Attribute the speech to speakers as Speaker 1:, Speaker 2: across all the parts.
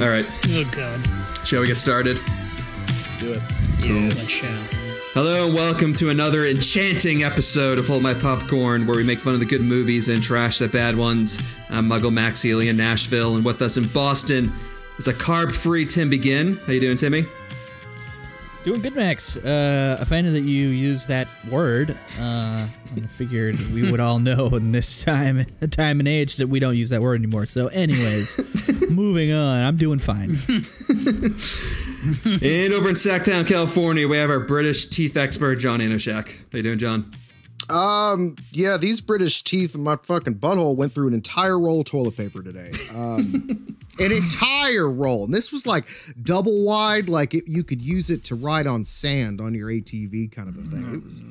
Speaker 1: All right,
Speaker 2: Oh God.
Speaker 1: shall we get started?
Speaker 3: Let's do it.
Speaker 2: Yes. shall.
Speaker 1: Hello and welcome to another enchanting episode of Hold My Popcorn, where we make fun of the good movies and trash the bad ones. I'm Muggle Max Healy in Nashville, and with us in Boston is a carb-free Tim Begin. How you doing, Timmy?
Speaker 3: Doing good, Max. Uh, offended that you used that word. Uh, I figured we would all know in this time, time and age, that we don't use that word anymore. So, anyways, moving on. I'm doing fine.
Speaker 1: and over in Sacktown, California, we have our British teeth expert, John Anoshak. How you doing, John?
Speaker 4: Um, yeah, these British teeth in my fucking butthole went through an entire roll of toilet paper today. Um, an entire roll. And this was like double wide, like it, you could use it to ride on sand on your ATV kind of a thing. It was,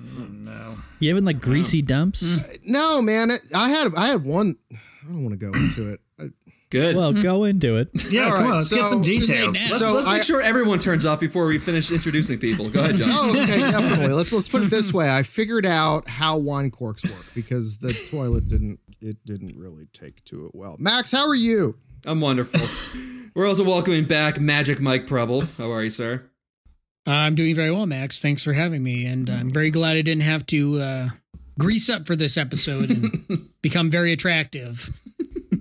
Speaker 3: You having like greasy dumps?
Speaker 4: no, man, it, I had I had one. I don't want to go into it. I,
Speaker 1: Good.
Speaker 3: Well, go into it.
Speaker 2: Yeah,
Speaker 4: All
Speaker 2: come
Speaker 4: right,
Speaker 2: on. Let's get
Speaker 4: so-
Speaker 2: some
Speaker 4: Too late
Speaker 2: details.
Speaker 1: let's,
Speaker 4: so
Speaker 1: let's make
Speaker 4: I-
Speaker 1: sure everyone turns off before we finish introducing people. Go ahead, John.
Speaker 4: Oh, okay, definitely. Let's let's put it this way. I figured out how wine corks work because the toilet didn't it didn't really take to it well. Max, how are you?
Speaker 1: I'm wonderful. We're also welcoming back Magic Mike Preble. How are you, sir?
Speaker 5: I'm doing very well, Max. Thanks for having me, and I'm very glad I didn't have to uh, grease up for this episode and become very attractive,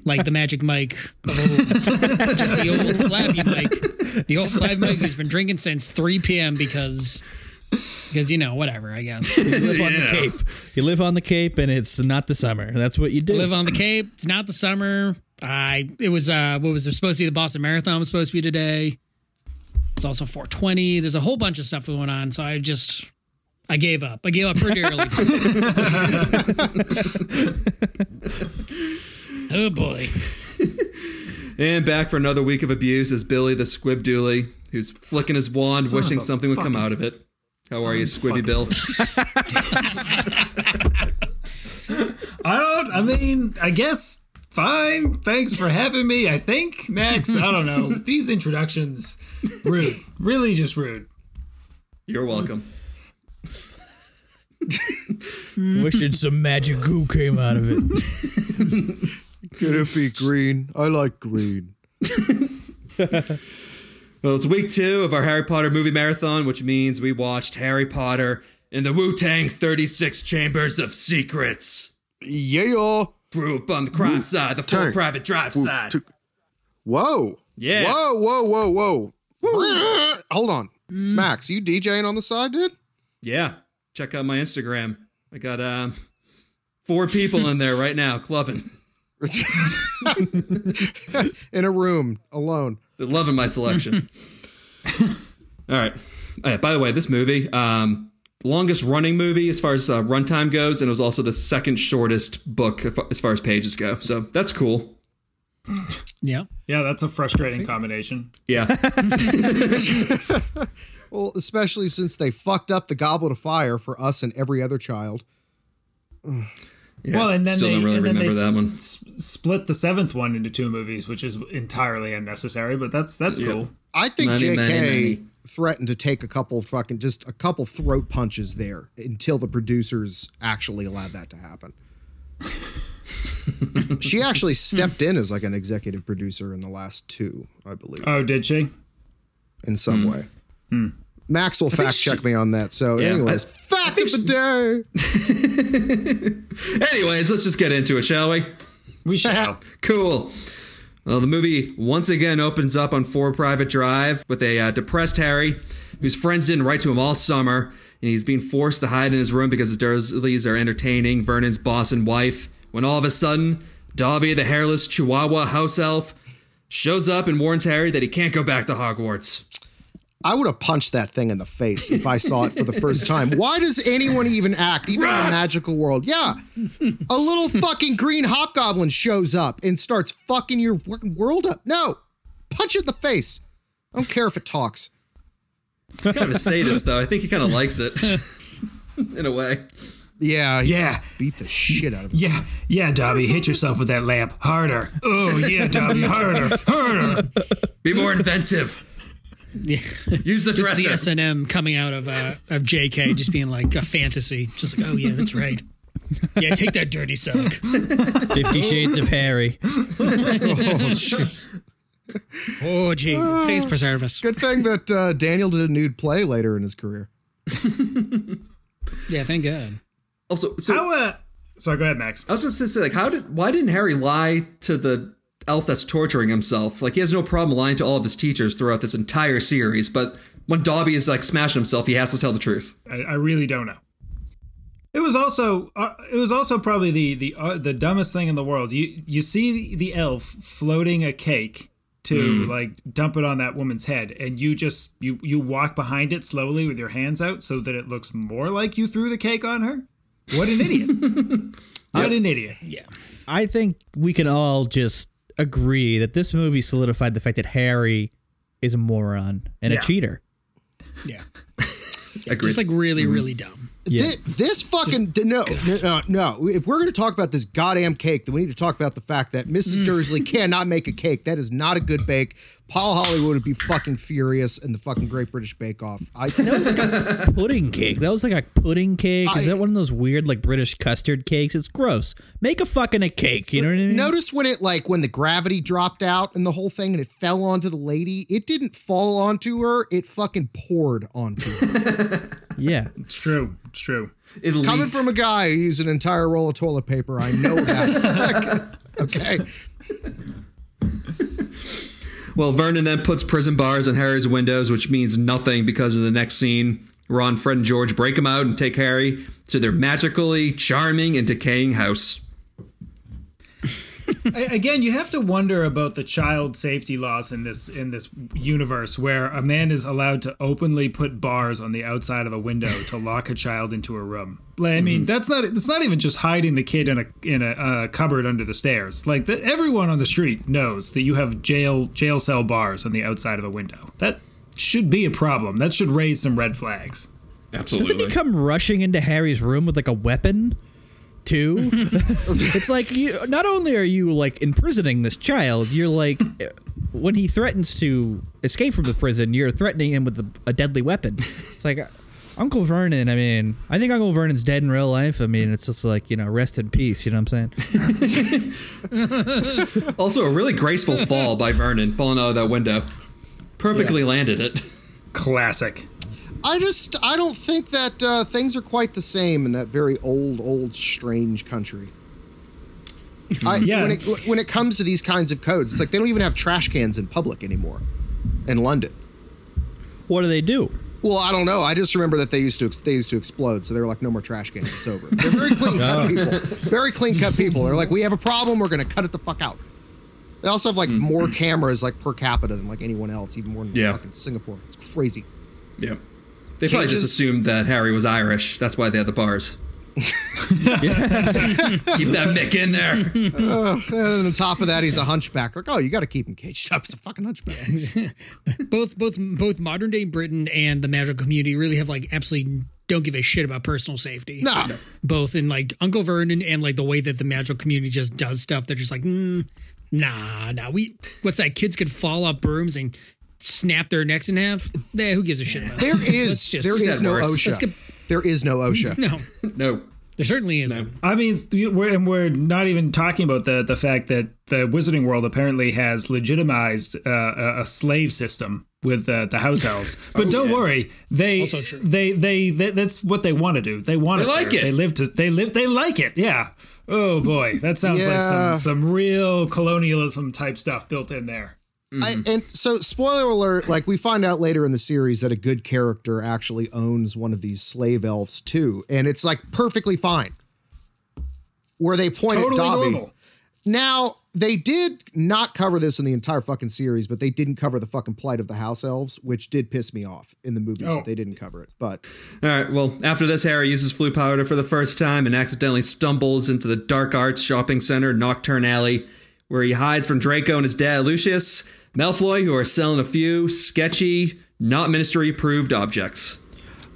Speaker 5: like the Magic Mike, of old. just the old flabby Mike, the old flabby Mike who's been drinking since 3 p.m. because because you know whatever I guess
Speaker 3: You live on the Cape. You live on the Cape, and it's not the summer. That's what you do.
Speaker 5: live on the Cape. It's not the summer. I it was uh what was it supposed to be the Boston Marathon was supposed to be today. It's also 420. There's a whole bunch of stuff going on, so I just I gave up. I gave up pretty early. oh boy.
Speaker 1: And back for another week of abuse is Billy the Squib Dooley, who's flicking his
Speaker 2: Son
Speaker 1: wand,
Speaker 2: of
Speaker 1: wishing
Speaker 2: a
Speaker 1: something would come
Speaker 2: fucking-
Speaker 1: out of it. How are you, Squibby Bill?
Speaker 2: I don't. I mean, I guess fine. Thanks for having me. I think Max. I don't know. These introductions, rude. Really, just rude.
Speaker 1: You're welcome.
Speaker 3: Wishing some magic goo came out of it.
Speaker 4: Could it be green? I like green.
Speaker 1: Well, it's week two of our Harry Potter movie marathon, which means we watched Harry Potter in the Wu Tang 36 Chambers of Secrets
Speaker 4: Yeah.
Speaker 1: group on the crime side, the full
Speaker 4: Tang.
Speaker 1: private drive side.
Speaker 4: Two- Whoa.
Speaker 1: Yeah.
Speaker 4: Whoa, whoa, whoa, whoa. Hold on.
Speaker 1: Mm.
Speaker 4: Max, you DJing on the side, dude?
Speaker 1: Yeah. Check out my Instagram. I got um, four people in there right now clubbing.
Speaker 4: In a room alone.
Speaker 1: They're loving my selection. All right. All right, By the way, this movie, um, longest running movie as far as uh, runtime goes, and it was also the second shortest book af- as far as pages go. So that's cool.
Speaker 5: Yeah.
Speaker 2: Yeah, that's a frustrating combination.
Speaker 1: Yeah.
Speaker 4: Well, especially since they fucked up the Goblet of Fire for us and every other child.
Speaker 1: Yeah,
Speaker 2: well, and then
Speaker 1: still
Speaker 2: they
Speaker 1: don't really
Speaker 2: and then
Speaker 1: remember
Speaker 2: they
Speaker 1: that
Speaker 2: s-
Speaker 1: one.
Speaker 2: s- split the seventh one into two movies, which is entirely unnecessary. But that's that's cool.
Speaker 4: I think
Speaker 1: Money,
Speaker 4: JK
Speaker 1: money, money.
Speaker 4: threatened to take a couple fucking just a couple throat punches there until the producers actually allowed that to happen. she actually stepped in as like an executive producer in the last two, I believe.
Speaker 2: Oh, did she?
Speaker 4: in some way. Max will fact check me on that. So,
Speaker 1: Yeah,
Speaker 4: anyways,
Speaker 1: I-
Speaker 4: fact of the day.
Speaker 1: Anyways, let's just get into it, shall we?
Speaker 2: We shall.
Speaker 1: Cool. Well, the movie once again opens up on Four Private Drive with a uh, depressed Harry, whose friends didn't write to him all summer, and he's being forced to hide in his room because his Dursleys are entertaining Vernon's boss and wife. When all of a sudden, Dobby, the hairless Chihuahua house elf, shows up and warns Harry that he can't go back to Hogwarts.
Speaker 4: I would have punched that thing in the face if I saw it for the first time. Why does anyone even act, even in the magical world? Yeah. A little fucking green hobgoblin shows up and starts fucking your fucking world up. No. Punch it in the face. I don't care if it talks.
Speaker 1: Kind of a sadist, though. I think he kind of likes it in a way.
Speaker 4: Yeah. he
Speaker 2: Yeah,
Speaker 4: Beat the shit out of it.
Speaker 2: yeah, yeah, Dobby. Hit yourself with that lamp harder. Oh yeah, Dobby, harder, harder.
Speaker 1: Be more inventive. Use the
Speaker 5: Just the S
Speaker 1: dresser.
Speaker 5: and M coming out of uh, of J.K. just being like a fantasy, just like oh yeah, that's right. Yeah, take that dirty sock.
Speaker 3: Fifty Shades of Harry.
Speaker 5: Oh Jesus, thanks for service.
Speaker 4: Good thing that uh, Daniel did a nude play later in his career.
Speaker 5: Yeah, thank God.
Speaker 1: Also, so
Speaker 6: How, uh, sorry, go ahead, Max.
Speaker 1: I was just gonna say, like, how did why didn't Harry lie to the elf that's torturing himself? Like, he has no problem lying to all of his teachers throughout this entire series, but when Dobby is like smashing himself, he has to tell the truth.
Speaker 6: I, I really don't know. It was also uh, it was also probably the the uh, the dumbest thing in the world. You you see the elf floating a cake to like dump it on that woman's head, and you just you you walk behind it slowly with your hands out so that it looks more like you threw the cake on her. What an idiot! what an idiot!
Speaker 3: I think we can all just agree that this movie solidified the fact that Harry is a moron and
Speaker 6: Yeah.
Speaker 3: a cheater.
Speaker 5: Yeah,
Speaker 1: Agreed.
Speaker 5: just like really, really dumb.
Speaker 4: Thi- This, fucking th- no, no, no, no. If we're going to talk about this goddamn cake, then we need to talk about the fact that Mrs. Dursley cannot make a cake. That is not a good bake. Paul Hollywood would be fucking furious in the fucking Great British Bake Off. I
Speaker 3: Pudding cake. That was like a pudding cake.
Speaker 4: I-
Speaker 3: is that one of those weird like British custard cakes? It's gross. Make a fucking a cake. You know what I mean?
Speaker 4: notice when it like when the gravity dropped out and the whole thing and it fell onto the lady. It didn't fall onto her. It fucking poured onto her.
Speaker 3: Yeah.
Speaker 6: It's true. It's true.
Speaker 1: It
Speaker 4: Coming
Speaker 1: leaked.
Speaker 4: from a guy who used an entire roll of toilet paper, I know that. okay.
Speaker 1: Well, Vernon then puts prison bars on Harry's windows, which means nothing because of the next scene. Ron, Fred, and George break him out and take Harry to their magically charming and decaying house.
Speaker 6: I- again you have to wonder about the child safety laws in this in this universe where a man is allowed to openly put bars on the outside of a window to lock a child into a room like, i mean that's not it's not even just hiding the kid in a in a uh, cupboard under the stairs like the, everyone on the street knows that you have jail jail cell bars on the outside of a window that should be a problem that should raise some red flags
Speaker 1: Absolutely.
Speaker 3: Doesn't he come rushing into Harry's room with like a weapon? Too. it's like you. Not only are you like imprisoning this child, you're like, uh, when he threatens to escape from the prison, you're threatening him with a, a deadly weapon. It's like. uh, Uncle Vernon, I mean, I think Uncle Vernon's dead in real life. I mean, it's just like, you know, rest in peace, you know what I'm saying?
Speaker 1: also, a really graceful fall by Vernon falling out of that window. Perfectly landed it.
Speaker 6: classic
Speaker 4: I just I don't think that uh, things are quite the same in that very old, old, strange country. I,
Speaker 6: Yeah.
Speaker 4: When it when it comes to these kinds of codes, it's like they don't even have trash cans in public anymore in London.
Speaker 3: What do they do?
Speaker 4: Well, I don't know. I just remember that they used to ex- they used to explode, so they were like, "No more trash cans. It's over." They're very clean cut people. Very clean cut people. They're like, "We have a problem. We're going to cut it the fuck out." They also have like more cameras like per capita than like anyone else, even more than
Speaker 1: Yeah.
Speaker 4: fucking Singapore. It's crazy.
Speaker 1: Yeah. They probably
Speaker 4: Cages.
Speaker 1: just assumed that Harry was Irish. That's why they had the bars. Keep that Mick in there.
Speaker 4: And on top of that, he's a hunchback. Like, oh, you got to keep him caged up. He's a fucking hunchback.
Speaker 5: Both, both, both modern day Britain and the magical community really have like absolutely don't give a shit about personal safety.
Speaker 4: No.
Speaker 5: both in like Uncle Vernon and like the way that the magical community just does stuff. They're just like, mm, nah, nah. We what's that? Kids could fall off brooms and snap their necks in half. Yeah, who gives a shit? About that?
Speaker 4: There is
Speaker 5: Let's just-
Speaker 4: there is
Speaker 1: Said
Speaker 4: no
Speaker 1: worse.
Speaker 4: OSHA.
Speaker 5: Let's get-
Speaker 4: there is no OSHA.
Speaker 5: No,
Speaker 1: No.
Speaker 5: there certainly isn't.
Speaker 6: I mean, you- we're, and we're not even talking about the the fact that the Wizarding World apparently has legitimized uh, a- a slave system with uh, the house elves. But
Speaker 1: Oh,
Speaker 6: don't worry, they,
Speaker 5: Also true.
Speaker 6: they they they that's what they want to do. They want
Speaker 1: They
Speaker 6: to
Speaker 1: like it.
Speaker 6: They live to they live they like it. Yeah. Oh boy, that sounds like
Speaker 4: Yeah.
Speaker 6: some some real colonialism type stuff built in there.
Speaker 4: I,
Speaker 5: Mm-hmm.
Speaker 4: and so, spoiler alert, like we find out later in the series that a good character actually owns one of these slave elves too. And it's like perfectly fine. Where they point
Speaker 6: Totally
Speaker 4: at Dobby.
Speaker 6: normal.
Speaker 4: Now, they did not cover this in the entire fucking series, but they didn't cover the fucking plight of the house elves, which did piss me off in the movies.
Speaker 6: Oh.
Speaker 4: They didn't cover it. But
Speaker 1: All right. Well, after this, Harry uses flu powder for the first time and accidentally stumbles into the Dark Arts shopping center, Nocturne Alley, where he hides from Draco and his dad, Lucius Malfoy, who are selling a few sketchy, not ministry approved objects.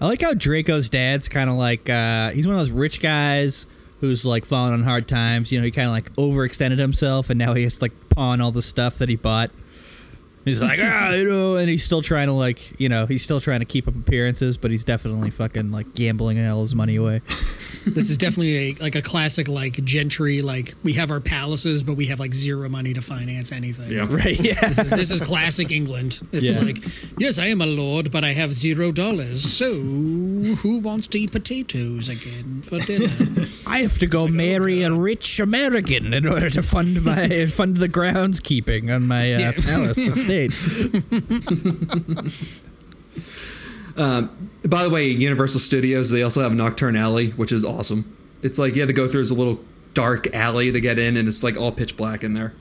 Speaker 3: I like how Draco's dad's kind of like uh, he's one of those rich guys who's like falling on hard times. You know, he kind of like overextended himself, and now he has to like pawn all the stuff that he bought. He's like, ah, you know, and he's still trying to like, you know, he's still trying to keep up appearances, but he's definitely fucking like gambling all his money away.
Speaker 5: This is definitely a, like a classic like gentry like we have our palaces but we have like zero money to finance anything.
Speaker 1: Yeah.
Speaker 3: Right? Yeah.
Speaker 5: This is, this is classic England. It's
Speaker 3: Yeah.
Speaker 5: like, yes, I am a lord, but I have zero dollars. So who wants to eat potatoes again for dinner?
Speaker 3: I have to go marry a rich American in order to fund my fund the groundskeeping on my uh,
Speaker 5: Yeah.
Speaker 3: palace estate.
Speaker 1: By the way, Universal Studios, they also have Nocturne Alley, which is awesome. It's like you have to go through this little dark alley to get in, and it's like all pitch black in there.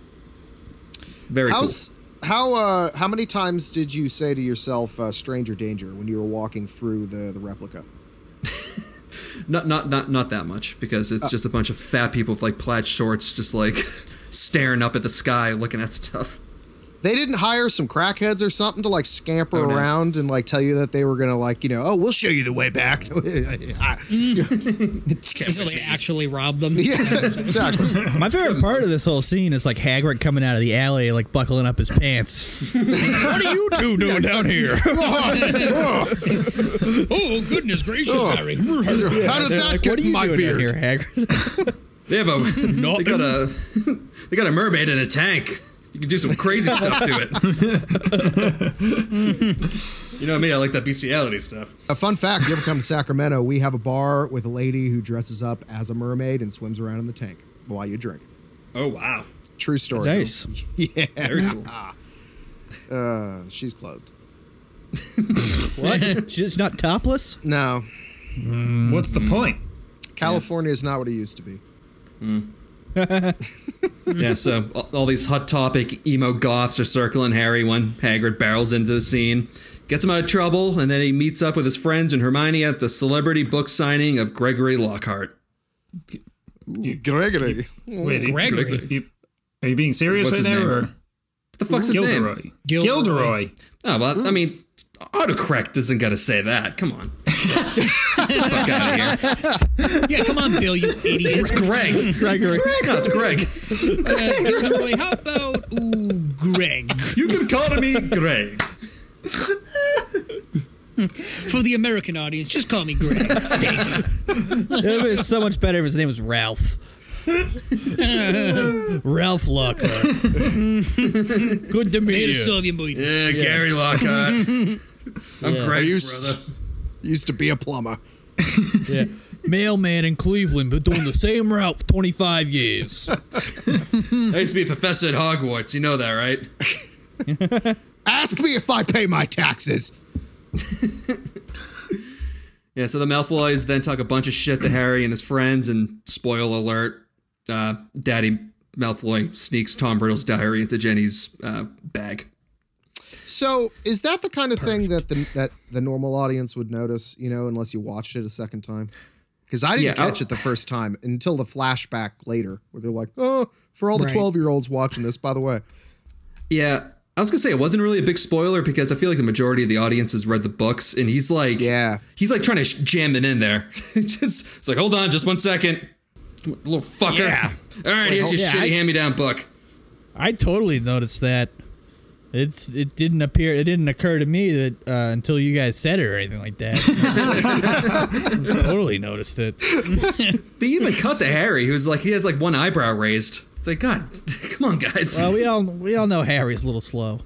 Speaker 1: Very
Speaker 4: How's how uh how many times did you say to yourself uh, "stranger danger" when you were walking through the the replica?
Speaker 1: cool. Not not not not that much because it's just a bunch of fat people with like plaid shorts, just like staring up at the sky, looking at stuff.
Speaker 4: They didn't hire some crackheads or something to like scamper
Speaker 1: Oh, no.
Speaker 4: around and like tell you that they were gonna like you know oh we'll show you the way back.
Speaker 5: Until they actually rob them.
Speaker 4: yeah, exactly.
Speaker 3: My favorite part of this whole scene is like Hagrid coming out of the alley, like buckling up his pants. what are you two doing down here?
Speaker 5: Oh goodness gracious,
Speaker 4: Oh.
Speaker 5: Harry!
Speaker 4: How did
Speaker 3: They're
Speaker 4: that
Speaker 3: like,
Speaker 4: get
Speaker 3: what are
Speaker 4: in
Speaker 3: you
Speaker 4: my
Speaker 3: doing
Speaker 4: beard?
Speaker 3: down here, Hagrid?
Speaker 1: They have a they got a they got a mermaid in a tank. You can do some crazy stuff to it. you know me, I like that bestiality stuff.
Speaker 4: A fun fact: You ever come to Sacramento? We have a bar with a lady who dresses up as a mermaid and swims around in the tank while you drink.
Speaker 1: Oh wow,
Speaker 4: True story.
Speaker 3: Nice.
Speaker 1: very cool.
Speaker 4: Uh, She's clothed.
Speaker 3: What? She's not topless?
Speaker 4: No,
Speaker 2: What's the
Speaker 1: Mm-hmm.
Speaker 2: point?
Speaker 4: California is not what it used to be.
Speaker 1: Yeah, so all- all these hot topic emo goths are circling Harry when Hagrid barrels into the scene, gets him out of trouble, and then he meets up with his friends and Hermione at the celebrity book signing of Gregory Lockhart.
Speaker 4: Gregory.
Speaker 2: Wait, you-
Speaker 5: Gregory.
Speaker 2: you- are you being serious
Speaker 1: What's
Speaker 2: right now?
Speaker 1: his name?
Speaker 2: Or?
Speaker 1: What the fuck's his
Speaker 2: Gilderoy.
Speaker 1: name?
Speaker 5: Gilderoy.
Speaker 2: Gilderoy.
Speaker 1: Oh, well, I mean, autocorrect isn't going to say that. Come on. Fuck out of here.
Speaker 5: Yeah, come on, Bill, you idiot!
Speaker 1: It's Greg.
Speaker 3: Gregory.
Speaker 1: Greg? No, it's Greg.
Speaker 5: Uh, Gilderoy, how about ooh, Greg
Speaker 1: You can call me Greg.
Speaker 5: for the American audience? Just call me Greg.
Speaker 3: It would be so much better if his name was Ralph. Ralph Lockhart. Good to
Speaker 5: Made
Speaker 3: meet
Speaker 5: a
Speaker 3: you.
Speaker 5: Soviet movie.
Speaker 1: Yeah, Gary Lockhart. I'm Greg's brother.
Speaker 4: you s- Used to be a plumber.
Speaker 3: Yeah. Mailman in Cleveland, been doing the same route for 25 years.
Speaker 1: I used to be a professor at Hogwarts. You know that, right?
Speaker 4: Ask me if I pay my taxes.
Speaker 1: Yeah, so the Malfoys then talk a bunch of shit to Harry and his friends, and spoil alert, uh, Daddy Malfoy sneaks Tom Riddle's diary into Jenny's uh, bag.
Speaker 4: So, is that the kind of thing that the that the normal audience would notice? You know, unless you watched it a second time. Because I didn't
Speaker 1: Yeah,
Speaker 4: catch
Speaker 1: I'll-
Speaker 4: it the first time until the flashback later, where they're like, "Oh, for all the
Speaker 5: Right.
Speaker 4: twelve-year-olds watching this, by the way."
Speaker 1: Yeah, I was gonna say it wasn't really a big spoiler because I feel like the majority of the audience has read the books, and he's like,
Speaker 4: Yeah.
Speaker 1: he's like trying to sh- jam it in there. it's just, it's like, hold on, just one second, little fucker.
Speaker 3: Yeah. oh,
Speaker 1: All right, here's your
Speaker 3: yeah,
Speaker 1: shitty
Speaker 3: I-
Speaker 1: hand-me-down book.
Speaker 3: I totally noticed that. It's it didn't appear it didn't occur to me that uh, until you guys said it or anything like that. totally noticed it.
Speaker 1: They even cut to Harry, who's like, he has like one eyebrow raised. It's like, God, come on, guys.
Speaker 3: Well, Uh, we all we all know Harry's a little slow.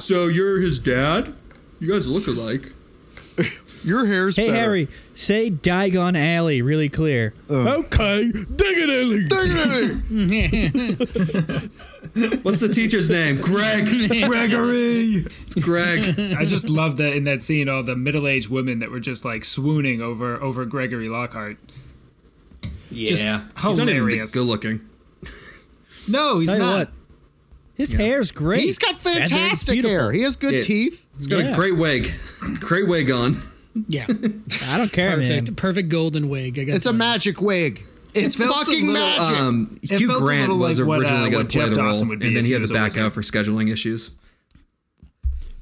Speaker 1: So you're his dad? You guys look alike.
Speaker 4: Your hair's
Speaker 3: Hey
Speaker 4: better.
Speaker 3: Harry, say Diagon Alley really clear.
Speaker 4: uh.
Speaker 3: Okay, Diagon Alley.
Speaker 4: Dignity!
Speaker 1: What's the teacher's name? Greg.
Speaker 2: Gregory.
Speaker 1: It's Greg.
Speaker 2: I just love that in that scene, all the middle-aged women that were just like swooning over over Gregory Lockhart.
Speaker 1: Yeah.
Speaker 2: He's not even hilarious.
Speaker 1: good looking.
Speaker 2: No, he's
Speaker 3: Tell you
Speaker 2: not.
Speaker 3: what, his hair's great.
Speaker 4: He's got
Speaker 3: It's feathered, it's
Speaker 4: fantastic
Speaker 3: beautiful.
Speaker 4: hair. He has good
Speaker 1: Yeah.
Speaker 4: teeth.
Speaker 1: He's got
Speaker 3: Yeah.
Speaker 1: a great wig. Great wig on.
Speaker 5: Yeah,
Speaker 3: I don't care,
Speaker 5: perfect,
Speaker 3: man.
Speaker 5: perfect golden wig. I got
Speaker 4: It's a magic wig. It's
Speaker 2: felt a
Speaker 4: fucking
Speaker 2: little,
Speaker 4: magic.
Speaker 1: Um,
Speaker 2: It
Speaker 1: Hugh
Speaker 2: felt a
Speaker 1: Grant
Speaker 2: little
Speaker 1: was
Speaker 2: like what, uh,
Speaker 1: originally going
Speaker 2: what
Speaker 1: to play
Speaker 2: Jeff
Speaker 1: the
Speaker 2: Dawson
Speaker 1: role,
Speaker 2: would
Speaker 1: and
Speaker 2: be if
Speaker 1: then he
Speaker 2: he
Speaker 1: had to
Speaker 2: was a
Speaker 1: back
Speaker 2: wizard.
Speaker 1: out for scheduling issues.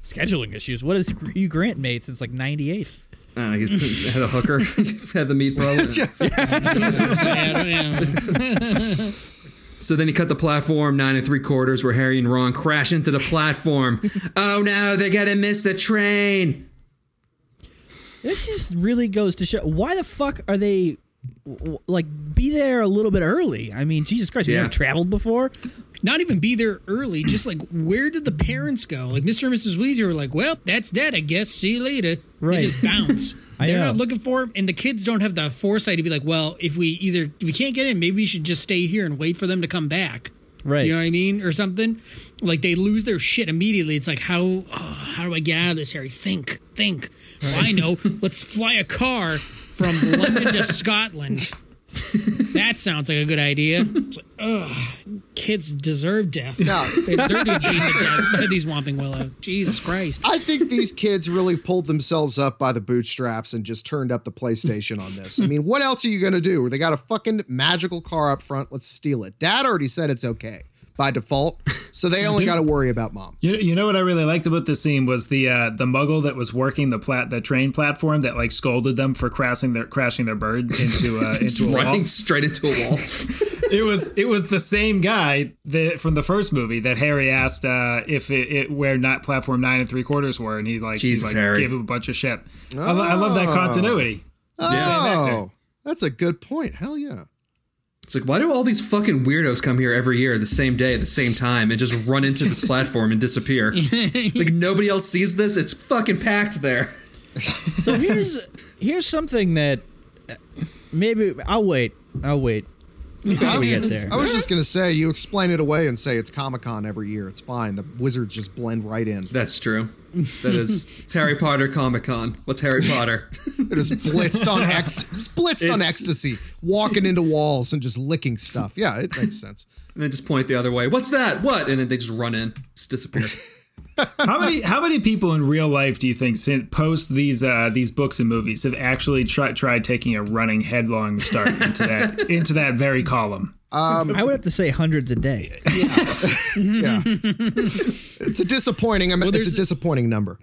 Speaker 3: Scheduling issues. What has Hugh Grant made since like '98?
Speaker 1: I don't know, he's Uh, had a hooker, had the meat problem.
Speaker 5: Yeah, I don't know.
Speaker 1: So then he cut the platform nine and three quarters, where Harry and Ron crash into the platform. oh no, they're gonna miss the train.
Speaker 3: This just really goes to show why the fuck are they w- w- like be there a little bit early? I mean, Jesus Christ, you
Speaker 1: Yeah.
Speaker 3: haven't traveled before.
Speaker 5: Not even be there early. Just like, where did the parents go? Like, Mr. and Mrs. Weezy were like, well, that's that. I guess. See you later.
Speaker 3: Right.
Speaker 5: They just bounce.
Speaker 3: I
Speaker 5: They're
Speaker 3: know.
Speaker 5: not looking for 'em, and the kids don't have the foresight to be like, well, if we either we can't get in, maybe we should just stay here and wait for them to come back.
Speaker 3: Right.
Speaker 5: You know what I mean, or something. Like they lose their shit immediately. It's like, how oh, how do I get out of this, Harry? Think, think. Well, I know. Let's fly a car from London to Scotland. That sounds like a good idea. It's like, ugh, kids deserve death. No, they deserve to be beaten to death by these whomping willows. Jesus Christ!
Speaker 4: I think these kids really pulled themselves up by the bootstraps and just turned up the PlayStation on this. I mean, what else are you going to do? They got a fucking magical car up front. Let's steal it. Dad already said it's okay by default, so they only got to worry about mom.
Speaker 6: You, you know what I really liked about this scene was the uh, the muggle that was working the plat the train platform that like scolded them for crashing their crashing their bird into uh, into a wall.
Speaker 1: Running straight into a wall.
Speaker 6: It was it was the same guy that from the first movie that Harry asked uh, if it, it where not platform nine and three quarters were, and he like he,
Speaker 1: Jesus,
Speaker 6: like
Speaker 1: Harry.
Speaker 6: gave him a bunch of shit. I, lo- I love that
Speaker 2: Ah.
Speaker 6: continuity. It's the same actor.
Speaker 4: Oh, that's a good point. Hell yeah.
Speaker 1: It's like, why do all these fucking weirdos come here every year, the same day, the same time, and just run into this platform and disappear? like nobody else sees this. It's fucking packed there.
Speaker 3: So here's here's something that uh, maybe I'll wait. I'll wait. Until we get there.
Speaker 4: I was just going to say, you explain it away and say it's Comic Con every year. It's fine. The wizards just blend right in.
Speaker 1: That's true. That is it's Harry Potter Comic Con. What's Harry Potter?
Speaker 4: It is blitzed on ex- blitzed on ecstasy, walking into walls and just licking stuff. Yeah, it makes sense.
Speaker 1: and then just point the other way. What's that? What? And then they just run in, just disappear.
Speaker 6: How many how many people in real life do you think since post these uh, these books and movies have actually tried tried taking a running headlong start into that into that very column?
Speaker 3: I would have to say hundreds a day.
Speaker 4: Yeah, it's a disappointing. I mean, it's
Speaker 5: there's-
Speaker 4: a disappointing number.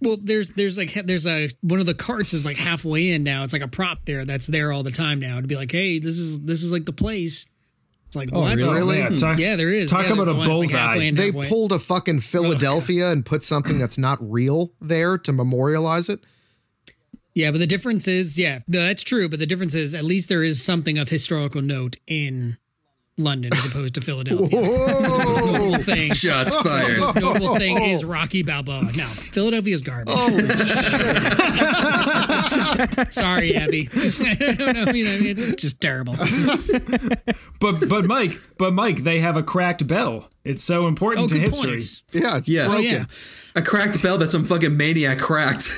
Speaker 5: Well, there's there's like there's a one of the carts is like halfway in now. It's like a prop there that's there all the time now to be like, hey, this is this is like the place. It's like, oh,
Speaker 3: really?
Speaker 6: Really? Yeah, talk-
Speaker 5: yeah, there is.
Speaker 6: talk
Speaker 5: Yeah,
Speaker 6: about
Speaker 5: there's
Speaker 6: a
Speaker 5: one that's,
Speaker 6: bullseye.
Speaker 5: halfway in,
Speaker 4: They
Speaker 5: halfway.
Speaker 4: pulled a fucking Philadelphia and put something that's not real there to memorialize it.
Speaker 5: Yeah, but the difference is, yeah, no, that's true. But the difference is, at least there is something of historical note in London as opposed to Philadelphia.
Speaker 4: Oh,
Speaker 5: Noble thing.
Speaker 1: Shots fired.
Speaker 5: Noble thing is Rocky Balboa. No, Philadelphia's garbage. Sorry, Abby. I don't know. You know, it's just terrible.
Speaker 6: But but Mike, but Mike, they have a cracked bell. It's so important
Speaker 5: Oh,
Speaker 6: to
Speaker 5: good
Speaker 6: history.
Speaker 5: point.
Speaker 4: yeah, it's
Speaker 1: Yeah.
Speaker 5: Oh,
Speaker 4: broken.
Speaker 5: yeah.
Speaker 1: a cracked bell that some fucking maniac cracked.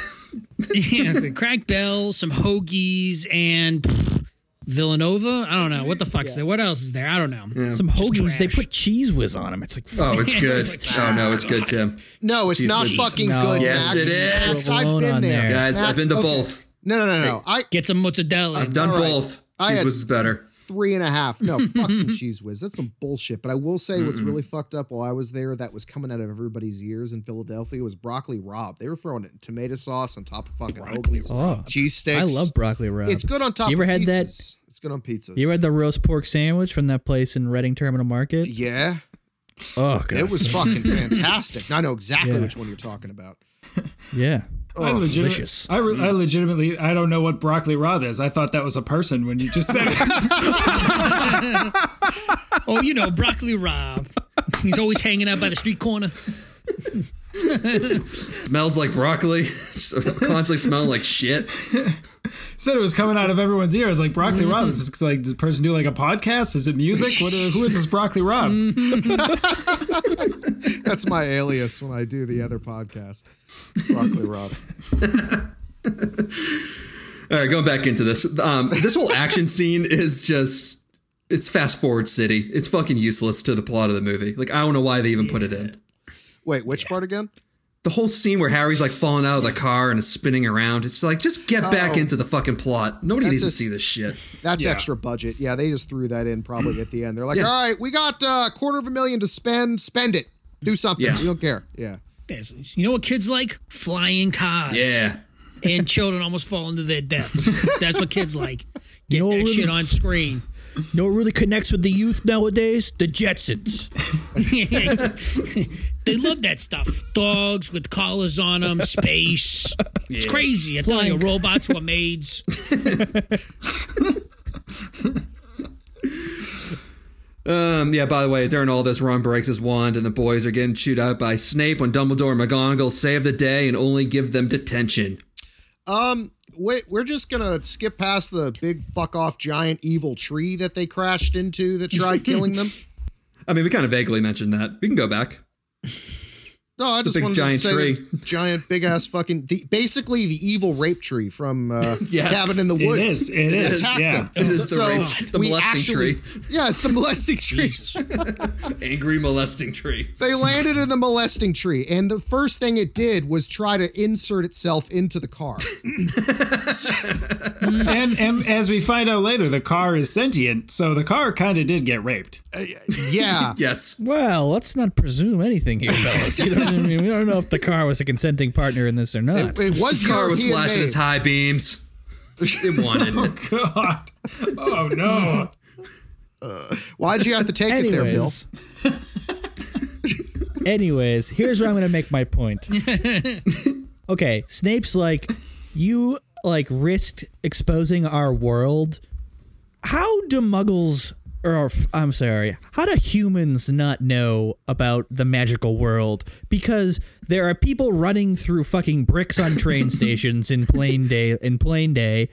Speaker 5: yeah, it's a crack bell, some hoagies, and pff, Villanova. I don't know what the fuck's there. What else is there? I don't know.
Speaker 3: Some hoagies, they
Speaker 5: trash.
Speaker 3: put cheese whiz on them. It's like fuck.
Speaker 1: Oh, it's good.
Speaker 5: It's
Speaker 1: oh no, it's good, Tim.
Speaker 4: No, it's
Speaker 1: Jeez
Speaker 4: not
Speaker 1: Louise.
Speaker 4: fucking
Speaker 3: No.
Speaker 4: good.
Speaker 1: Yes,
Speaker 4: Max.
Speaker 1: it is.
Speaker 4: Yes, I've
Speaker 3: Alone
Speaker 4: been
Speaker 3: on
Speaker 4: there,
Speaker 3: there.
Speaker 1: Guys, I've
Speaker 4: Max,
Speaker 1: been to
Speaker 4: okay.
Speaker 1: both.
Speaker 4: No, no, no, no. I
Speaker 5: Get some mozzarella.
Speaker 1: I've done
Speaker 4: All right.
Speaker 1: both.
Speaker 4: I
Speaker 1: Cheese
Speaker 4: had-
Speaker 1: was better.
Speaker 4: three and a half. No, fuck some cheese whiz. That's some bullshit. But I will say what's really fucked up while I was there that was coming out of everybody's ears in Philadelphia was broccoli rob. They were throwing it in tomato sauce on top of fucking Oakley's
Speaker 3: Oh.
Speaker 4: cheese steaks.
Speaker 3: I love broccoli rub.
Speaker 4: It's good on top
Speaker 3: Um, You ever
Speaker 4: of
Speaker 3: had that-
Speaker 4: pizzas. It's good on pizzas.
Speaker 3: You had the roast pork sandwich from that place in Reading Terminal Market.
Speaker 4: Yeah.
Speaker 3: Oh god,
Speaker 4: It was fucking fantastic. Now I know exactly
Speaker 3: Yeah.
Speaker 4: which one you're talking about.
Speaker 3: yeah.
Speaker 5: Oh,
Speaker 6: I, legitimate-
Speaker 3: delicious.
Speaker 6: I, re-
Speaker 5: Mm.
Speaker 6: I legitimately I don't know what broccoli rob is. I thought that was a person when you just said it.
Speaker 5: Oh, you know, Broccoli Rob. He's always hanging out by the street corner.
Speaker 1: Smells like broccoli. Constantly smelling like shit.
Speaker 6: said it was coming out of everyone's ears like broccoli rob. Is this like does the person do like a podcast? Is it music? What, who is this broccoli rob?
Speaker 4: That's my alias when I do the other podcast. Broccoli Rob.
Speaker 1: All right, going back into this. Um, this whole action scene is just. It's fast forward city. It's fucking useless to the plot of the movie. Like, I don't know why they even put it in.
Speaker 4: Wait, which part again?
Speaker 1: The whole scene where Harry's like falling out of the car and is spinning around. It's like, just get back into the fucking plot. Nobody needs to
Speaker 4: a-
Speaker 1: see this shit.
Speaker 4: That's extra budget. Yeah, they just threw that in probably at the end. They're like, all right, we got uh, a quarter of a million to spend. Spend it. Do something.
Speaker 1: Yeah.
Speaker 4: We don't care. Yeah.
Speaker 5: There's- You know what kids like? Flying cars.
Speaker 1: Yeah.
Speaker 5: And children almost falling to their deaths. That's what kids like. Get
Speaker 3: No
Speaker 5: that
Speaker 3: little-
Speaker 5: shit on screen.
Speaker 3: know what really connects with the youth nowadays? The Jetsons.
Speaker 5: they love that stuff. Dogs with collars on them, space. It's crazy. I tell you, robots were maids.
Speaker 1: Um, yeah, by the way, during all this, Ron breaks his wand and the boys are getting chewed out by Snape when Dumbledore and McGonagall save the day and only give them detention.
Speaker 4: Wait, we're just gonna skip past the big fuck off giant evil tree that they crashed into that tried killing them.
Speaker 1: I mean, we kind of vaguely mentioned that. We can go back.
Speaker 4: No, I just
Speaker 1: big
Speaker 4: wanted to
Speaker 1: giant
Speaker 4: say
Speaker 1: tree.
Speaker 4: that giant big ass fucking the, basically the evil rape tree from uh,
Speaker 1: Yes.
Speaker 4: Cabin in the
Speaker 6: It
Speaker 4: Woods.
Speaker 6: is. It is.
Speaker 4: attacked
Speaker 6: Yeah.
Speaker 4: them.
Speaker 1: It is the,
Speaker 4: So
Speaker 1: rape, the
Speaker 4: we
Speaker 1: molesting
Speaker 4: actually-
Speaker 1: tree.
Speaker 4: Yeah, it's the molesting tree.
Speaker 1: Angry molesting tree.
Speaker 4: They landed in the molesting tree, and the first thing it did was try to insert itself into the car.
Speaker 6: and, and as we find out later, the car is sentient, so the car kind of did get raped.
Speaker 4: Uh, Yeah.
Speaker 1: Yes.
Speaker 3: Well, let's not presume anything here, fellas. You know what I mean? We don't know if the car was a consenting partner in this or not.
Speaker 4: It, it was
Speaker 1: His car was
Speaker 4: European
Speaker 1: flashing
Speaker 4: made.
Speaker 1: its high beams. It wanted.
Speaker 6: God. Oh, no.
Speaker 4: Why'd you have to take it there, Bill?
Speaker 3: Anyways. Anyways, here's where I'm going to make my point. okay, Snape's like, you like risked exposing our world. How do muggles or f- I'm sorry, how do humans not know about the magical world? Because there are people running through fucking bricks on train stations in plain day in plain day.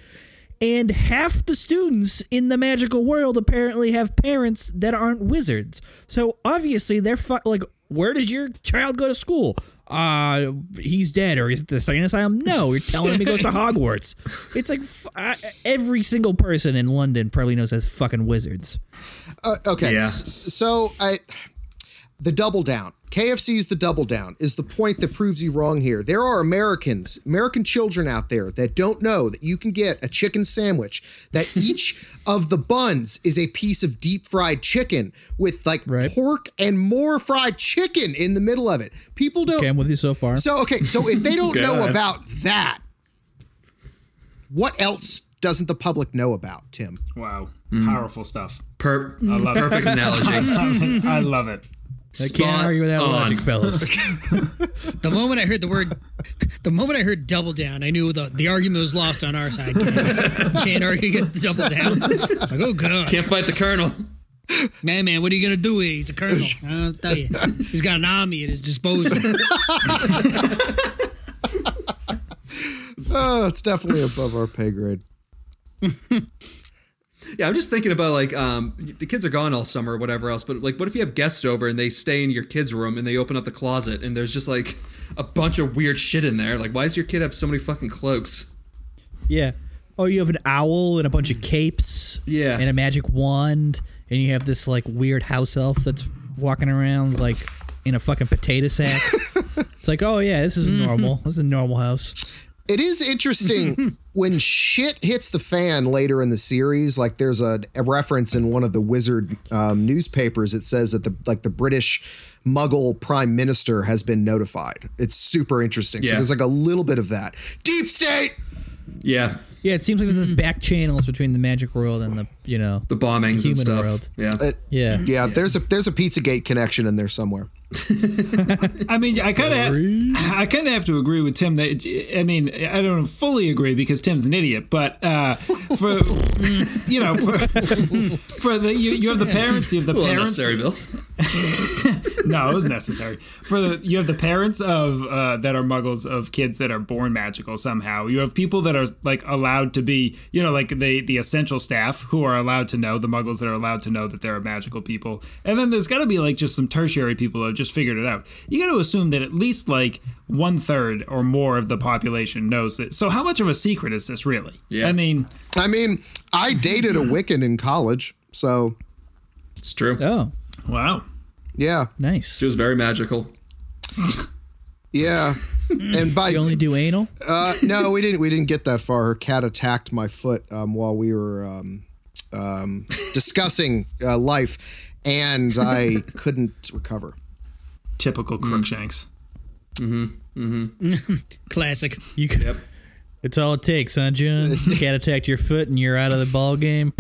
Speaker 3: And half the students in the magical world apparently have parents that aren't wizards. So obviously they're fu- like, where does your child go to school? Uh, he's dead, or he's at the insane asylum? No, you're telling him he goes to Hogwarts. It's like f- I, every single person in London probably knows as fucking wizards.
Speaker 4: Uh, okay.
Speaker 1: Yeah.
Speaker 4: s- So I, the double down. KFC's the double down is the point that proves you wrong here. There are Americans, American children out there that don't know that you can get a chicken sandwich that each of the buns is a piece of deep fried chicken with like
Speaker 3: Right.
Speaker 4: pork and more fried chicken in the middle of it. People don't
Speaker 3: Okay, I'm with you so far.
Speaker 4: So okay, so if they don't know
Speaker 1: God.
Speaker 4: about that, what else doesn't the public know about, Tim?
Speaker 6: Wow. Powerful stuff.
Speaker 1: Per-
Speaker 6: love it.
Speaker 1: perfect analogy.
Speaker 6: I love it.
Speaker 3: I can't argue with that
Speaker 1: Spot
Speaker 3: logic,
Speaker 1: on.
Speaker 3: fellas.
Speaker 5: The moment I heard the word, the moment I heard double down, I knew the, the argument was lost on our side. Can't, can't argue against the double down. It's like, oh god,
Speaker 1: Can't fight the colonel.
Speaker 5: man, man, what are you gonna do? here? He's a colonel. I'll tell you, he's got an army at his disposal.
Speaker 4: Oh, it's definitely above our pay grade.
Speaker 1: Yeah, I'm just thinking about like um, the kids are gone all summer, or whatever else. But like, what if you have guests over and they stay in your kids' room and they open up the closet and there's just like a bunch of weird shit in there? Like, why does your kid have so many fucking cloaks?
Speaker 3: yeah. Oh, you have an owl and a bunch of capes.
Speaker 1: Yeah.
Speaker 3: And a magic wand, and you have this like weird house elf that's walking around like in a fucking potato sack. it's like, oh yeah, this is normal. This is a normal house.
Speaker 4: It is interesting when shit hits the fan later in the series. Like there's a, a reference in one of the wizard um, newspapers. It says that the like the British Muggle Prime Minister has been notified. It's super interesting. So
Speaker 1: Yeah.
Speaker 4: there's like a little bit of that deep state.
Speaker 1: Yeah,
Speaker 3: Yeah, it seems like there's back channels between the magic world and the you know
Speaker 1: the bombings and
Speaker 3: Human
Speaker 1: stuff.
Speaker 3: world.
Speaker 1: Yeah,
Speaker 3: yeah.
Speaker 4: Yeah, there's a there's a PizzaGate connection in there somewhere.
Speaker 6: I mean, I kind of, I kind of have to agree with Tim. That it's- I mean, I don't fully agree because Tim's an idiot. But uh, for you know, for, for the you, you have the parents, you have the
Speaker 1: well,
Speaker 6: parents.
Speaker 1: unnecessary, Bill.
Speaker 6: No, it was necessary. For the you have the parents of uh, that are Muggles of kids that are born magical somehow. You have people that are like allowed to be, you know, like the the essential staff who are allowed to know the Muggles that are allowed to know that there are magical people. And then there's got to be like just some tertiary people that have just figured it out. You got to assume that at least like one third or more of the population knows it. So how much of a secret is this really?
Speaker 1: Yeah.
Speaker 6: I mean,
Speaker 4: I mean, I dated a Wiccan in college, so
Speaker 1: It's true.
Speaker 3: Oh,
Speaker 6: wow.
Speaker 4: yeah,
Speaker 3: nice.
Speaker 1: She was very magical.
Speaker 4: yeah. And by
Speaker 3: You only do anal?
Speaker 4: uh, no, we didn't. We didn't get that far. Her cat attacked my foot um, while we were um, um, discussing uh, life, and I couldn't recover.
Speaker 6: Typical Crookshanks.
Speaker 5: Classic.
Speaker 3: You could, It's all it takes, huh, June? Cat attacked your foot and you're out of the ball game.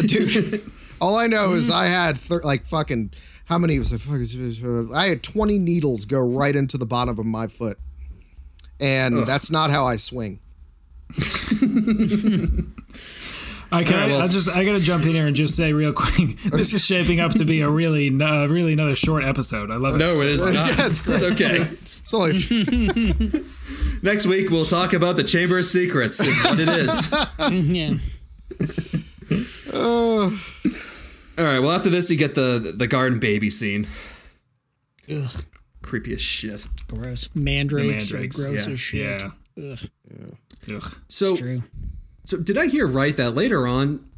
Speaker 4: dude. All I know is I had thir- like fucking how many was the fuck? is- I had twenty needles go right into the bottom of my foot, and that's not how I swing.
Speaker 6: I can.
Speaker 1: well-
Speaker 6: I just. I gotta jump in here and just say real quick. This is shaping up to be a really, uh, really another short episode. I love it.
Speaker 1: No, it is not.
Speaker 4: Yeah, it's
Speaker 1: it's,
Speaker 4: great.
Speaker 1: okay.
Speaker 4: It's only
Speaker 1: Next week we'll talk about the Chamber of Secrets and what it is.
Speaker 5: yeah.
Speaker 1: All right. Well, after this, you get the the garden baby scene.
Speaker 5: Ugh,
Speaker 1: Creepy as shit.
Speaker 5: gross. Mandrakes,
Speaker 6: mandrakes,
Speaker 5: are gross
Speaker 1: yeah,
Speaker 5: as shit.
Speaker 6: Yeah.
Speaker 5: Ugh,
Speaker 6: Ugh.
Speaker 1: So,
Speaker 5: true.
Speaker 1: so did I hear right that later on,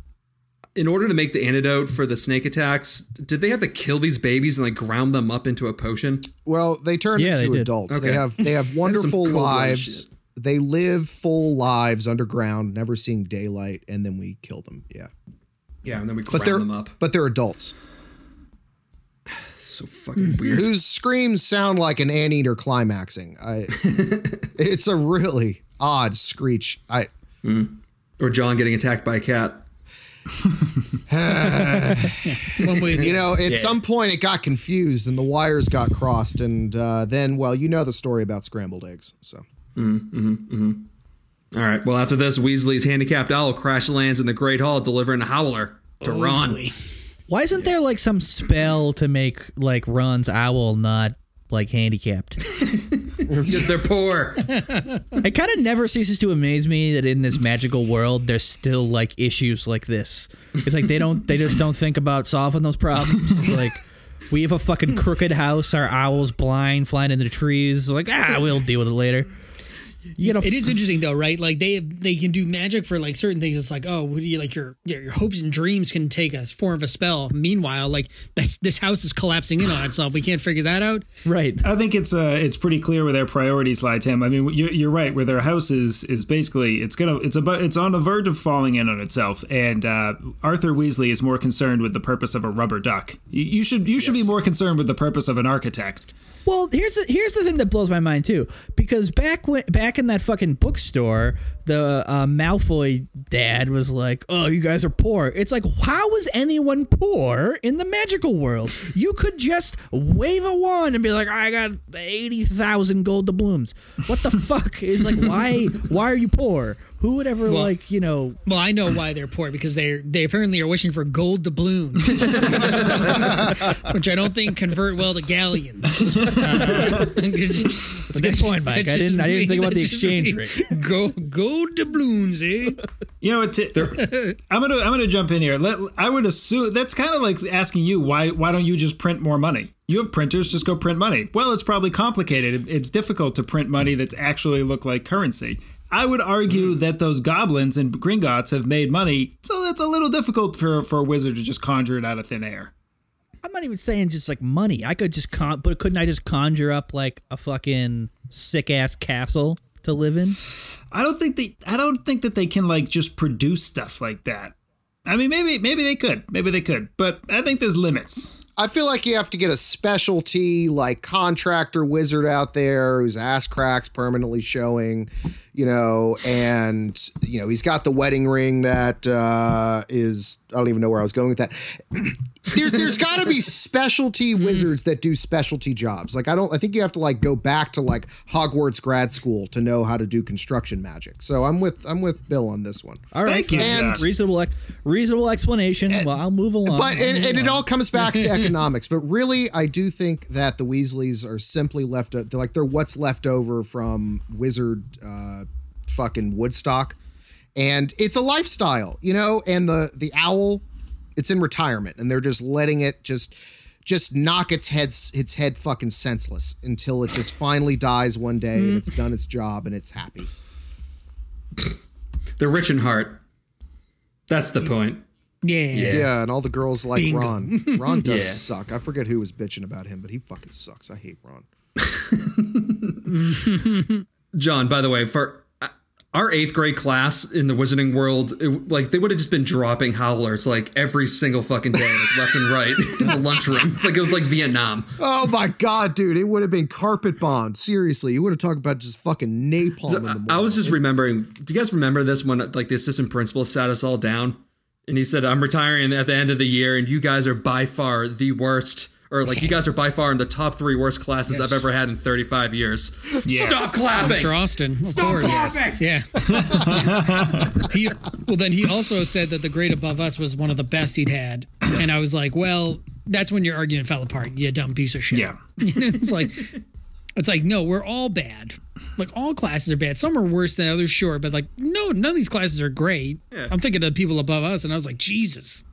Speaker 1: in order to make the antidote for the snake attacks, did they have to kill these babies and like ground them up into a potion?
Speaker 4: well, they turn
Speaker 3: Yeah,
Speaker 4: into
Speaker 3: they did.
Speaker 4: adults. They
Speaker 1: Okay.
Speaker 4: have they have wonderful
Speaker 1: cool
Speaker 4: lives.
Speaker 1: shit.
Speaker 4: They live full lives underground, never seeing daylight, and then we kill them. Yeah,
Speaker 1: Yeah, and then we
Speaker 4: but
Speaker 1: ground
Speaker 4: they're
Speaker 1: them up.
Speaker 4: but they're adults
Speaker 1: So fucking weird.
Speaker 4: whose screams sound like an anteater climaxing. I, it's a really odd screech. I
Speaker 1: or John getting attacked by a cat.
Speaker 5: One way or the
Speaker 4: You know, at some point it got confused and the wires got crossed, and uh, then, well, you know the story about scrambled eggs. So
Speaker 1: All right. Well, after this, Weasley's handicapped owl crash lands in the Great Hall, delivering a howler to Ron.
Speaker 3: Why isn't there like some spell to make like Ron's owl not like handicapped?
Speaker 1: Because they're poor.
Speaker 3: it kind of never ceases to amaze me that in this magical world there's still like issues like this. It's like they don't they just don't think about solving those problems. It's like we have a fucking crooked house, our owl's blind, flying into the trees. Like ah, we'll deal with it later. You know,
Speaker 5: It is interesting though, right? Like they they can do magic for like certain things. It's like oh, what do you like your your your hopes and dreams can take a form of a spell. Meanwhile, like that's this house is collapsing in on itself. We can't figure that out.
Speaker 3: right.
Speaker 6: I think it's uh, it's pretty clear where their priorities lie, Tim. I mean, you're, you're right. Where their house is is basically it's gonna it's about it's on the verge of falling in on itself. And uh, Arthur Weasley is more concerned with the purpose of a rubber duck. You, you should you should be more concerned with the purpose of an architect.
Speaker 3: Well, here's the, here's the thing that blows my mind too, because back when back in that fucking bookstore, the uh, Malfoy dad was like, "Oh, you guys are poor." It's like, how is anyone poor in the magical world? You could just wave a wand and be like, "I got eighty thousand gold doubloons." What the fuck is like? Why why are you poor? Who would ever like you know?
Speaker 5: Well, I know why they're poor because they are they apparently are wishing for gold doubloons, which I don't think convert well to galleons. That's
Speaker 3: a good point, Mike. I didn't- I didn't think about the exchange rate.
Speaker 5: Go gold doubloons, eh?
Speaker 6: You know, it's, I'm gonna I'm gonna jump in here. Let, I would assume that's kind of like asking you why why don't you just print more money? You have printers, just go print money. Well, it's probably complicated. It's difficult to print money that's actually look like currency. I would argue that those goblins and Gringotts have made money, so that's a little difficult for for a wizard to just conjure it out of thin air.
Speaker 3: I'm not even saying just like money. I could just con, but couldn't I just conjure up like a fucking sick ass castle to live in?
Speaker 6: I don't think they I don't think that they can like just produce stuff like that. I mean, maybe maybe they could, maybe they could, but I think there's limits.
Speaker 4: I feel like you have to get a specialty, like contractor wizard out there whose ass cracks permanently showing, you know, and, you know, he's got the wedding ring that uh, is, I don't even know where I was going with that. There's, there's got to be specialty wizards that do specialty jobs. Like I don't, I think you have to like go back to like Hogwarts grad school to know how to do construction magic. So I'm with, I'm with Bill on this one.
Speaker 3: All right,
Speaker 6: Thank you,
Speaker 3: fine.
Speaker 4: Jack.
Speaker 3: reasonable, ex- reasonable explanation. well, I'll move along.
Speaker 4: But
Speaker 3: I'll
Speaker 4: and,
Speaker 3: move
Speaker 4: and it
Speaker 3: along.
Speaker 4: all comes back to economics. But really, I do think that the Weasleys are simply left o- they're like they're what's left over from Wizard uh, fucking Woodstock, and it's a lifestyle, you know. And the the owl, it's in retirement, and they're just letting it just just knock its head s- its head fucking senseless until it just finally dies one day and it's done its job and it's happy.
Speaker 1: They're rich in heart. That's the point.
Speaker 5: Yeah.
Speaker 4: Yeah, and all the girls like
Speaker 5: Bingo.
Speaker 4: Ron. Ron does
Speaker 1: Yeah.
Speaker 4: suck. I forget who was bitching about him, but he fucking sucks. I hate Ron.
Speaker 1: John, by the way, for uh, our eighth grade class in the Wizarding world, it, like they would have just been dropping howlers like every single fucking day, like left and right in the lunchroom. Like it was like Vietnam.
Speaker 4: Oh my god, dude! It would have been carpet bomb. Seriously, you would have talked about just fucking napalm. in the morning.
Speaker 1: I was just remembering. Do you guys remember this when like the assistant principal sat us all down and he said, "I'm retiring at the end of the year, and you guys are by far the worst." Or like you guys are by far in the top three worst classes I've ever had in 35 years. Stop clapping!
Speaker 5: Mr. Austin, of course. Yeah. he well then he also said that the grade above us was one of the best he'd had, and I was like, well, that's when your argument fell apart. You dumb piece of shit.
Speaker 2: Yeah.
Speaker 5: it's like it's like no, we're all bad. Like all classes are bad. Some are worse than others, sure, but like no, none of these classes are great. I'm thinking of the people above us, and I was like, Jesus.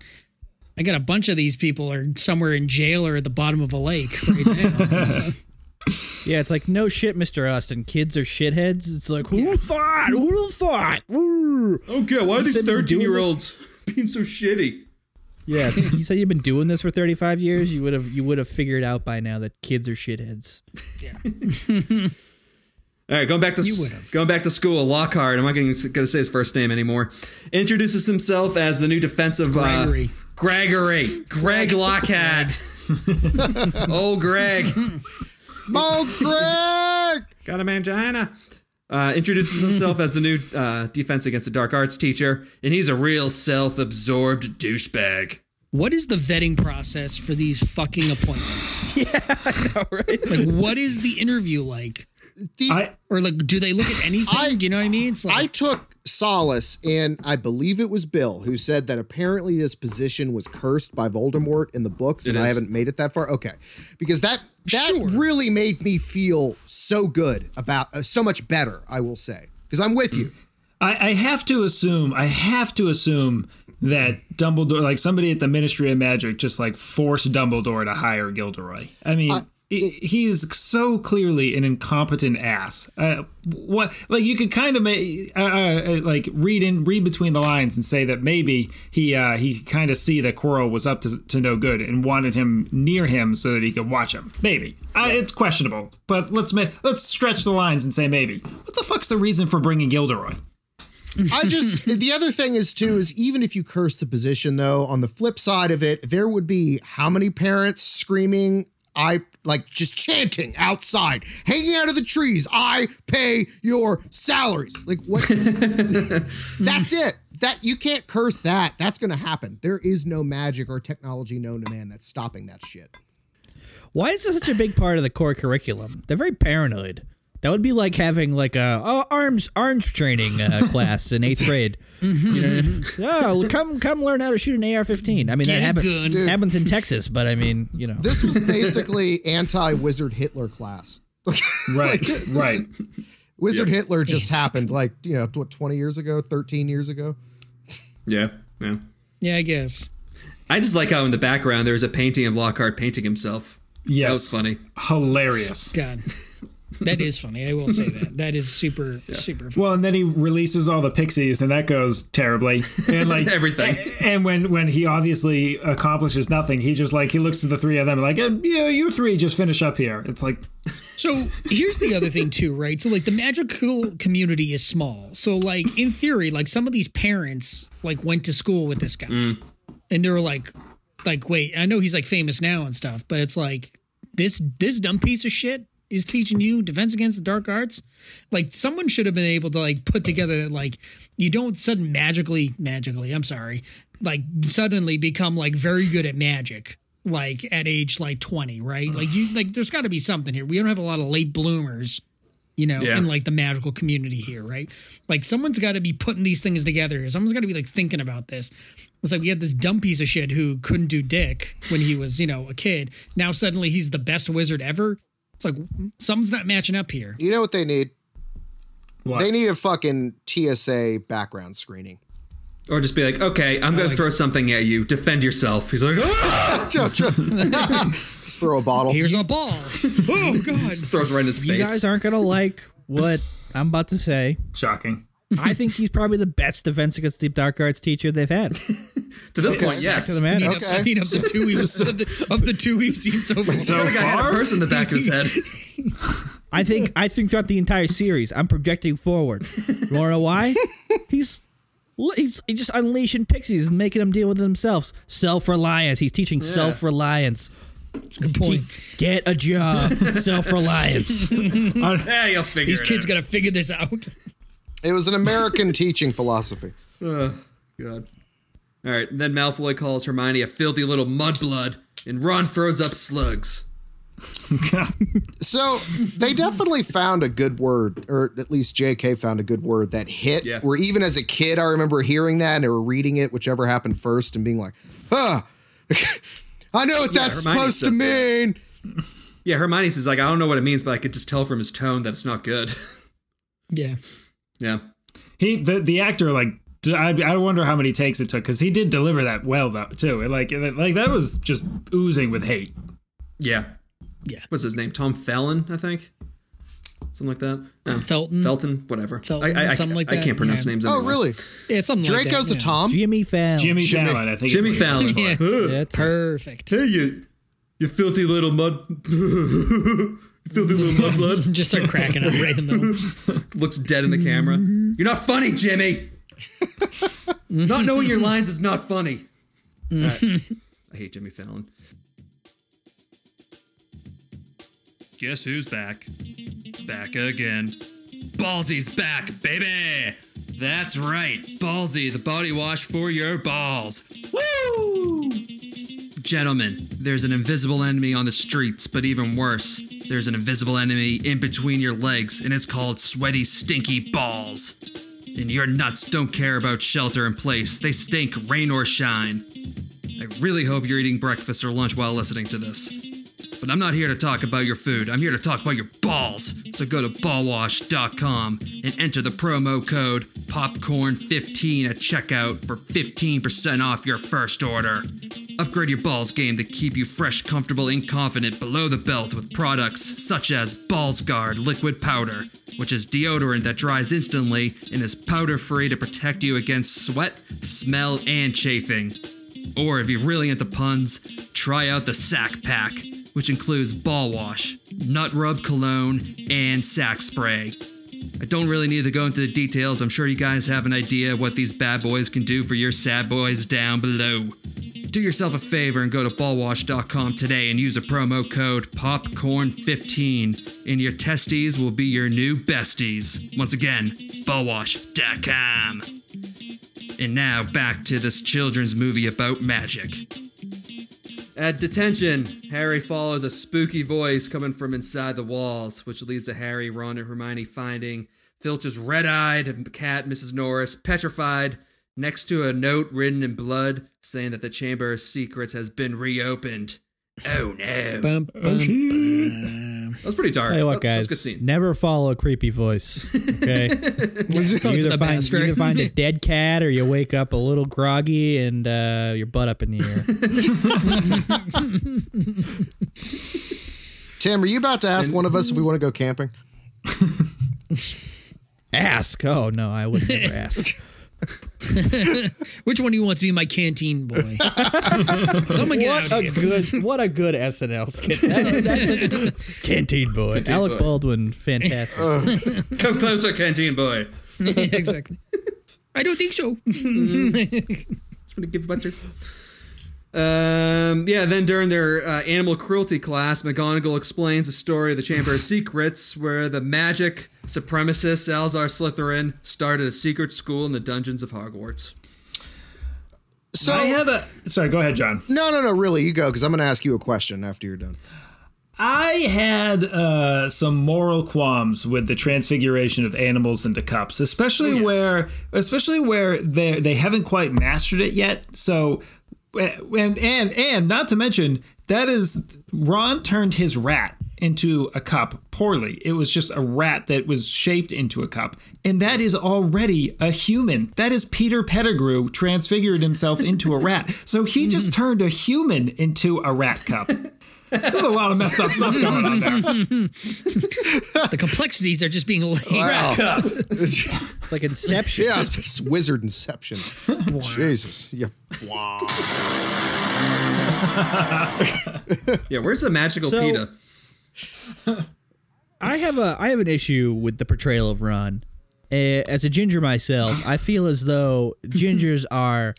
Speaker 5: I got a bunch of these people are somewhere in jail or at the bottom of a lake right now. So-
Speaker 3: Yeah, it's like no shit, Mr. Austin. Kids are shitheads. It's like who thought? Who thought? Woo.
Speaker 1: Okay, why are these
Speaker 3: said you were doing
Speaker 1: 13 year olds being so shitty?
Speaker 3: Yeah, if you said you've been doing this for 35 years. You would have you would have figured out by now that kids are shitheads.
Speaker 1: All right, going back to going back to school. Lockhart. I'm not going to say his first name anymore. Introduces himself as the new defensive
Speaker 5: Gregory.
Speaker 1: Uh, Gregory. Greg Lockhart. oh, Greg.
Speaker 4: oh, Greg!
Speaker 1: Got a mangina. Uh, introduces himself as the new uh, defense against the dark arts teacher, and he's a real self-absorbed douchebag.
Speaker 5: what is the vetting process for these fucking appointments?
Speaker 3: right?
Speaker 5: Like, what is the interview like?
Speaker 4: The-
Speaker 2: I
Speaker 5: Or like, do they look at anything?
Speaker 4: I-
Speaker 5: do you know what I mean? It's
Speaker 4: I
Speaker 5: like,
Speaker 4: took solace in, I believe it was Bill, who said that apparently this position was cursed by Voldemort in the books, and I
Speaker 1: is.
Speaker 4: haven't made it that far. Okay, because that that
Speaker 5: Sure.
Speaker 4: really made me feel so good about uh, so much better. I will say because I'm with you.
Speaker 2: I, I have to assume I have to assume that Dumbledore like somebody at the Ministry of Magic just like forced Dumbledore to hire Gilderoy. I mean he- He's so clearly an incompetent ass. Uh, what, like you could kind of make, uh, uh, like read in, read between the lines and say that maybe he uh, he could kind of see that Quirrell was up to, to no good and wanted him near him so that he could watch him. Maybe I, it's questionable, but let's ma- let's stretch the lines and say maybe. What the fuck's the reason for bringing Gilderoy?
Speaker 4: I just the other thing is too is even if you curse the position though, on the flip side of it, there would be how many parents screaming, I like just chanting outside, hanging out of the trees, I pay your salaries. Like what that's it. That you can't curse that. That's gonna happen. There is no magic or technology known to man that's stopping that shit.
Speaker 3: Why is this such a big part of the core curriculum? They're very paranoid. That would be like having like a oh, arms arms training uh, class in eighth grade. You know what I mean?
Speaker 4: Mm-hmm.
Speaker 3: oh, come come learn how to shoot an AR-15. I mean
Speaker 5: Get
Speaker 3: that
Speaker 5: a
Speaker 3: happen-
Speaker 5: gun.
Speaker 3: happens in Texas, but I mean you know
Speaker 4: This was basically anti-wizard Hitler class.
Speaker 2: Right, right.
Speaker 4: Wizard Hitler just happened like, you know, what, 20 years ago, 13 years ago.
Speaker 1: Yeah, yeah.
Speaker 5: yeah, I guess.
Speaker 1: I just like how in the background there's a painting of Lockhart painting himself.
Speaker 2: Yes.
Speaker 1: That was funny.
Speaker 2: Hilarious.
Speaker 5: God, that is funny. I will say that. That is super, super funny.
Speaker 2: Well, and then he releases all the pixies, and that goes terribly. And like
Speaker 1: Everything.
Speaker 2: And when when he obviously accomplishes nothing, he just like he looks to the three of them and like, eh, yeah, you three just finish up here. It's like
Speaker 5: So here's the other thing too, right? So like the magical community is small. So like in theory, like some of these parents like went to school with this guy, and they were like, like wait, I know he's like famous now and stuff, but it's like this this dumb piece of shit is teaching you defense against the dark arts. Like someone should have been able to like put together that like you don't sudden magically magically. I'm sorry, like suddenly become like very good at magic like at age like 20 right like you like there's got to be something here we don't have a lot of late bloomers you know
Speaker 1: Yeah.
Speaker 5: in like the magical community here right like someone's got to be putting these things together here someone's got to be like thinking about this it's like we had this dumb piece of shit who couldn't do dick when he was you know a kid now suddenly he's the best wizard ever it's like something's not matching up here
Speaker 4: You know what they need?
Speaker 2: what?
Speaker 4: They need a fucking TSA background screening.
Speaker 1: Or just be like, okay, I'm going to throw something at you. Defend yourself. He's like, ah!
Speaker 4: Just just throw a bottle.
Speaker 5: here's a ball oh god
Speaker 1: throws right in his
Speaker 3: you
Speaker 1: face.
Speaker 3: guys aren't gonna like what I'm about to say.
Speaker 2: shocking.
Speaker 3: I think he's probably the best defense against the dark arts teacher they've had.
Speaker 1: to this point, yes.
Speaker 3: To the matter.
Speaker 5: Speed up-
Speaker 4: Okay.
Speaker 5: speed up the two we've of the, of the two we've seen so far
Speaker 2: So
Speaker 1: The guy had a
Speaker 2: far,
Speaker 1: purse in the back of his head.
Speaker 3: I think I think throughout the entire series, I'm projecting forward. You wanna know why? He's he's he's just unleashing pixies and making them deal with themselves. Self reliance. He's teaching self reliance.
Speaker 5: Good point.
Speaker 3: Get a job. self reliance.
Speaker 1: Yeah, you'll figure
Speaker 5: These
Speaker 1: it
Speaker 5: kids
Speaker 1: out.
Speaker 5: got to figure this out.
Speaker 4: It was an American teaching philosophy.
Speaker 1: God. All right, and then Malfoy calls Hermione a filthy little mudblood, and Ron throws up slugs.
Speaker 4: So they definitely found a good word, or at least JK found a good word that hit.
Speaker 1: Yeah.
Speaker 4: Where even as a kid, I remember hearing that or reading it, whichever happened first, and being like, huh, I know what that's
Speaker 1: Hermione
Speaker 4: supposed to
Speaker 1: says that.
Speaker 4: mean.
Speaker 1: Yeah, Hermione says like I don't know what it means, but I could just tell from his tone that it's not good.
Speaker 5: Yeah.
Speaker 1: yeah.
Speaker 6: He the the actor like d- I, I wonder how many takes it took because he did deliver that well though too. It, like it, like that was just oozing with hate.
Speaker 1: Yeah.
Speaker 5: Yeah.
Speaker 1: What's his name? Tom Fallon, I think. Something like that. No,
Speaker 5: Felton.
Speaker 1: Felton, whatever.
Speaker 5: Felton,
Speaker 1: I, I, I,
Speaker 5: something like
Speaker 1: I
Speaker 5: that,
Speaker 1: can't pronounce
Speaker 5: yeah.
Speaker 1: names.
Speaker 4: Oh,
Speaker 1: anyway.
Speaker 4: really?
Speaker 5: Yeah, something like
Speaker 4: Draco's
Speaker 5: that.
Speaker 4: a Tom?
Speaker 3: Jimmy Fallon.
Speaker 6: Jimmy, Fallon, I think. is
Speaker 1: Jimmy
Speaker 6: what he-
Speaker 1: Fallon. boy.
Speaker 5: Yeah.
Speaker 3: That's
Speaker 5: Perfect.
Speaker 1: Hey, you, you filthy little mud, you filthy little mudblood.
Speaker 5: Just start cracking up right in the middle.
Speaker 1: Looks dead in the camera. You're not funny, Jimmy. not knowing your lines is not funny. All right. I hate Jimmy Fallon. Guess who's back? Back again. Ballsy's back, baby. That's right, Ballsy, the body wash for your balls. Woo! Gentlemen, there's an invisible enemy on the streets, but even worse, there's an invisible enemy in between your legs, and it's called sweaty, stinky balls. And your nuts don't care about shelter and place, they stink, rain or shine. I really hope you're eating breakfast or lunch while listening to this. But I'm not here to talk about your food, I'm here to talk about your balls. So go to ballwash.com and enter the promo code popcorn15 at checkout for 15% off your first order. Upgrade your balls game to keep you fresh, comfortable, and confident below the belt with products such as Balls Guard liquid powder, which is deodorant that dries instantly and is powder free to protect you against sweat, smell, and chafing. Or if you're really into puns, try out the Sack Pack, which includes ball wash, nut rub cologne, and sack spray. I don't really need to go into the details. I'm sure you guys have an idea what these bad boys can do for your sad boys down below. Do yourself a favor and go to ballwash.com today and use a promo code popcorn15 and your testes will be your new besties. Once again, ballwash.com. And now back to this children's movie about magic. At detention, Harry follows a spooky voice coming from inside the walls, which leads to Harry, Ron, and Hermione finding Filch's red eyed cat, Mrs. Norris, petrified, next to a note written in blood saying that the Chamber of Secrets has been reopened. Oh no. That
Speaker 5: Bum, bum.
Speaker 1: was pretty dark.
Speaker 3: Tell
Speaker 1: That-
Speaker 3: you what,
Speaker 1: that was Oh, a
Speaker 3: guys,
Speaker 1: good scene.
Speaker 3: never follow a creepy voice. Okay, you
Speaker 5: Talk to
Speaker 3: either
Speaker 5: the
Speaker 3: find
Speaker 5: bastard.
Speaker 3: you either find a dead cat or you wake up a little groggy and uh, your butt up in the air.
Speaker 4: Tim, are you about to ask one of us if we want to go camping?
Speaker 3: ask? Oh no, I would never ask.
Speaker 5: Which one do you want to be my canteen boy? Someone get
Speaker 3: What
Speaker 5: out of
Speaker 3: a
Speaker 5: here.
Speaker 3: good, what a good SNL skit. That- that's a- Canteen boy, Alec
Speaker 1: boy.
Speaker 3: Baldwin, fantastic.
Speaker 1: Come closer, Canteen Boy.
Speaker 5: exactly. I don't think so.
Speaker 1: I'm gonna give Butcher. Um, yeah, then during their uh, animal cruelty class, McGonagall explains the story of the Chamber of Secrets, where the magic supremacist Salazar Slytherin started a secret school in the dungeons of Hogwarts.
Speaker 4: So,
Speaker 6: I have a sorry. Go ahead, John.
Speaker 4: no, no, no, really, you go, because I'm going to ask you a question after you're done.
Speaker 6: I had uh, some moral qualms with the transfiguration of animals into cups, especially where, especially where they they haven't quite mastered it yet. So, eh, and and and not to mention that is Ron turned his rat into a cup poorly. It was just a rat that was shaped into a cup, and that is already a human. That is Peter Pettigrew transfigured himself into a rat. So he just turned a human into a rat cup. There's a lot of messed up stuff going on there.
Speaker 5: The complexities are just being laid out.
Speaker 4: Wow.
Speaker 3: It's like Inception.
Speaker 4: Uh, oh, yeah, it's, it's Wizard Inception. Jesus. Yeah.
Speaker 1: Yeah, where's the magical
Speaker 3: So-
Speaker 1: PETA?
Speaker 3: I have a I have an issue with the portrayal of Ron. Eh, As a ginger myself, I feel as though gingers are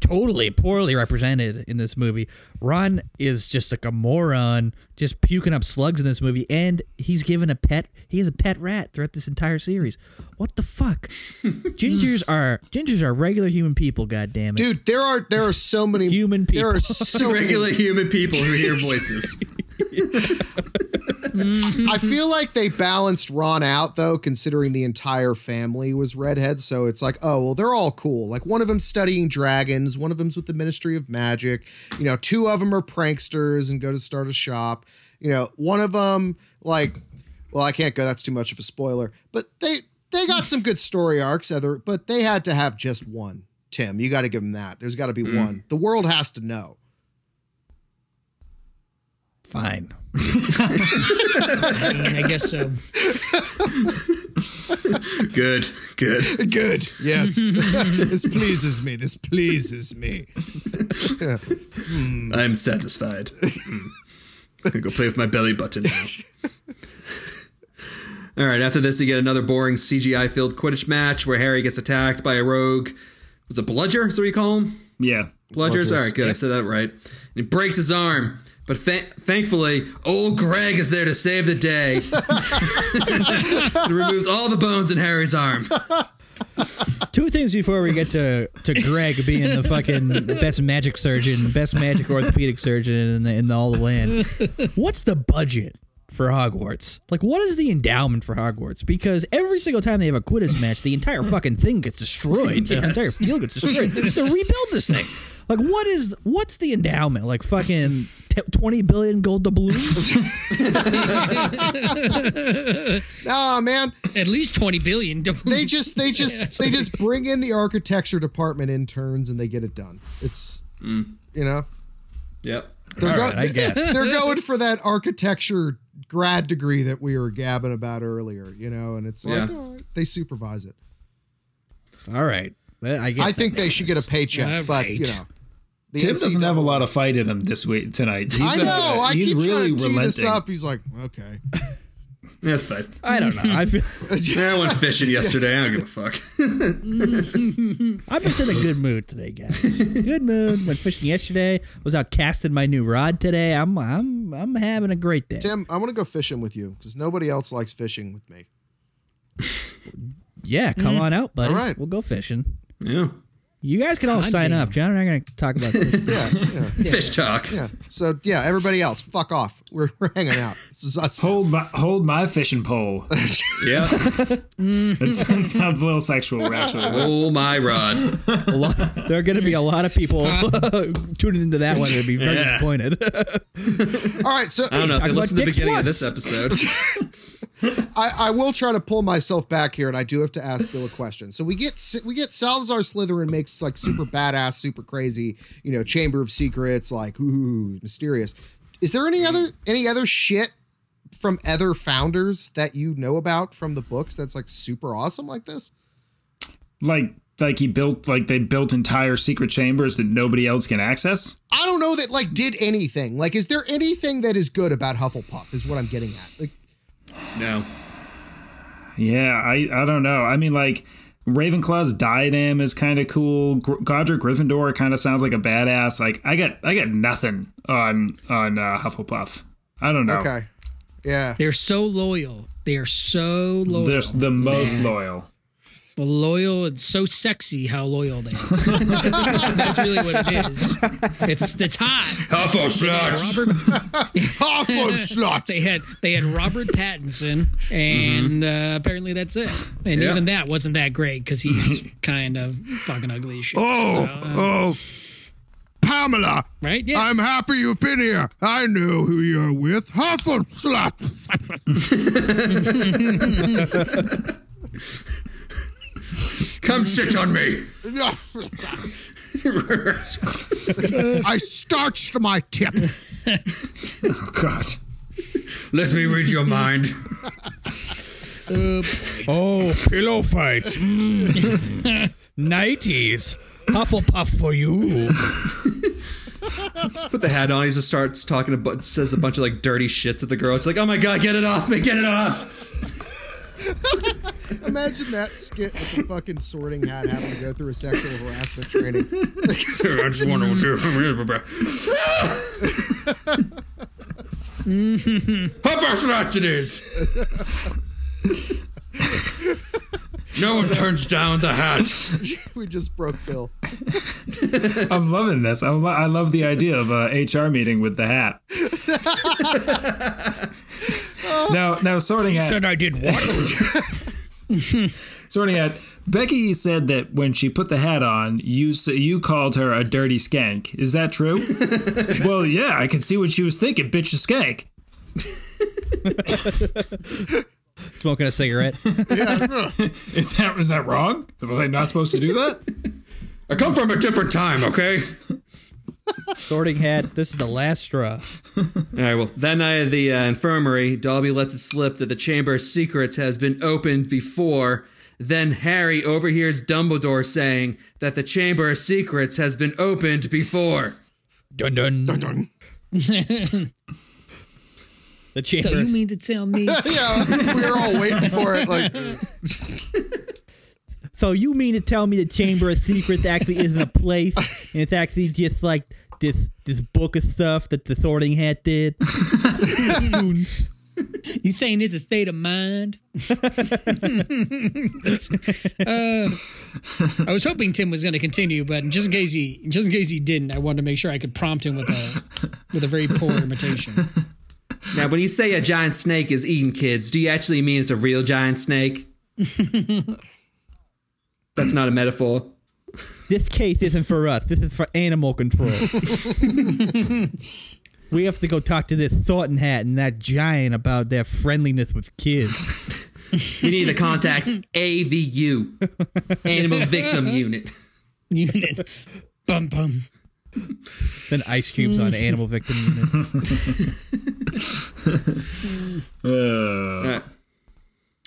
Speaker 3: totally poorly represented in this movie. Ron is just like a moron, just puking up slugs in this movie, and he's given a pet. He has a pet rat throughout this entire series. What the fuck? gingers are gingers are regular human people. God damn it,
Speaker 4: Dude, there are there are so many
Speaker 3: Human
Speaker 4: There are
Speaker 3: people.
Speaker 4: so many
Speaker 1: Regular human people who hear voices.
Speaker 4: I feel like they balanced Ron out though, considering the entire family was redhead. So it's like, oh well, they're all cool. Like one of them studying dragons, one of them's with the Ministry of Magic. You know, two of them are pranksters and go to start a shop. You know, one of them like, well, I can't go. That's too much of a spoiler. But they they got some good story arcs. Other, but they had to have just one. Tim, you got to give them that. There's got to be one. The world has to know.
Speaker 3: fine.
Speaker 5: I mean, I guess so.
Speaker 1: Good, good.
Speaker 4: Good. Yes. this pleases me. This pleases me.
Speaker 1: I'm satisfied. Mm. I'm gonna go play with my belly button now. All right, after this, you get another boring CGI filled Quidditch match where Harry gets attacked by a rogue. Was it Bludger? Is that what you call him?
Speaker 2: Yeah.
Speaker 1: Bludgers? All right, good. I said that right. And he breaks his arm. But th- thankfully, old Greg is there to save the day. and removes all the bones in Harry's arm.
Speaker 3: Two things before we get to, to Greg being the fucking best magic surgeon, best magic orthopedic surgeon in, the, in all the land. What's the budget for Hogwarts? Like, what is the endowment for Hogwarts? Because every single time they have a Quidditch match, the entire fucking thing gets destroyed. The entire field gets destroyed. They have to rebuild this thing. Like, what is what's the endowment? Like, fucking t- twenty billion gold doubloons?
Speaker 4: Nah, man.
Speaker 5: At least twenty billion.
Speaker 4: They just they just they just bring in the architecture department interns and they get it done. It's you know
Speaker 1: Yep.
Speaker 4: they're,
Speaker 3: All
Speaker 4: go-
Speaker 3: right, I guess.
Speaker 4: they're going for that architecture grad degree that we were gabbing about earlier, you know, and it's like
Speaker 1: Yeah.
Speaker 4: all right, they supervise it.
Speaker 3: All right, Well, I guess
Speaker 4: I think they should get a paycheck,
Speaker 5: All
Speaker 4: but
Speaker 5: right.
Speaker 4: you know. The
Speaker 2: Tim doesn't have a
Speaker 4: NCAA
Speaker 2: lot of fight in him this week tonight. He's
Speaker 4: I know.
Speaker 2: uh,
Speaker 4: I
Speaker 2: he's
Speaker 4: keep
Speaker 2: really
Speaker 4: trying to tee this
Speaker 2: relenting.
Speaker 4: up. He's like, okay.
Speaker 1: That's fine.
Speaker 3: I don't know. I feel.
Speaker 1: I went fishing yesterday. I don't give a fuck.
Speaker 3: I'm just in a good mood today, guys. Good mood. Went fishing yesterday. Was out casting my new rod today. I'm I'm I'm having a great day.
Speaker 4: Tim, I want to go fishing with you because nobody else likes fishing with me.
Speaker 3: Yeah, come on out, buddy.
Speaker 4: All right.
Speaker 3: We'll go fishing.
Speaker 1: Yeah.
Speaker 3: You guys can all sign
Speaker 5: damn.
Speaker 3: up. John and I are going to talk about this.
Speaker 4: Yeah, yeah.
Speaker 1: Fish talk.
Speaker 4: Yeah. So yeah, everybody else, fuck off. We're, we're hanging out. This is us.
Speaker 2: Hold my hold my fishing pole.
Speaker 1: Yeah.
Speaker 2: That sounds, sounds a little sexual, actually.
Speaker 1: Oh my rod.
Speaker 3: A lot- there are going to be a lot of people tuning into that one. They'd be very
Speaker 1: Yeah.
Speaker 3: disappointed.
Speaker 4: All right. So
Speaker 1: I don't know if
Speaker 3: Talk
Speaker 1: they
Speaker 3: about
Speaker 1: listened to the
Speaker 3: dicks
Speaker 1: beginning
Speaker 3: once.
Speaker 1: of this episode.
Speaker 4: I, I will try to pull myself back here, and I do have to ask Bill a question. So we get S- we get Salazar Slytherin makes like super badass, super crazy, you know, Chamber of Secrets, like ooh, mysterious. Is there any other any other shit from other founders that you know about from the books that's like super awesome like this?
Speaker 2: Like like he built like they built entire secret chambers that nobody else can access.
Speaker 4: I don't know that like did anything. Like, is there anything that is good about Hufflepuff? Is what I'm getting at. Like,
Speaker 1: No.
Speaker 2: Yeah, I I don't know. I mean, like Ravenclaw's diadem is kind of cool. Gr- Godric Gryffindor kind of sounds like a badass. Like I got I got nothing on on uh, Hufflepuff. I don't know.
Speaker 4: okay, yeah.
Speaker 5: They're so loyal. They are so loyal.
Speaker 2: They're the most loyal.
Speaker 5: Well, loyal and so sexy how loyal they are. That's really what it is. It's it's hot.
Speaker 1: Huffle sucks.
Speaker 5: Robert,
Speaker 4: Huffle sluts.
Speaker 5: they had they had Robert Pattinson, and
Speaker 4: Mm-hmm.
Speaker 5: uh, apparently that's it. And
Speaker 1: Yeah.
Speaker 5: even that wasn't that great because he's kind of fucking ugly as shit. um,
Speaker 4: Oh, oh, Pamela,
Speaker 5: right? Yeah.
Speaker 4: I'm happy you've been here. I know who you're with. Huffle sluts.
Speaker 1: Come sit on me.
Speaker 4: I starched my tip.
Speaker 2: Oh God.
Speaker 1: Let me read your mind.
Speaker 3: oh, pillow fights. Nighties. Hufflepuff for you.
Speaker 1: Just put the hat on. He just starts talking about, says a bunch of like dirty shit to the girl. It's like, oh my god, get it off me, get it off.
Speaker 4: Imagine that skit with the fucking sorting hat having to go through a sexual harassment training.
Speaker 1: Sir, I just want to How personalized it is. no one turns down the hat.
Speaker 4: we just broke Bill.
Speaker 2: I'm loving this. I'm lo- I love the idea of a HR meeting with the hat. now, now, sorting hat.
Speaker 5: Said I did what?
Speaker 2: Sorting hat. Becky said that when she put the hat on, you s- you called her a dirty skank. Is that true? well, yeah, I can see what she was thinking, bitch a skank.
Speaker 3: Smoking a cigarette.
Speaker 2: Is that was that wrong? Was I not supposed to do that?
Speaker 1: I come from a different time, okay?
Speaker 3: Sorting hat. This is the last straw.
Speaker 1: All right, well, that night at the uh, infirmary, Dolby lets it slip that the Chamber of Secrets has been opened before. Then Harry overhears Dumbledore saying that the Chamber of Secrets has been opened before.
Speaker 3: Dun dun dun dun. The
Speaker 5: so you
Speaker 3: chambers.
Speaker 5: mean to tell me?
Speaker 4: Yeah, we were all waiting for it. Like,
Speaker 3: So you mean to tell me the Chamber of Secrets actually isn't a place, and it's actually just like this this book of stuff that the Sorting Hat did?
Speaker 5: You saying it's a state of mind? uh, I was hoping Tim was going to continue, but just in case he just in case he didn't, I wanted to make sure I could prompt him with a with a very poor imitation.
Speaker 1: Now, when you say a giant snake is eating kids, do you actually mean it's a real giant snake? That's not a metaphor.
Speaker 3: this case isn't for us. This is for animal control. we have to go talk to this Thornton Hat and that giant about their friendliness with kids.
Speaker 1: You need to contact AVU, Animal Victim Unit.
Speaker 5: Unit. Bum bum.
Speaker 3: then ice cubes on animal victim unit.
Speaker 2: Uh,
Speaker 1: Alright.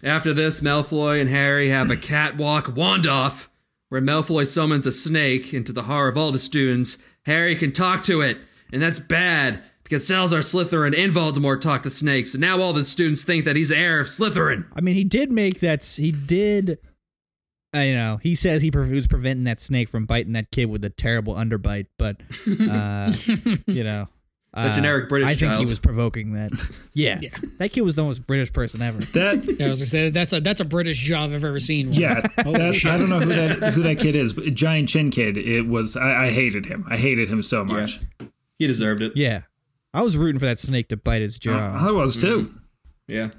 Speaker 1: After this, Malfoy and Harry have a catwalk wand off where Malfoy summons a snake into the heart of all the students. Harry can talk to it, and that's bad because Salazar Slytherin and Voldemort talk to snakes, and now all the students think that he's heir of Slytherin.
Speaker 3: I mean, he did make that. s- He did. I know he says he, pre- he was preventing that snake from biting that kid with a terrible underbite, but uh, you know, uh,
Speaker 1: generic British
Speaker 3: I think he
Speaker 1: child.
Speaker 3: was provoking that. Yeah. that kid was the most British person ever.
Speaker 2: that
Speaker 5: Yeah, I was gonna say that's a that's a British job I've ever seen.
Speaker 2: yeah, that, I don't know who that who that kid is, but giant chin kid. It was I, I hated him. I hated him so much.
Speaker 1: He deserved it.
Speaker 3: Yeah, I was rooting for that snake to bite his
Speaker 1: Uh-huh.
Speaker 3: jaw.
Speaker 2: I was too.
Speaker 1: Yeah.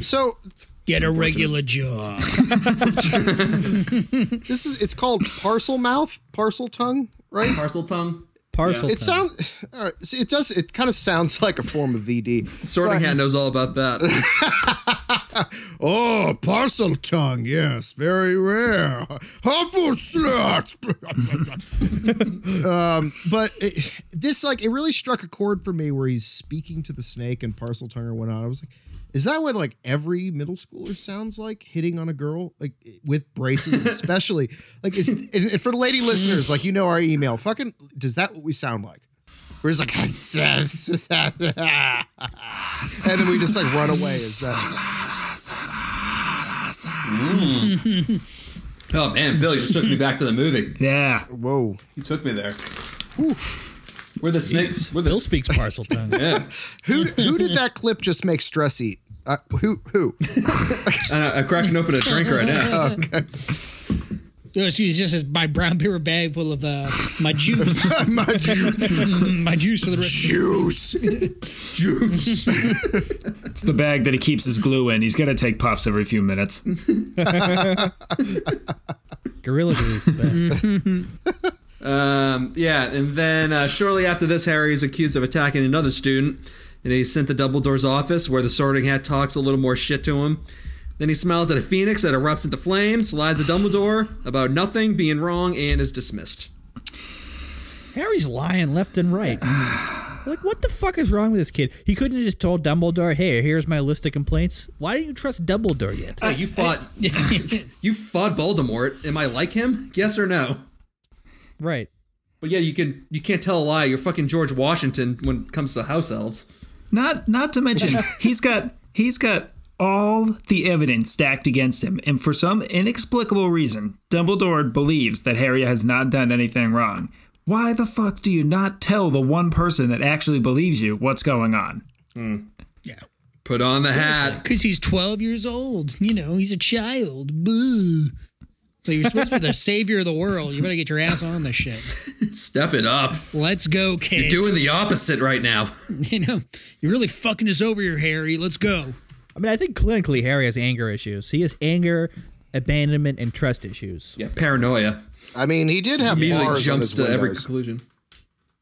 Speaker 4: so
Speaker 5: Get a regular job.
Speaker 4: this is it's called parcel mouth, parcel tongue, right?
Speaker 1: Parcel tongue.
Speaker 3: Parcel.
Speaker 4: It
Speaker 3: time.
Speaker 4: sounds. uh, It does. It kind of sounds like a form of VD.
Speaker 1: Sorting Hat knows all about that.
Speaker 4: Oh, parcel tongue. Yes, very rare. Hufflepuff. um, but it, this, like, it really struck a chord for me where he's speaking to the snake and parcel tongue or whatnot. I was like, is that what like every middle schooler sounds like hitting on a girl like with braces especially like is and, and for the lady listeners like you know our email fucking does that what we sound like we're just like and then we just like run away is that
Speaker 1: oh man, Bill, you just took me back to the movie.
Speaker 2: Yeah,
Speaker 4: Whoa.
Speaker 1: You took me there. Where the snakes? Where the
Speaker 3: Bill speaks parcel tongue.
Speaker 4: Who who did that clip just make stress eat? Uh, who who?
Speaker 1: I know, I'm cracking open a drink right now.
Speaker 5: Oh, Excuse just as my brown paper bag full of uh, my juice. my juice. my juice for the rest.
Speaker 4: Juice. Juice.
Speaker 2: it's the bag that he keeps his glue in. He's got to take puffs every few minutes.
Speaker 3: Gorilla glue is the best.
Speaker 1: Um, yeah, and then uh, shortly after this, Harry is accused of attacking another student, and he's sent to Dumbledore's office, where the Sorting Hat talks a little more shit to him. Then he smiles at a phoenix that erupts into flames, lies to Dumbledore about nothing being wrong, and is dismissed.
Speaker 3: Harry's lying left and right. Like, what the fuck is wrong with this kid? He couldn't have just told Dumbledore, "Hey, here's my list of complaints." Why do you trust Dumbledore yet?
Speaker 1: Hey, you fought, you fought Voldemort. Am I like him? Yes or no?
Speaker 3: Right.
Speaker 1: But yeah, you can you can't tell a lie. You're fucking George Washington when it comes to house elves.
Speaker 6: Not not to mention he's got he's got all the evidence stacked against him, and for some inexplicable reason, Dumbledore believes that Harry has not done anything wrong. Why the fuck do you not tell the one person that actually believes you what's going on?
Speaker 5: Yeah.
Speaker 1: Put on the hat.
Speaker 5: Because he's 12 years old. You know, he's a child. Boo. So you're supposed to be the savior of the world. You better get your ass on this shit.
Speaker 1: Step it up.
Speaker 5: Let's go, kid.
Speaker 1: You're doing the opposite right now.
Speaker 5: you know, you're really fucking us over here, Harry. Let's go.
Speaker 3: I mean, I think clinically Harry has anger issues. He has anger, abandonment, and trust issues.
Speaker 1: Yeah, paranoia.
Speaker 4: I mean, he did have
Speaker 1: Immediately
Speaker 4: bars on
Speaker 1: jumps
Speaker 4: his
Speaker 1: to every
Speaker 4: windows.
Speaker 1: conclusion.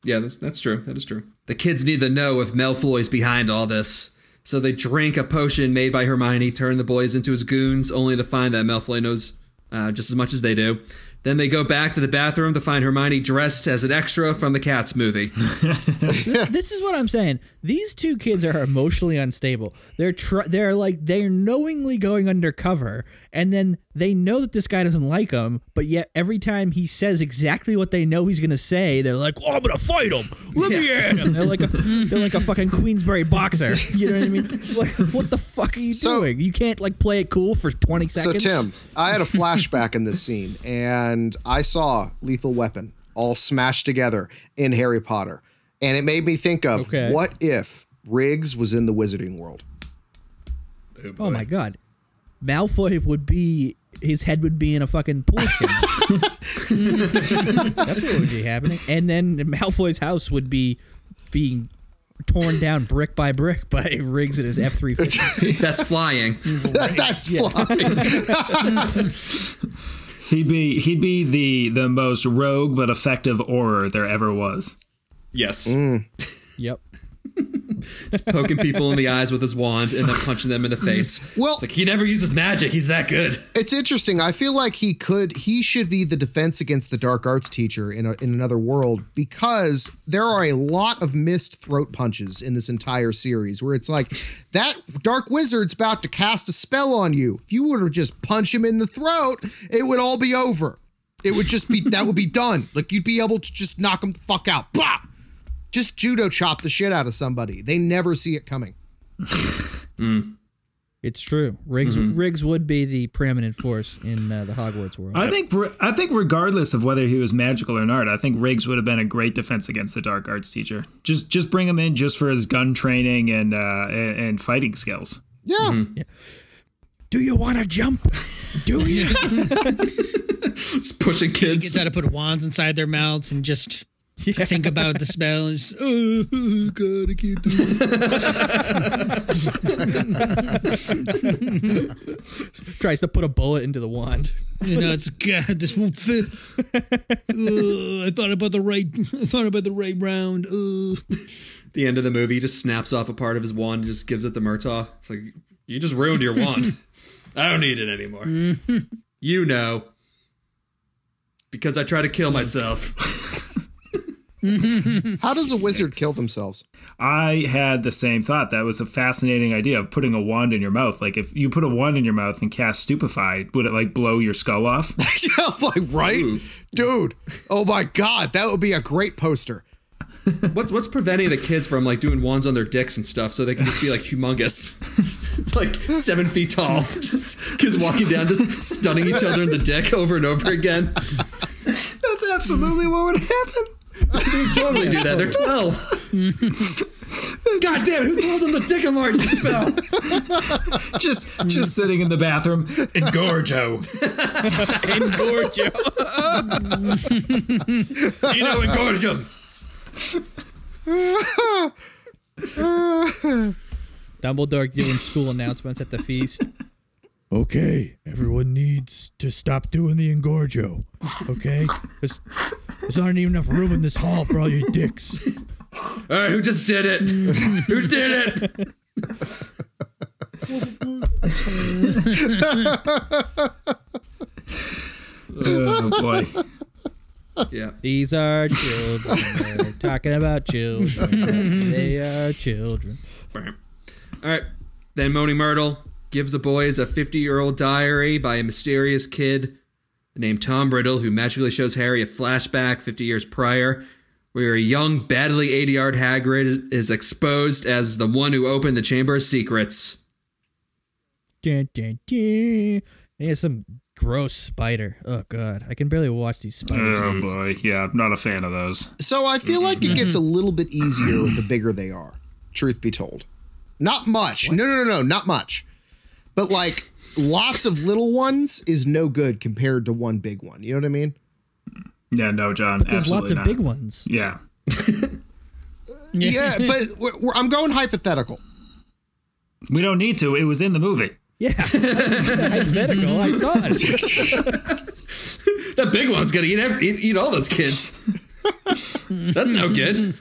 Speaker 1: Yeah, that's, that's true. That is true. The kids need to know if Malfoy's behind all this. So they drink a potion made by Hermione, turn the boys into his goons, only to find that Malfoy knows uh, just as much as they do. Then they go back to the bathroom to find Hermione dressed as an extra from the Cats movie.
Speaker 3: This is what I'm saying. These two kids are emotionally unstable. They're tr- they're like they're knowingly going undercover, and then they know that this guy doesn't like them. But yet, every time he says exactly what they know he's gonna say, they're like, "Oh, I'm gonna fight him. Let me at him." They're like a they're like a fucking Queensberry boxer. You know what I mean? Like, what the fuck are you
Speaker 4: So-
Speaker 3: doing? You can't like play it cool for 20 seconds.
Speaker 4: So Tim, I had a flashback in this scene, and I saw Lethal Weapon all smashed together in Harry Potter, and it made me think of
Speaker 3: Okay.
Speaker 4: what if Riggs was in the Wizarding World?
Speaker 3: Oh my god. Malfoy would be his head would be in a fucking pool skin. That's what would be happening. And then Malfoy's house would be being torn down brick by brick by Riggs and his F three fifty.
Speaker 1: That's flying.
Speaker 4: That's fly.
Speaker 6: He'd be he'd be the the most rogue but effective orer there ever was.
Speaker 1: Yes.
Speaker 4: Mm.
Speaker 3: Yep.
Speaker 1: Just poking people in the eyes with his wand and then punching them in the face.
Speaker 4: Well-
Speaker 1: it's like he never uses magic. He's that good.
Speaker 4: It's interesting. I feel like he could, he should be the defense against the dark arts teacher in, a, in another world because there are a lot of missed throat punches in this entire series where it's like that dark wizard's about to cast a spell on you. If you were to just punch him in the throat, it would all be over. It would just be, that would be done. Like you'd be able to just knock him the fuck out. Bah! Just judo chop the shit out of somebody. They never see it coming.
Speaker 3: It's true. Riggs Riggs would be the preeminent force in uh, the Hogwarts world.
Speaker 6: I think re- I think regardless of whether he was magical or not, I think Riggs would have been a great defense against the dark arts teacher. Just just bring him in just for his gun training and uh, and, and fighting skills.
Speaker 4: Yeah.
Speaker 3: Do you want to jump? Do you?
Speaker 1: Just pushing
Speaker 5: Kids
Speaker 1: kids.
Speaker 5: how to put wands inside their mouths and just think about the spells. Oh, God, I can't do it.
Speaker 3: Tries to put a bullet into the wand.
Speaker 5: You know, it's God. This won't fit. Ugh, I thought about the right. I thought about the right round. Ugh.
Speaker 1: the end of the movie, he just snaps off a part of his wand and just gives it to Murtaugh. It's like, you just ruined your wand. I don't need it anymore. you know. Because I tried to kill myself.
Speaker 4: How does a wizard kill themselves?
Speaker 6: I had the same thought. That was a fascinating idea of putting a wand in your mouth. Like if you put a wand in your mouth and cast stupefy, would it like blow your skull off?
Speaker 4: yeah, like right, dude. Oh my god, that would be a great poster.
Speaker 1: What's what's preventing the kids from like doing wands on their dicks and stuff so they can just be like humongous? like seven feet tall. Just kids walking down, just stunning each other in the dick over and over again.
Speaker 6: That's absolutely what would happen.
Speaker 1: totally do that. They're 12. God damn it, who told them the dick enlargement spell?
Speaker 6: Just just sitting in the bathroom. Engorgo.
Speaker 1: You know, engorge them.
Speaker 3: Dumbledore doing school announcements at the feast.
Speaker 7: Okay, everyone needs to stop doing the engorgio. Okay? There's, there's not even enough room in this hall for all your dicks.
Speaker 1: All right, who just did it? who did it?
Speaker 6: Oh boy.
Speaker 1: Yeah.
Speaker 3: These are children. We're talking about children. They are children.
Speaker 1: All right. Then Moaning Myrtle gives the boys a 50 year old diary by a mysterious kid named Tom Riddle, who magically shows Harry a flashback 50 years prior, where a young, badly 80 yard Hagrid is- is exposed as the one who opened the Chamber of Secrets.
Speaker 3: Dun, dun, dun. And he has some gross spider. Oh god, I can barely watch these spiders.
Speaker 6: Oh boy, yeah, I'm not a fan of those.
Speaker 4: So I feel like it gets a little bit easier the bigger they are, truth be told. Not much. No, no, no, no, not much. But like lots of little ones is no good compared to one big one. You know what I mean?
Speaker 6: Yeah, no, John.
Speaker 3: There's
Speaker 6: absolutely
Speaker 3: lots of
Speaker 6: not.
Speaker 3: big ones.
Speaker 6: Yeah,
Speaker 4: Yeah, but we're, we're, I'm going hypothetical.
Speaker 6: we don't need to. It was in the movie.
Speaker 3: Yeah, hypothetical. Oh, I saw it.
Speaker 1: That big one's gonna eat, ev- eat, eat all those kids. That's no good.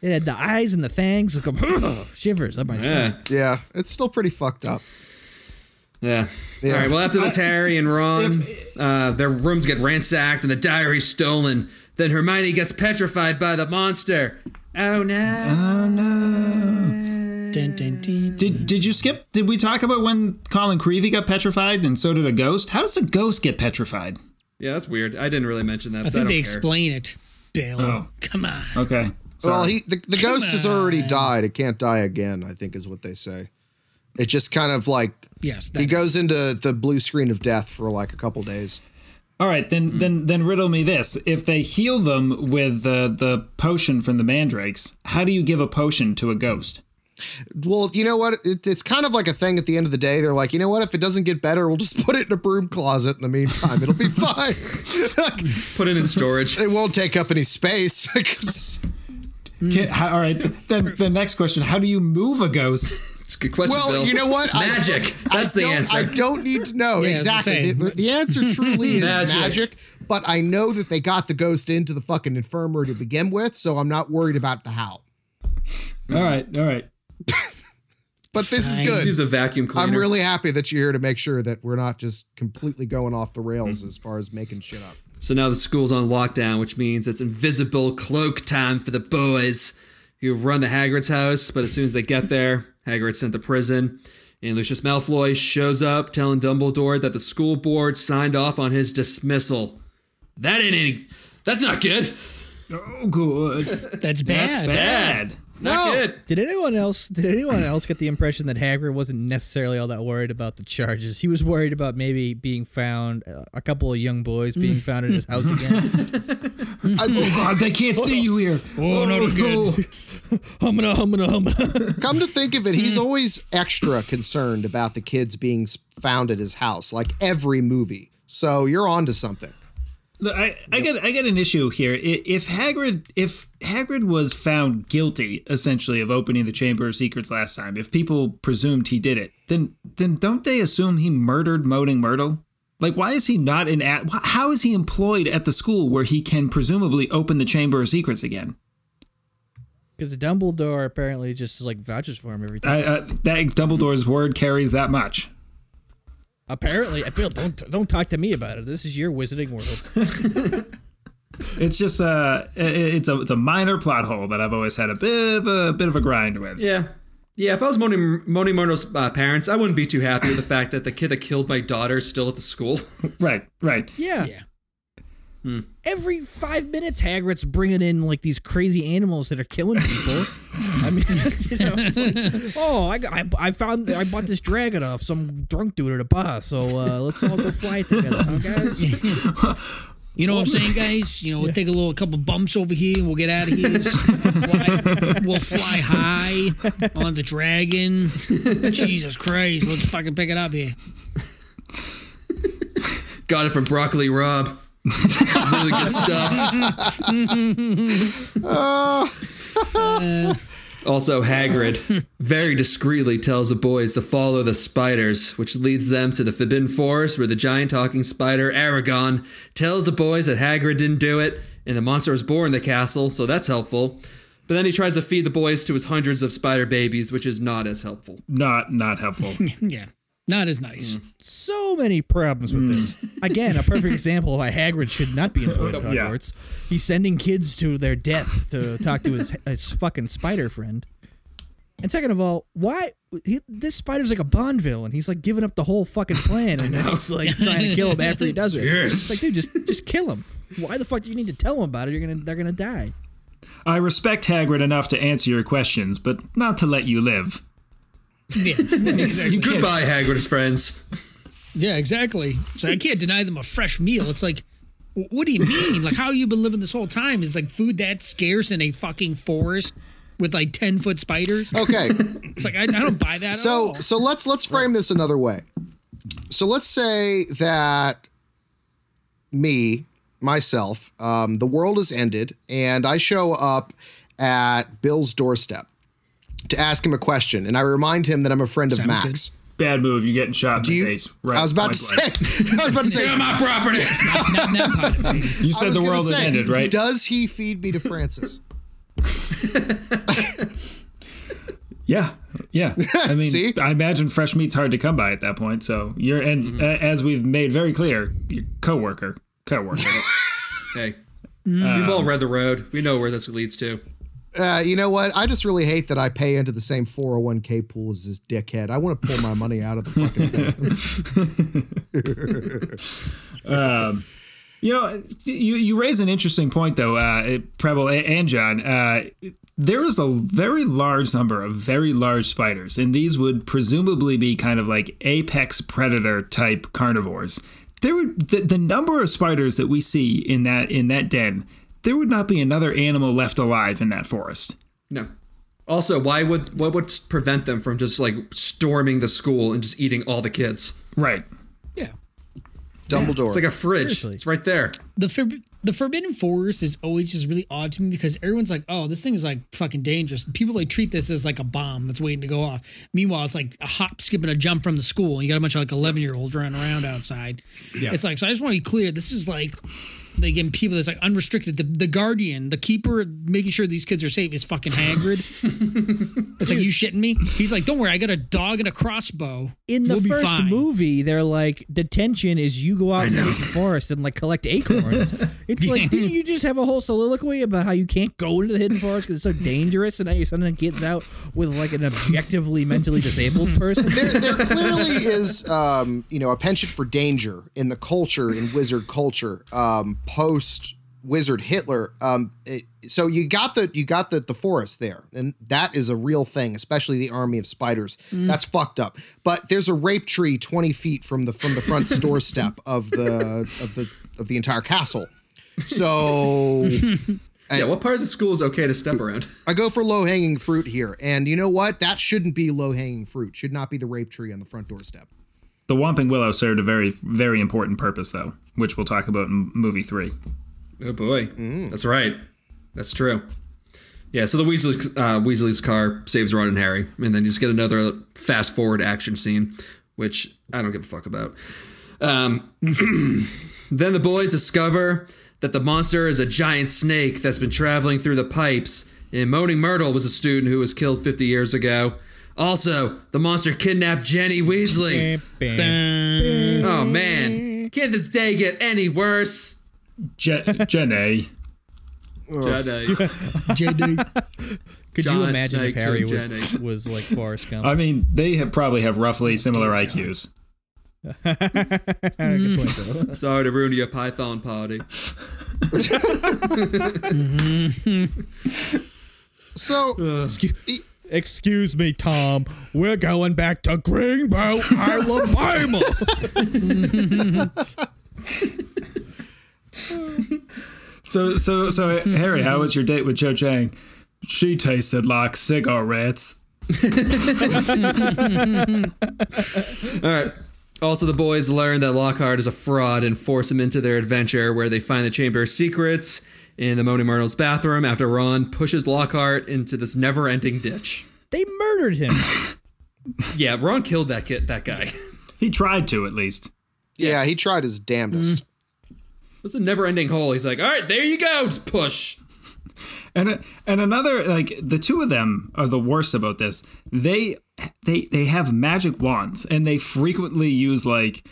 Speaker 3: It had the eyes and the fangs. Look, oh, shivers up my spine.
Speaker 1: Yeah.
Speaker 4: Yeah, it's still pretty fucked up.
Speaker 1: Yeah. All right. Well, after this, Harry and Ron, uh, their rooms get ransacked and the diary stolen. Then Hermione gets petrified by the monster. Oh
Speaker 4: Uh.
Speaker 1: no!
Speaker 5: Dun, dun, dun.
Speaker 6: Did Did you skip? Did we talk about when Colin Creevy got petrified and so did a ghost? How does a ghost get petrified?
Speaker 1: Yeah, that's weird. I didn't really mention that. so
Speaker 5: I
Speaker 1: I
Speaker 5: think
Speaker 1: don't
Speaker 5: they
Speaker 1: care.
Speaker 5: explain it, Bill.
Speaker 6: Oh.
Speaker 5: Come on.
Speaker 6: Okay.
Speaker 4: Well, he the, the ghost has already died. It can't die again, I think is what they say. It just kind of like
Speaker 5: Yes.
Speaker 4: he
Speaker 5: That,
Speaker 4: goes into the blue screen of death for like a couple days.
Speaker 6: All right, then then then riddle me this: If they heal them with the the potion from the mandrakes, how do you give a potion to a ghost?
Speaker 4: Well, you know what? It, it's kind of like a thing at the end of the day. They're like, you know what? If it doesn't get better, we'll just put it in a broom closet in the meantime. It'll be fine.
Speaker 1: Put it in storage.
Speaker 4: it won't take up any space. 'Cause-
Speaker 6: Can- how- all right, then the next question: How do you move a ghost?
Speaker 1: It's a good question,
Speaker 4: well,
Speaker 1: Bill.
Speaker 4: you know what? I-
Speaker 1: Magic.
Speaker 4: I
Speaker 1: That's the
Speaker 4: don't-
Speaker 1: answer.
Speaker 4: I don't need to know
Speaker 5: Yeah, I was gonna
Speaker 4: exactly.
Speaker 5: say.
Speaker 4: The, the answer truly is
Speaker 1: Magic.
Speaker 4: magic. but I know that they got the ghost into the fucking infirmary to begin with, so I'm not worried about the how.
Speaker 6: All right, all right.
Speaker 4: But this
Speaker 5: Fine.
Speaker 4: is
Speaker 1: Just
Speaker 4: good.
Speaker 1: use a vacuum cleaner.
Speaker 4: I'm really happy that you're here to make sure that we're not just completely going off the rails as far as making shit up.
Speaker 1: So now the school's on lockdown, which means it's invisible cloak time for the boys who run the Hagrid's house. But as soon as they get there, Hagrid's sent to prison. And Lucius Malfoy shows up telling Dumbledore that the school board signed off on his dismissal. That ain't any. That's not good.
Speaker 6: Oh, good.
Speaker 5: that's bad.
Speaker 6: That's bad.
Speaker 1: Not good.
Speaker 3: Did anyone else? Did anyone else get the impression that Hagrid wasn't necessarily all that worried about the charges? He was worried about maybe being found, uh, a couple of young boys being found at his house again.
Speaker 6: Oh
Speaker 4: I-
Speaker 6: God, they can't see you here.
Speaker 5: Oh, no, no, good.
Speaker 3: humana, humana, humana.
Speaker 4: Come to think of it, he's always extra concerned about the kids being s- found at his house, like every movie. So you're on to something.
Speaker 6: Look, I, I got I got an issue here. I- If Hagrid if Hagrid was found guilty essentially of opening the Chamber of Secrets last time, if people presumed he did it, then then don't they assume he murdered Moaning Myrtle? Like, why is he not in at? wh- How is he employed at the school where he can presumably open the Chamber of Secrets again?
Speaker 3: Because Dumbledore apparently just like vouches for him every time.
Speaker 6: I, I, that Dumbledore's word carries that much.
Speaker 3: Apparently, Bill, don't don't talk to me about it. This is your wizarding world.
Speaker 6: It's just uh, i- i- it's a it's a minor plot hole that I've always had a bit of a bit of a grind with.
Speaker 1: Yeah. Yeah, if I was Moni, Moni Myrtle's uh, parents, I wouldn't be too happy with the fact that the kid that killed my daughter is still at the school.
Speaker 6: Right, right.
Speaker 3: Yeah.
Speaker 5: Yeah.
Speaker 3: Every five minutes, Hagrid's bringing in like these crazy animals that are killing people. I mean, you know, it's like, oh, I, got- I, I found I bought this dragon off some drunk dude at a bar. So uh, let's all go fly together, huh, guys.
Speaker 5: You know what I'm saying, guys? You know, we'll take a little couple bumps over here. We'll get out of here. fly, we'll fly high on the dragon. Jesus Christ. Let's fucking pick it up here.
Speaker 1: Got it from Broccoli Rob. really good stuff. also, Hagrid very discreetly tells the boys to follow the spiders, which leads them to the Forbidden Forest, where the giant talking spider Aragon tells the boys that Hagrid didn't do it, and the monster was born in the castle, so that's helpful. But then he tries to feed the boys to his hundreds of spider babies, which is not as helpful.
Speaker 6: Not not helpful.
Speaker 5: Yeah. Not as nice.
Speaker 3: So many problems with this. Again, a perfect example of why Hagrid should not be employed at
Speaker 6: Yeah.
Speaker 3: Hogwarts. He's sending kids to their death to talk to his his fucking spider friend. And second of all, why he, this spider's like a Bond villain? He's like giving up the whole fucking plan, and he's like trying to kill him after he does it.
Speaker 1: Yes.
Speaker 3: It's like, dude, just just kill him. Why the fuck do you need to tell him about it? You're gonna they're gonna die.
Speaker 6: I respect Hagrid enough to answer your questions, but not to let you live.
Speaker 5: Yeah, exactly.
Speaker 1: Goodbye, Hagrid's friends.
Speaker 5: Yeah, exactly. So I can't deny them a fresh meal. It's like, wh- what do you mean? Like, how you been living this whole time? Is like food that scarce in a fucking forest with like ten foot spiders?
Speaker 4: Okay.
Speaker 5: It's like I, I don't buy that.
Speaker 4: so
Speaker 5: at
Speaker 1: Oh.
Speaker 5: all.
Speaker 4: so let's let's frame this another way. So let's say that me myself, um, the world has ended, and I show up at Bill's doorstep to ask him a question, and I remind him that I'm a friend of
Speaker 5: Sounds
Speaker 4: Max.
Speaker 6: Bad move. You're getting shot in
Speaker 4: Do
Speaker 6: the
Speaker 4: you-
Speaker 6: face. Right.
Speaker 4: I was about to
Speaker 6: point blank.
Speaker 4: say. I was about to say.
Speaker 1: My property.
Speaker 5: not in that part of it.
Speaker 6: You
Speaker 4: I
Speaker 6: said
Speaker 4: was
Speaker 6: the
Speaker 4: gonna
Speaker 6: world had
Speaker 4: say,
Speaker 6: ended, right?
Speaker 4: Does he feed me to Francis?
Speaker 6: Yeah, yeah. I mean,
Speaker 4: See?
Speaker 6: I imagine fresh meat's hard to come by at that point. So you're, and
Speaker 4: Mm-hmm.
Speaker 6: uh, as we've made very clear, your coworker, coworker.
Speaker 1: Hey, we've all read the road. We know where this leads to.
Speaker 4: Uh, you know what? I just really hate that I pay into the same 401k pool as this dickhead. I want to pull my money out of the fucking thing.
Speaker 6: You know, you, you raise an interesting point though, uh, Preble a- and John. Uh, there is a very large number of very large spiders, and these would presumably be kind of like apex predator type carnivores. There would the, the number of spiders that we see in that in that den. There would not be another animal left alive in that forest.
Speaker 1: No. Also, why would what would prevent them from just like storming the school and just eating all the kids?
Speaker 6: Right.
Speaker 5: Yeah.
Speaker 4: Dumbledore.
Speaker 1: It's like a fridge. It's right there.
Speaker 5: the for, the Forbidden Forest is always just really odd to me because everyone's like, "Oh, this thing is like fucking dangerous." People like treat this as like a bomb that's waiting to go off. Meanwhile, it's like a hop, skip, and a jump from the school, and you got a bunch of like eleven year olds running around outside. Yeah. It's like so. I just want to be clear. This is like they give people that's like unrestricted. The, the guardian, the keeper, making sure these kids are safe is fucking Hagrid. it's like you shitting me. He's like, "Don't worry, I got a dog and a crossbow."
Speaker 3: In the
Speaker 5: We'll be
Speaker 3: first
Speaker 5: fine."
Speaker 3: movie, they're like detention is you go out into the forest and like collect acorns. it's like, didn't you just have a whole soliloquy about how you can't go into the hidden forest because it's so dangerous, and now your son gets out with like an objectively mentally disabled person?
Speaker 4: there, there clearly is, um, you know, a penchant for danger in the culture, in wizard culture, um, post wizard Hitler. Um, it, so you got the you got the the forest there, and that is a real thing, especially the army of spiders. That's fucked up. But there's a rape tree twenty feet from the from the front doorstep of the of the of the entire castle. So
Speaker 1: yeah. What part of the school is okay to step around?
Speaker 4: I go for low hanging fruit here, and you know what? That shouldn't be low hanging fruit. Should not be the rape tree on the front doorstep.
Speaker 6: The Whomping Willow served a very, very important purpose, though, which we'll talk about in movie three.
Speaker 1: Oh boy, that's right. That's true. Yeah, so the Weasley, uh, Weasley's car saves Ron and Harry, and then you just get another fast forward action scene, which I don't give a fuck about. Um, then the boys discover that the monster is a giant snake that's been traveling through the pipes, and Moaning Myrtle was a student who was killed 50 years ago. Also, the monster kidnapped Jenny Weasley. Oh man, can't this day get any worse?
Speaker 6: Je- Jenny.
Speaker 1: Jenny.
Speaker 5: JD.
Speaker 3: Could you
Speaker 1: Giant
Speaker 3: imagine if
Speaker 1: snake
Speaker 3: Harry
Speaker 1: to
Speaker 3: was,
Speaker 1: Jenny.
Speaker 3: was like Forrest Gump?
Speaker 6: I mean, they have probably have roughly similar IQs.
Speaker 5: Uh,
Speaker 3: Good point, though.
Speaker 1: Sorry to ruin your Python party.
Speaker 4: So
Speaker 1: Uh,
Speaker 8: Excuse,
Speaker 1: e-
Speaker 8: excuse me, Tom. We're going back to Greenbow, Alabama.
Speaker 6: So, so, so, Harry, how was your date with Cho Chang? She tasted like cigarettes.
Speaker 1: All right. Also, the boys learn that Lockhart is a fraud and force him into their adventure, where they find the chamber of secrets in the Moaning Myrtle's bathroom. After Ron pushes Lockhart into this never-ending ditch.
Speaker 3: They murdered him.
Speaker 1: Yeah, Ron killed that kid, that guy. It
Speaker 6: He tried to, at least.
Speaker 4: yeah, he tried his damnedest.
Speaker 1: was a never-ending hole. He's like, "All right, there you go, just push."
Speaker 6: And and another like the two of them are the worst about this. They they they have magic wands and they frequently use like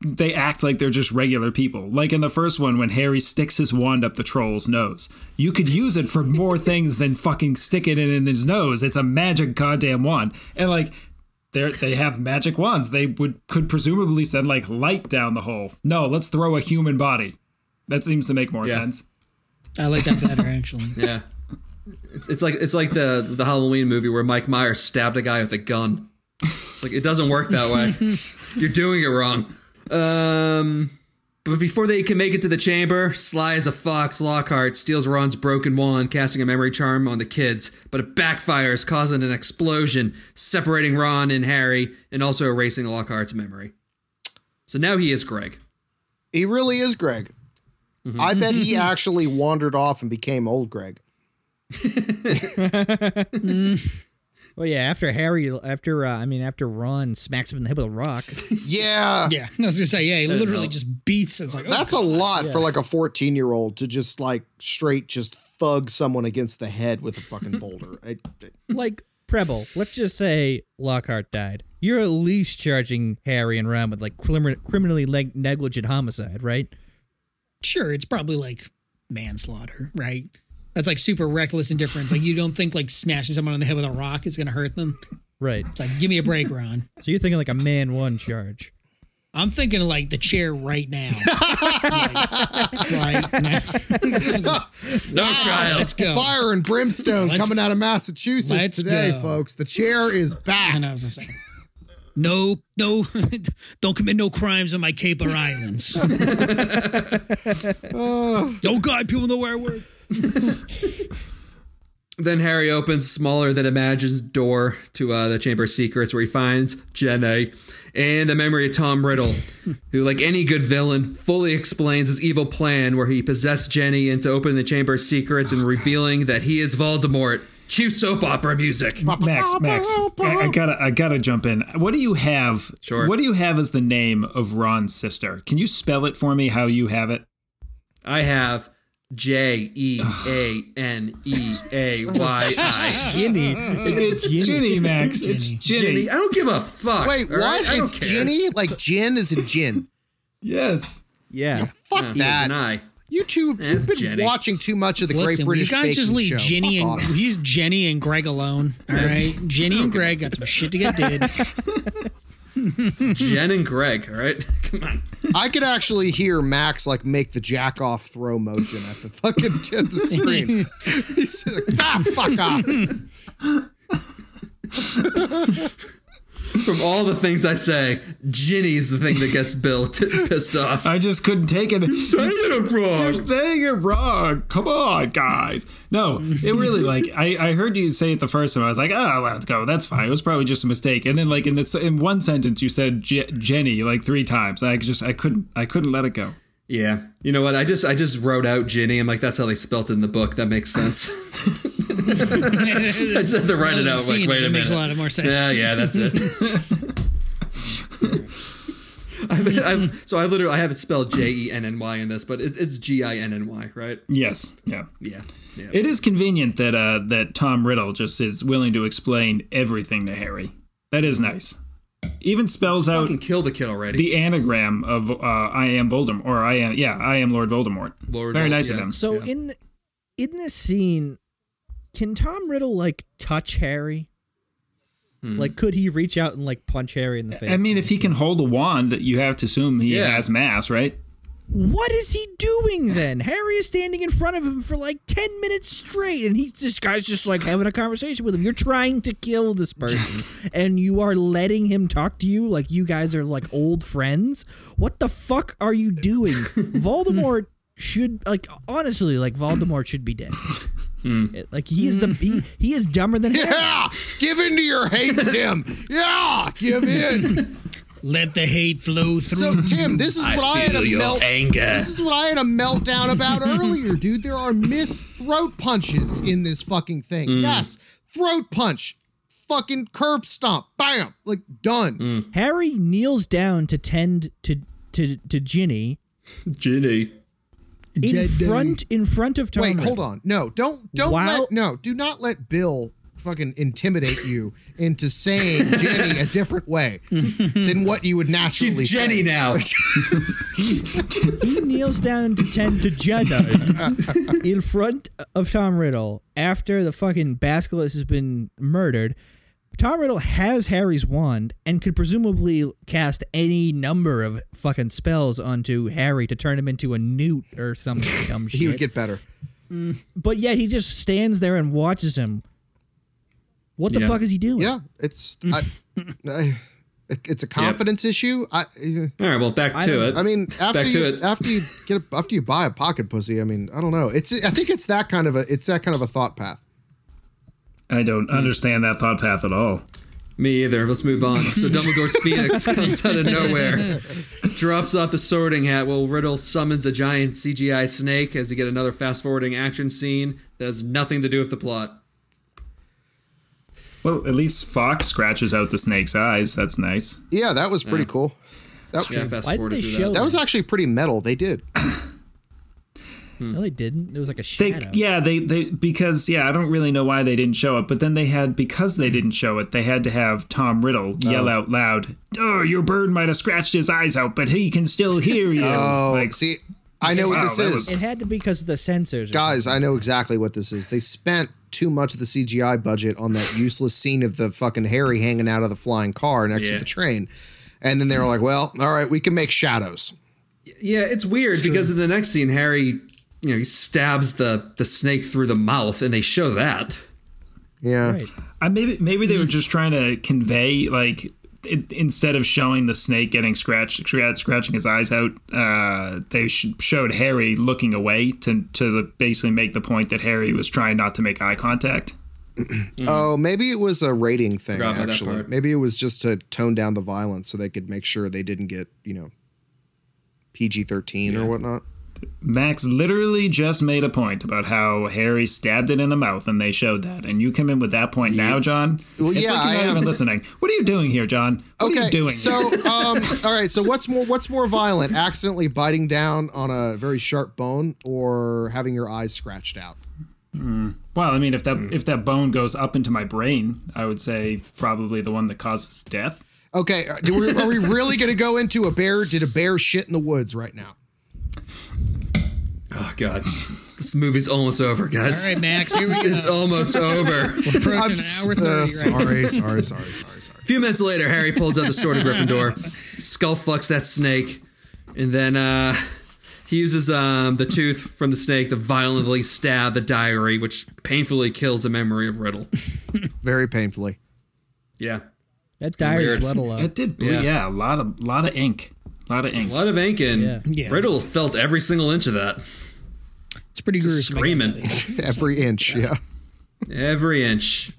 Speaker 6: they act like they're just regular people. Like in the first one, when Harry sticks his wand up the troll's nose, you could use it for more things than fucking sticking it in his nose. It's a magic goddamn wand, and like they they have magic wands. They would could presumably send like light down the hole. No, let's throw a human body. That seems to make more
Speaker 1: Yeah.
Speaker 6: sense.
Speaker 5: I like that better actually.
Speaker 1: Yeah. It's, it's like it's like the the Halloween movie where Mike Myers stabbed a guy with a gun. It's like it doesn't work that way. You're doing it wrong. Um but before they can make it to the chamber, sly as a fox, Lockhart steals Ron's broken wand, casting a memory charm on the kids, but it backfires, causing an explosion, separating Ron and Harry, and also erasing Lockhart's memory. So now he is Greg.
Speaker 4: He really is Greg. I bet he actually wandered off and became old Greg.
Speaker 3: Well, yeah. After Harry, after uh, I mean, after Ron smacks him in the head with a rock.
Speaker 4: Yeah.
Speaker 5: Yeah, I was gonna say yeah. He literally
Speaker 1: help.
Speaker 5: just beats. It's like oh,
Speaker 4: That's a lot for like a 14 year old to just like straight just thug someone against the head with a fucking boulder. I,
Speaker 3: like Preble, let's just say Lockhart died. You're at least charging Harry and Ron with like crim- criminally neg- negligent homicide, right?
Speaker 5: sure it's probably like manslaughter, right? That's like super reckless indifference. Like you don't think like smashing someone on the head with a rock is gonna hurt them.
Speaker 3: Right.
Speaker 5: It's like give me a break, Ron.
Speaker 3: So you're thinking like a man one charge.
Speaker 5: I'm thinking like the chair right now. like, right now. Ah,
Speaker 1: No child.
Speaker 5: Let's go.
Speaker 4: fire and brimstone coming out of Massachusetts
Speaker 5: let's
Speaker 4: today,
Speaker 5: go.
Speaker 4: folks. The chair is back.
Speaker 5: And I was just like, no, no, don't commit no crimes on my Cape or Islands. oh God, people know where I work.
Speaker 1: Then Harry opens smaller than imagined door to uh, the Chamber of Secrets, where he finds Jenna and the memory of Tom Riddle, who, like any good villain, fully explains his evil plan, where he possessed Jenny into opening the Chamber of Secrets
Speaker 4: Oh,
Speaker 1: and revealing that he is Voldemort. Cue soap opera music.
Speaker 6: Max, Max, I, I gotta, I gotta jump in. What do you have?
Speaker 1: Sure.
Speaker 6: What do you have as the name of Ron's sister? Can you spell it for me? How you have it?
Speaker 1: I have J E A N E A Y I.
Speaker 3: Ginny.
Speaker 6: It's Ginny, Max. It's Ginny.
Speaker 1: Ginny. I don't give a fuck.
Speaker 4: Wait,
Speaker 1: all right?
Speaker 4: what?
Speaker 1: I don't
Speaker 4: It's
Speaker 1: care.
Speaker 4: Ginny? Like gin is a gin.
Speaker 6: Yes.
Speaker 3: Yeah.
Speaker 4: Fuck
Speaker 1: Yeah, and
Speaker 4: that.
Speaker 1: I.
Speaker 4: You two
Speaker 1: Yeah, it's
Speaker 4: have been
Speaker 1: Jenny.
Speaker 4: watching too much of the Great
Speaker 5: Listen, you
Speaker 4: British
Speaker 5: guys just
Speaker 4: Baking
Speaker 5: leave
Speaker 4: Show.
Speaker 5: Ginny
Speaker 4: Fuck
Speaker 5: and
Speaker 4: off.
Speaker 5: use Jenny and Greg alone. All right, Ginny and Greg got some shit to get did.
Speaker 1: Jen and Greg, all right? Come on.
Speaker 4: I could actually hear Max like make the jack off throw motion at the fucking at the screen. He's like, ah, fuck off.
Speaker 1: From all the things I say, Ginny's the thing that gets Bill t- pissed off.
Speaker 6: I just couldn't take it.
Speaker 1: it
Speaker 6: You're
Speaker 1: wrong.
Speaker 6: saying it wrong. Come on, guys. No, it really like I, I heard you say it the first time. I was like, oh, let's go. That's fine. It was probably just a mistake. And then like in this in one sentence you said Je- Jenny like three times. I just I couldn't I couldn't let it go.
Speaker 1: Yeah. You know what? I just I just wrote out Ginny. I'm like, that's how they spelt it in the book. That makes sense. I just had to write it out.
Speaker 5: Seeing
Speaker 1: Like, wait
Speaker 5: it,
Speaker 1: a
Speaker 5: it makes a
Speaker 1: minute.
Speaker 5: lot of more sense.
Speaker 1: Yeah, yeah, that's it. I mean, I'm, so I literally I have it spelled J E N N Y in this, but it, it's G I N N Y, right?
Speaker 6: Yes. Yeah.
Speaker 1: Yeah. Yeah.
Speaker 6: It is convenient that uh that Tom Riddle just is willing to explain everything to Harry. That is nice. Even spells out
Speaker 1: fucking kill the kid already.
Speaker 6: the anagram of uh, I am Voldemort or I am yeah, I am Lord Voldemort.
Speaker 1: Lord
Speaker 6: Very
Speaker 1: Voldemort,
Speaker 6: nice
Speaker 1: yeah.
Speaker 6: of him.
Speaker 3: So in the, in this scene, can Tom Riddle like touch Harry? Like, could he reach out and like punch Harry in the face?
Speaker 6: Hmm. I mean, if he can hold a wand, you have to assume he
Speaker 1: Yeah.
Speaker 6: has mass, right?
Speaker 3: what is he doing then? Harry is standing in front of him for like ten minutes straight, and he's this guy's just like having a conversation with him. You're trying to kill this person, and you are letting him talk to you like you guys are like old friends. What the fuck are you doing? Voldemort should like honestly, like Voldemort should be dead. Like he is the he, he is dumber than Harry.
Speaker 4: Hmm. Yeah, give in to your hate, Tim. Yeah, give in.
Speaker 5: Let the hate flow through.
Speaker 4: So, Tim, this is what I, had a melt.
Speaker 1: anger.
Speaker 4: This is what I had a meltdown about earlier, dude. There are missed throat punches in this fucking thing.
Speaker 1: Mm.
Speaker 4: Yes, throat punch, fucking curb stomp, bam, like done.
Speaker 1: Mm,
Speaker 3: Harry kneels down to tend to to to Ginny
Speaker 1: Ginny.
Speaker 3: in front in front of Tom.
Speaker 4: Wait,
Speaker 3: Riddle.
Speaker 4: hold on. No, don't don't
Speaker 3: Wow.
Speaker 4: let no. Do not let Bill fucking intimidate you into saying Jenny a different way than what you would naturally.
Speaker 1: She's Jenny
Speaker 4: say.
Speaker 1: now.
Speaker 3: He kneels down to tend to Jedi in front of Tom Riddle after the fucking Basculus has been murdered. Tom Riddle has Harry's wand and could presumably cast any number of fucking spells onto Harry to turn him into a newt or some dumb shit.
Speaker 4: He would get better.
Speaker 3: but yet he just stands there and watches him. What the
Speaker 1: Yeah.
Speaker 3: fuck is he doing?
Speaker 4: Yeah, it's I, I, it's a confidence issue. I
Speaker 1: All right, well, back to it.
Speaker 4: I mean after
Speaker 1: Back to
Speaker 4: you
Speaker 1: it.
Speaker 4: after you get a, after you buy a pocket pussy. I mean I don't know. It's I think it's that kind of a it's that kind of a thought path.
Speaker 6: I don't understand that thought path at all.
Speaker 1: Me either. Let's move on. So Dumbledore's Phoenix comes out of nowhere, drops off the sorting hat while Riddle summons a giant CGI snake as you get another fast forwarding action scene that has nothing to do with the plot.
Speaker 6: Well, at least Fox scratches out the snake's eyes. That's nice.
Speaker 4: Yeah, that was pretty cool. That,
Speaker 1: Yeah, fast
Speaker 3: Why'd
Speaker 1: forwarded
Speaker 3: they
Speaker 1: through
Speaker 3: show
Speaker 1: that.
Speaker 4: that was actually pretty metal. They did.
Speaker 3: No, they didn't. It was like a
Speaker 6: They,
Speaker 3: shadow.
Speaker 6: yeah, they, they because yeah, I don't really know why they didn't show it, but then they had because they didn't show it, they had to have Tom Riddle yell out loud, "Oh, your bird might have scratched his eyes out, but he can still hear you."
Speaker 4: Oh,
Speaker 6: like,
Speaker 4: see, I know
Speaker 6: Wow,
Speaker 4: what this
Speaker 6: that
Speaker 4: is.
Speaker 3: It had to be because of the sensors. or
Speaker 4: Guys, I know exactly what this is. They spent too much of the CGI budget on that useless scene of the fucking Harry hanging out of the flying car next to
Speaker 1: Yeah.
Speaker 4: the train. And then they were like, well, all right, we can make shadows.
Speaker 1: Yeah, it's weird because in the next scene, Harry, you know, he stabs the the snake through the mouth, and they show that.
Speaker 4: Yeah.
Speaker 3: Right.
Speaker 6: I, maybe maybe they were just trying to convey like it, instead of showing the snake getting scratched, scratch, scratching his eyes out, uh, they sh- showed Harry looking away to to basically make the point that Harry was trying not to make eye contact.
Speaker 4: Oh, maybe it was a rating thing,
Speaker 1: Forgot about that
Speaker 4: actually.
Speaker 1: part.
Speaker 4: Maybe it was just to tone down the violence so they could make sure they didn't get, you know, PG 13 or whatnot.
Speaker 6: Max literally just made a point about how Harry stabbed it in the mouth, and they showed that. And you come in with that point now, John.
Speaker 4: Well,
Speaker 6: it's
Speaker 4: yeah,
Speaker 6: like you're
Speaker 4: I
Speaker 6: not
Speaker 4: am.
Speaker 6: even listening. What are you doing here, John? What
Speaker 4: okay,
Speaker 6: are you doing?
Speaker 4: so
Speaker 6: here?
Speaker 4: um, all right. So what's more? What's more violent? Accidentally biting down on a very sharp bone, or having your eyes scratched out?
Speaker 6: well, I mean, if that
Speaker 4: Hmm.
Speaker 6: if that bone goes up into my brain, I would say probably the one that causes death.
Speaker 4: Okay, are do we, are we really going to go into a bear? Did a bear shit in the woods right now?
Speaker 1: Oh God, this movie's almost over, guys.
Speaker 5: All right, Max, here we go.
Speaker 1: It's almost over.
Speaker 5: Approaching an
Speaker 4: s-
Speaker 5: hour 30
Speaker 4: uh,
Speaker 5: right
Speaker 4: sorry, sorry, sorry, sorry, sorry.
Speaker 1: A few minutes later, Harry pulls out the sword of Gryffindor, skull fucks that snake, and then uh, he uses um, the tooth from the snake to violently stab the diary, which painfully kills the memory of Riddle.
Speaker 4: Very painfully.
Speaker 1: Yeah.
Speaker 3: That diary
Speaker 1: Weird.
Speaker 3: blood a lot.
Speaker 6: It did, bleed,
Speaker 1: Yeah.
Speaker 6: yeah. a lot of lot of ink, a lot of ink.
Speaker 1: A lot of ink, and
Speaker 3: Yeah.
Speaker 5: Yeah.
Speaker 1: Riddle felt every single inch of that.
Speaker 5: It's pretty gruesome. I gotta
Speaker 1: Screaming.
Speaker 5: tell you.
Speaker 4: Every inch. Yeah.
Speaker 1: Every inch.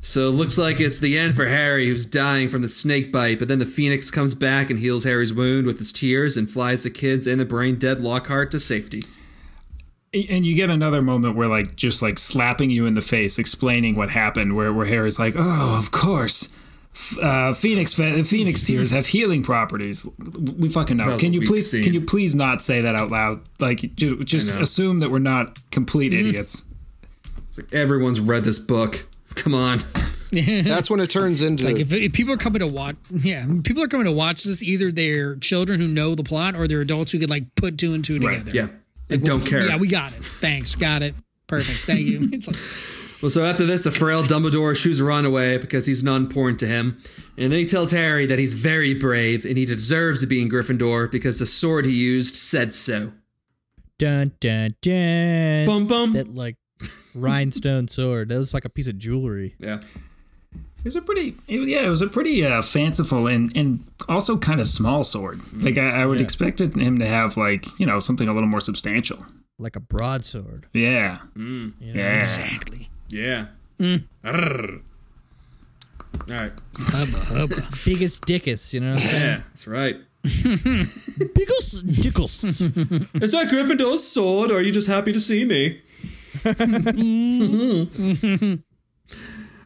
Speaker 1: So it looks like it's the end for Harry, who's dying from the snake bite. But then the Phoenix comes back and heals Harry's wound with his tears and flies the kids and the brain dead Lockhart to safety.
Speaker 6: And you get another moment where like just like slapping you in the face, explaining what happened, where where Harry's like, oh, of course. F- Uh, Phoenix, fe- Phoenix tears have healing properties. We fucking
Speaker 1: That
Speaker 6: know.
Speaker 1: was
Speaker 6: Can
Speaker 1: a
Speaker 6: you
Speaker 1: weak
Speaker 6: please,
Speaker 1: scene.
Speaker 6: can you please not say that out loud? Like, ju- just
Speaker 1: know.
Speaker 6: assume that we're not complete idiots.
Speaker 1: Everyone's read this book. Come on.
Speaker 4: That's when it turns into.
Speaker 5: Like if, if people are coming to watch, yeah, people are coming to watch this. Either they're children who know the plot, or they're adults who could like put two and two
Speaker 6: Right,
Speaker 5: together.
Speaker 1: Yeah. And don't care.
Speaker 5: Yeah, we got it. Thanks, got it. Perfect. Thank you. It's like
Speaker 1: Well, so after this, the frail Dumbledore shoos a runaway because he's not important to him. And then he tells Harry that he's very brave and he deserves to be in Gryffindor because the sword he used said so.
Speaker 3: Dun dun dun.
Speaker 1: Bum bum.
Speaker 3: That like rhinestone sword. That was like a piece of jewelry.
Speaker 1: yeah.
Speaker 6: It was a pretty, it, yeah, it was a pretty uh, fanciful and and also kind of small sword.
Speaker 1: Mm-hmm.
Speaker 6: Like I, I would expect expected him to have like you know something a little more substantial.
Speaker 3: Like a broadsword.
Speaker 6: Yeah,
Speaker 1: Mm.
Speaker 6: yeah.
Speaker 5: exactly.
Speaker 1: Yeah.
Speaker 5: Mm.
Speaker 1: Arrrr. All right.
Speaker 5: Hubba hubba.
Speaker 3: Biggest dickus, you know?
Speaker 1: Yeah, that's right.
Speaker 3: Biggest dickus.
Speaker 1: Is that Gryffindor's sword, or are you just happy to see me?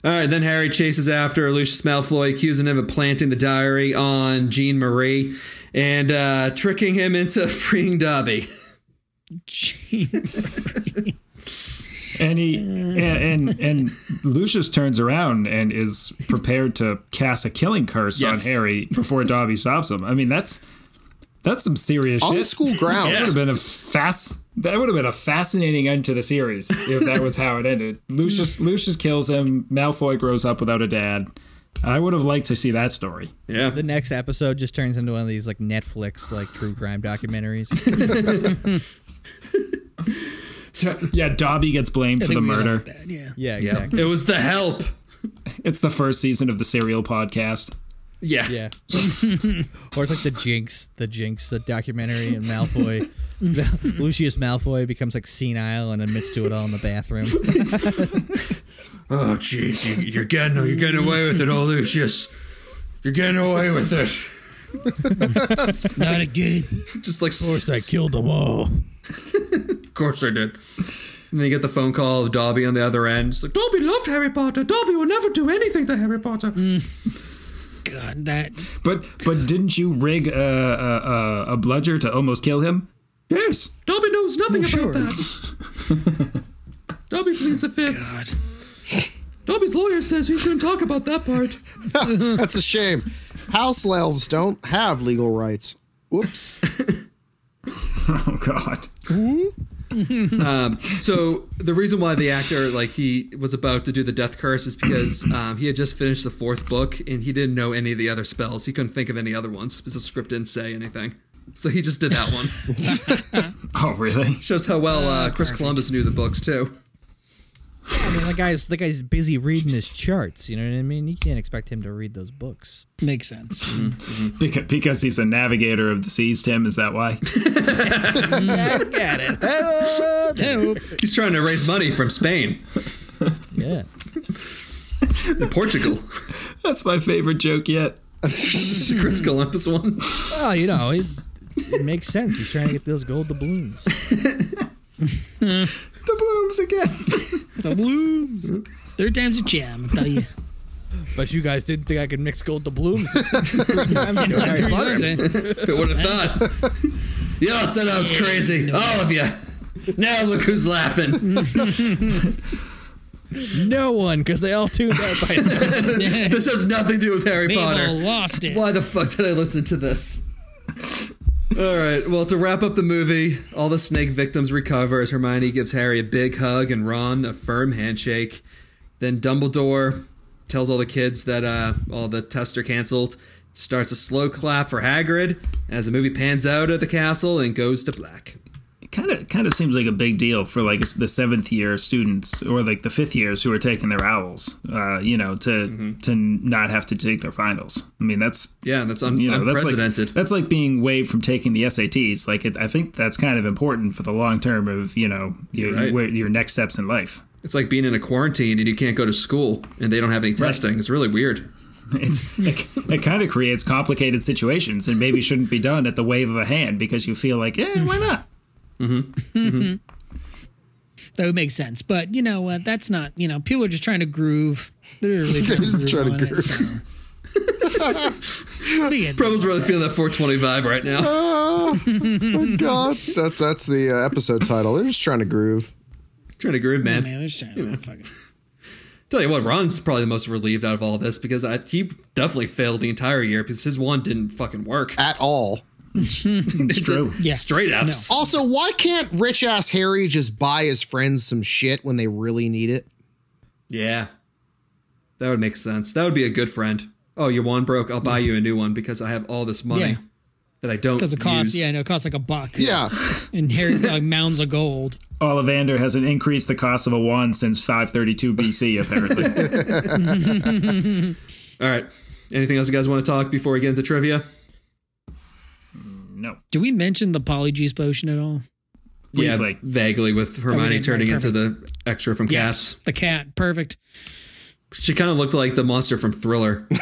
Speaker 1: All right, then Harry chases after Lucius Malfoy, accusing him of planting the diary on Jean Marie and uh, tricking him into freeing Dobby.
Speaker 5: Gee.
Speaker 6: and he and, and and Lucius turns around and is prepared to cast a killing curse
Speaker 1: Yes.
Speaker 6: on Harry before Dobby stops him. I mean, that's that's some serious
Speaker 4: On
Speaker 6: shit.
Speaker 4: school grounds.
Speaker 6: That would have been a fast. That would have been a fascinating end to the series if that was how it ended. Lucius Lucius kills him. Malfoy grows up without a dad. I would have liked to see that story.
Speaker 1: Yeah.
Speaker 3: The next episode just turns into one of these like Netflix like true crime documentaries.
Speaker 6: Yeah, Dobby gets blamed
Speaker 5: I
Speaker 6: for
Speaker 5: think
Speaker 6: the
Speaker 5: we all
Speaker 6: murder.
Speaker 5: like that, yeah.
Speaker 3: Yeah, exactly.
Speaker 1: It was the help.
Speaker 6: It's the first season of the Serial podcast.
Speaker 1: Yeah.
Speaker 3: Yeah. or it's like the Jinx, the Jinx uh, documentary and Malfoy. Lucius Malfoy becomes like senile and admits to it all in the bathroom.
Speaker 1: Oh, jeez, you, you're getting you're getting away with it, old Lucius. You're getting away with it.
Speaker 5: Not again.
Speaker 1: Just like,
Speaker 8: Of course, I killed them all.
Speaker 1: of course I did. And then you get the phone call of Dobby on the other end. It's like Dobby loved Harry Potter. Dobby would never do anything to Harry Potter.
Speaker 5: God, that
Speaker 6: But but didn't you rig a a, a, a bludger to almost kill him? Yes.
Speaker 1: Dobby knows nothing
Speaker 5: Oh,
Speaker 1: about that. Dobby pleads the fifth.
Speaker 5: God.
Speaker 1: Dobby's lawyer says he shouldn't talk about that part.
Speaker 4: That's a shame. House elves don't have legal rights. Whoops.
Speaker 6: Oh God.
Speaker 1: so the reason why the actor like he was about to do the death curse is because um, he had just finished the fourth book and he didn't know any of the other spells he couldn't think of any other ones because the script didn't say anything so he just did that one
Speaker 6: Oh really?
Speaker 1: shows how well uh, chris columbus knew the books too
Speaker 3: I mean, the guy's the guy's busy reading his charts. You know what I mean? You can't expect him to read those books.
Speaker 5: makes sense.
Speaker 6: Because, because he's a navigator of the seas. Tim, is that why?
Speaker 3: Got it. Oh,
Speaker 5: Oh,
Speaker 1: he's trying to raise money from spain
Speaker 3: yeah.
Speaker 1: and portugal
Speaker 6: That's my favorite joke yet.
Speaker 1: the chris columbus one
Speaker 3: Well, Oh, you know, it, it makes sense. He's trying to get those gold doubloons.
Speaker 6: The blooms again.
Speaker 5: the blues.
Speaker 4: Hmm?
Speaker 5: Third time's a charm. I tell you.
Speaker 3: But you guys didn't think I could mix gold doubloons.
Speaker 5: Three times, eh?
Speaker 1: who would have thought y'all said i was crazy all of you now look who's laughing
Speaker 3: no one, because they all tuned out by now.
Speaker 1: this has nothing to do with harry
Speaker 5: They've
Speaker 1: potter
Speaker 5: all lost it.
Speaker 1: Why the fuck did I listen to this? All right, well, to wrap up the movie, all the snake victims recover as Hermione gives Harry a big hug and Ron a firm handshake. Then Dumbledore tells all the kids that uh, all the tests are canceled, starts a slow clap for Hagrid as the movie pans out of the castle and goes to black.
Speaker 6: Kind of kind of seems like a big deal for like the seventh year students or like the fifth years who are taking their owls. Uh, you know, to
Speaker 1: Mm-hmm.
Speaker 6: to not have to take their finals. I mean, that's
Speaker 1: Yeah, that's un-
Speaker 6: you know that's like
Speaker 1: unprecedented.
Speaker 6: that's like being waived from taking the SATs. Like it, I think that's kind of important for the long term of you know your
Speaker 1: right.
Speaker 6: where, your next steps in life.
Speaker 1: it's like being in a quarantine and you can't go to school and they don't have any testing. It's really weird.
Speaker 6: It's it, it kind of creates complicated situations and maybe shouldn't be done at the wave of a hand because you feel like eh, why not?
Speaker 5: That would make sense. But you know what? That's not. You know, people are just trying to groove. They're really trying to
Speaker 4: just
Speaker 5: groove.
Speaker 4: trying to
Speaker 5: on it, so. Be it.
Speaker 1: Pro's really feeling that 420 vibe right now.
Speaker 4: God, that's that's the uh, episode title. They're just trying to groove.
Speaker 1: Trying to groove, man.
Speaker 5: Man, they're just trying to fucking.
Speaker 1: Tell you what, Ron's probably the most relieved out of all this because I, he definitely failed the entire year because his one didn't fucking work.
Speaker 4: At all.
Speaker 6: It's true.
Speaker 5: Yeah.
Speaker 1: Straight up.
Speaker 5: No.
Speaker 4: Also, why can't rich ass Harry just buy his friends some shit when they really need it?
Speaker 1: Yeah. That would make sense. That would be a good friend. Oh, your one broke. I'll buy you a new one because I have all this money
Speaker 5: Yeah.
Speaker 1: that I don't
Speaker 5: Because it costs,
Speaker 1: use.
Speaker 5: yeah, I know it costs like a buck.
Speaker 4: Yeah.
Speaker 5: And Harry's got like mounds of gold.
Speaker 6: Ollivander hasn't increased the cost of a wand since 532 BC, apparently.
Speaker 1: All right. Anything else you guys want to talk before we get into trivia?
Speaker 6: no.
Speaker 5: Do we mention the polyjuice potion at all?
Speaker 1: Yeah,
Speaker 6: Briefly.
Speaker 1: vaguely with Hermione
Speaker 5: did.
Speaker 1: turning
Speaker 5: Right,
Speaker 1: into the extra from Cass.
Speaker 5: The cat. Perfect.
Speaker 1: She kind of looked like the monster from Thriller. she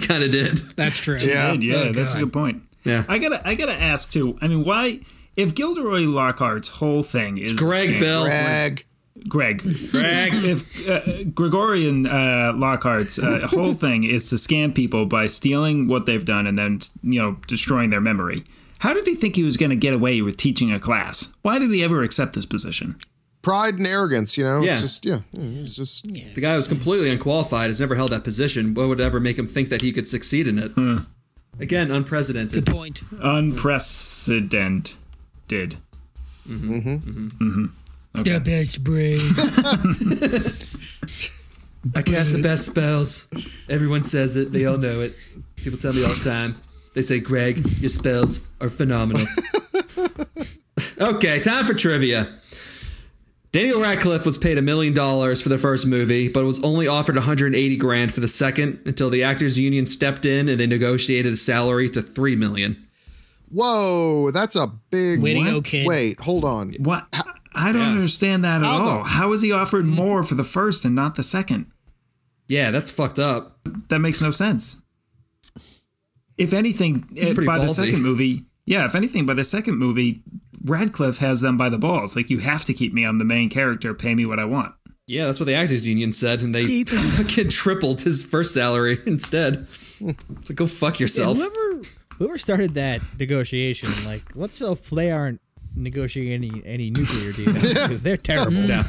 Speaker 1: kind of did.
Speaker 5: That's true.
Speaker 4: Yeah.
Speaker 6: Good, yeah, that's a good point.
Speaker 1: Yeah.
Speaker 6: I gotta I gotta ask too. I mean, why if Gilderoy Lockhart's whole thing is
Speaker 1: Greg Bill.
Speaker 4: Greg.
Speaker 6: Greg. Greg. If uh, Gregorian uh, Lockhart's uh, whole thing is to scam people by stealing what they've done and then you know destroying their memory. How did he think he was going to get away with teaching a class? Why did he ever accept this position?
Speaker 9: Pride and arrogance, you know?
Speaker 1: Yeah.
Speaker 9: It's just, yeah. It's just,
Speaker 1: The guy was completely unqualified, has never held that position. What would ever make him think that he could succeed in it? Again,
Speaker 5: Good
Speaker 1: unprecedented.
Speaker 5: point.
Speaker 6: Unprecedented. Did.
Speaker 5: The best brain.
Speaker 1: I cast the best spells. Everyone says it, they all know it. People tell me all the time. They say, Greg, your spells are phenomenal. okay, time for trivia. Daniel Radcliffe was paid a million dollars for the first movie, but was only offered 180 grand for the second until the actors union stepped in and they negotiated a salary to 3 million.
Speaker 9: whoa, that's a big.
Speaker 5: Way to go,
Speaker 9: What?
Speaker 5: kid.
Speaker 9: Wait, hold on.
Speaker 6: What? I don't understand that at
Speaker 9: How the Hmm.
Speaker 6: all.
Speaker 9: f-
Speaker 6: How is he offered more for the first and not the second?
Speaker 1: Yeah, that's fucked up.
Speaker 6: That makes no sense. If anything, eh,
Speaker 1: pretty
Speaker 6: by the
Speaker 1: ballsy.
Speaker 6: second movie, yeah, if anything, by the second movie, Radcliffe has them by the balls. Like, you have to keep me. I'm the main character. Pay me what I want.
Speaker 1: Yeah, that's what the actors union said, and they fucking tripled his first salary instead. So go fuck
Speaker 3: Yeah,
Speaker 1: yourself.
Speaker 3: whoever whoever started that negotiation, like, let's hope they aren't negotiating any any nuclear deal because they're terrible.
Speaker 1: Yeah.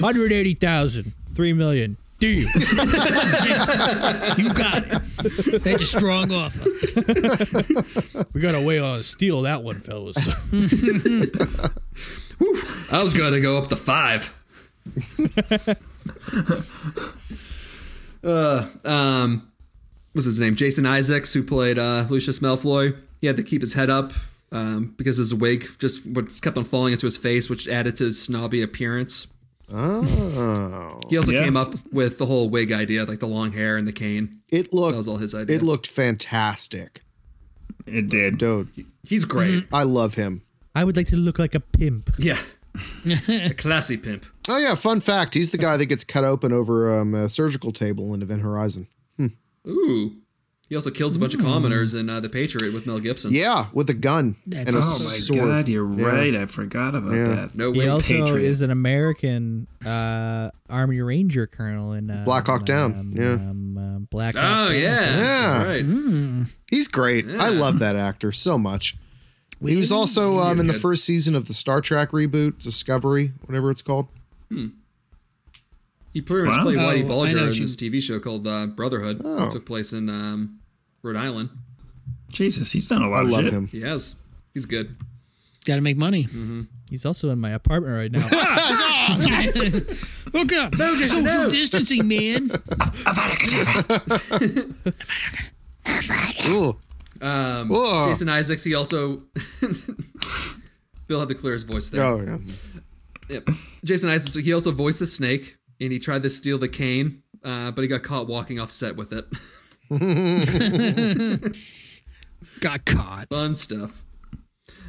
Speaker 3: Hundred eighty thousand, three million.
Speaker 5: you
Speaker 3: Deal.
Speaker 5: got it. That's a strong offer.
Speaker 3: we got a way on steal that one, fellas.
Speaker 1: I was gonna go up to five. uh, um, what's his name? Jason Isaacs, who played uh, Lucius Malfoy. He had to keep his head up um, because his wig just what kept on falling into his face, which added to his snobby appearance.
Speaker 9: Oh.
Speaker 1: He also
Speaker 6: Yeah.
Speaker 1: came up with the whole wig idea, like the long hair and the cane.
Speaker 9: It
Speaker 1: That was
Speaker 9: looked,
Speaker 1: all his idea.
Speaker 9: it looked fantastic.
Speaker 6: It did.
Speaker 9: Dude,
Speaker 1: He's great.
Speaker 9: I love him.
Speaker 3: I would like to look like a pimp.
Speaker 1: Yeah, a classy pimp.
Speaker 9: Oh, yeah. Fun fact he's the guy that gets cut open over um, a surgical table in Event Horizon.
Speaker 1: Ooh. He also kills a bunch
Speaker 5: Hmm.
Speaker 1: of commoners in uh, The Patriot with Mel Gibson.
Speaker 9: Yeah, with a gun
Speaker 5: That's
Speaker 9: and a
Speaker 6: Oh my
Speaker 9: sword.
Speaker 6: god, you're
Speaker 9: Yeah.
Speaker 6: right. I forgot about
Speaker 9: Yeah.
Speaker 6: that.
Speaker 1: No
Speaker 3: He
Speaker 1: way.
Speaker 3: also
Speaker 6: Patriot.
Speaker 3: is an American uh, Army Ranger colonel in uh,
Speaker 9: Black Hawk Down,
Speaker 3: um,
Speaker 9: yeah.
Speaker 3: um, uh, Black.
Speaker 1: Oh,
Speaker 3: Hawk Down.
Speaker 1: yeah.
Speaker 9: Yeah.
Speaker 1: Right.
Speaker 5: Hmm?
Speaker 9: He's great. I love that actor so much. He was also um, in the
Speaker 1: good.
Speaker 9: first season of the Star Trek reboot, Discovery, whatever it's called.
Speaker 1: He pretty much
Speaker 6: Wow.
Speaker 1: played
Speaker 5: Oh,
Speaker 1: Whitey
Speaker 5: I know
Speaker 1: Bulger in
Speaker 5: what you-
Speaker 1: this TV show called uh, Brotherhood.
Speaker 9: Oh.
Speaker 1: It took place in um, Rhode Island.
Speaker 6: Jesus, he's done a lot
Speaker 9: I
Speaker 6: of
Speaker 9: love
Speaker 6: Oh, shit.
Speaker 9: him.
Speaker 1: He has. He's good.
Speaker 5: Got to make money.
Speaker 3: He's also in my apartment right now.
Speaker 5: Look up. Social distancing, man.
Speaker 9: Ooh. Um, oh,
Speaker 1: Jason Isaacs, he also. Bill had the clearest voice there.
Speaker 9: oh, yeah.
Speaker 1: Yep. Jason Isaacs, he also voiced the snake, and he tried to steal the cane, uh, but he got caught walking off set with it.
Speaker 5: Got caught.
Speaker 1: Fun stuff.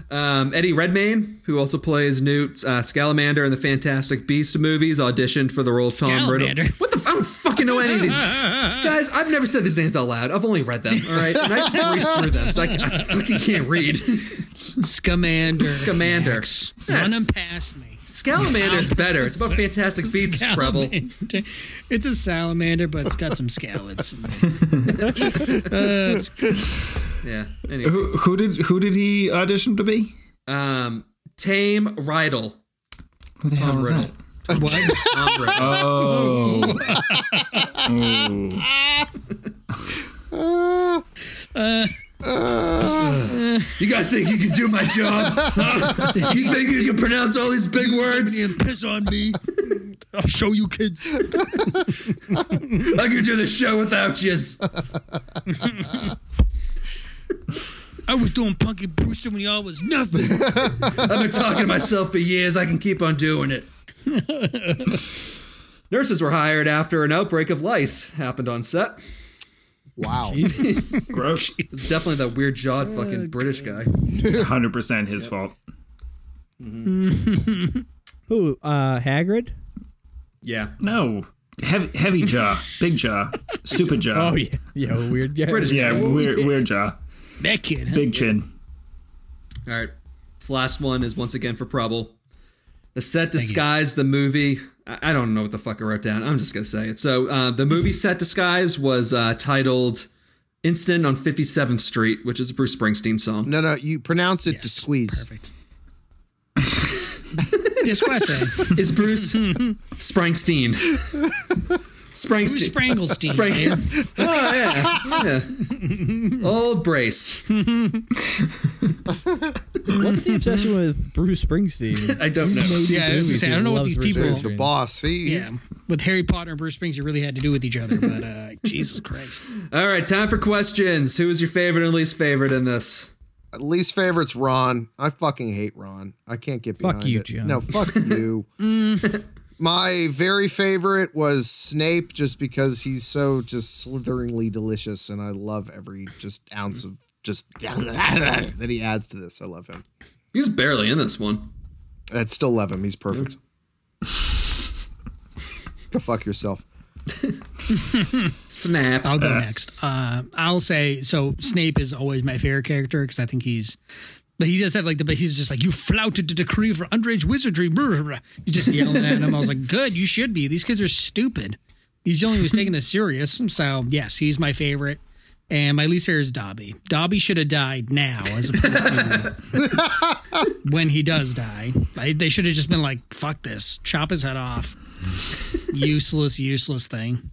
Speaker 1: Um, Eddie Redmayne, who also plays Newt uh, Scalamander in the Fantastic Beasts movies, auditioned for the role of Tom Riddle.
Speaker 5: Scalamander?
Speaker 1: What the? F- I don't fucking know any of these guys. I've never said these names out loud. I've only read them. All right, and I just breezed through them, so I, I fucking can't read.
Speaker 5: Scamander.
Speaker 1: Scamander.
Speaker 5: Max. Run
Speaker 1: Yes.
Speaker 5: him past me.
Speaker 1: Scalamander's better. It's about Fantastic Beasts, Preble.
Speaker 5: Salamander. It's a salamander, but it's got some scallops. in it. uh, it's
Speaker 1: Yeah. Anyway,
Speaker 6: Who, who did who did he audition to be?
Speaker 1: um, Tame Riddle.
Speaker 6: Who the hell is
Speaker 1: Riddle.
Speaker 6: that?
Speaker 5: what?
Speaker 1: Tom Riddle.
Speaker 6: Oh,
Speaker 1: You guys think you can do my job? Huh? you think you can pronounce all these big words? You piss on me. I'll show you, kids. I can do the show without you.
Speaker 5: I was doing Punky Brewster when y'all was nothing.
Speaker 1: I've been talking to myself for years. I can keep on doing it. Nurses were hired after an outbreak of lice happened on set.
Speaker 9: Wow.
Speaker 6: gross.
Speaker 1: It's definitely that weird jawed fucking British guy.
Speaker 6: Hundred percent his fault.
Speaker 3: Who? Uh, Hagrid.
Speaker 1: Yeah.
Speaker 6: No, heavy, heavy jaw, big jaw, stupid jaw.
Speaker 3: Oh yeah, yeah, weird guy.
Speaker 1: British
Speaker 6: yeah, weird, weird jaw,
Speaker 5: That kid. Huh?
Speaker 6: big chin.
Speaker 1: All right. This last one is once again for Preble. The set disguised the movie. I I don't know what the fuck I wrote down. I'm just going to say it. So, uh, the movie set disguise was uh, titled Incident on 57th Street, which is a Bruce Springsteen song.
Speaker 9: No, no, you pronounce it to squeeze.
Speaker 5: Perfect. Disquese.
Speaker 1: Is Bruce Springsteen?
Speaker 5: Bruce
Speaker 1: Springsteen.
Speaker 5: Spranglestein.
Speaker 1: Spring-
Speaker 5: man.
Speaker 1: oh yeah, yeah. Old brace.
Speaker 3: What's the obsession with Bruce Springsteen?
Speaker 1: I don't know.
Speaker 5: Yeah, I was gonna say, I don't know what these people-
Speaker 9: The boss, he,
Speaker 5: Yeah.
Speaker 9: he's
Speaker 5: With Harry Potter and Bruce Springs, you really had to do with each other. But uh, Jesus Christ.
Speaker 1: All right, time for questions. Who is your favorite and least favorite in this?
Speaker 9: least favorite's Ron. I fucking hate Ron. I can't get
Speaker 3: Fuck
Speaker 9: behind
Speaker 3: you,
Speaker 9: it.
Speaker 3: Jim.
Speaker 9: No, fuck you. My very favorite was Snape, just because he's so just slitheringly delicious, and I love every just ounce of just that he adds to this. I love him.
Speaker 1: He was barely in this one.
Speaker 9: I'd still love him. He's perfect. Go fuck yourself.
Speaker 1: Snap.
Speaker 5: I'll go next. Uh, I'll say so. Snape is always my favorite character because I think he's, but he does have like the, but he's just like you flouted the decree for underage wizardry. Brr, brr." You just yelling at him. I was like, good, you should be. These kids are stupid. He's the only one who's taking this serious. So yes, he's my favorite. And my least favorite is Dobby. Dobby should have died now, as opposed to when he does die. I, they should have just been like, "Fuck this! Chop his head off!" useless, useless thing.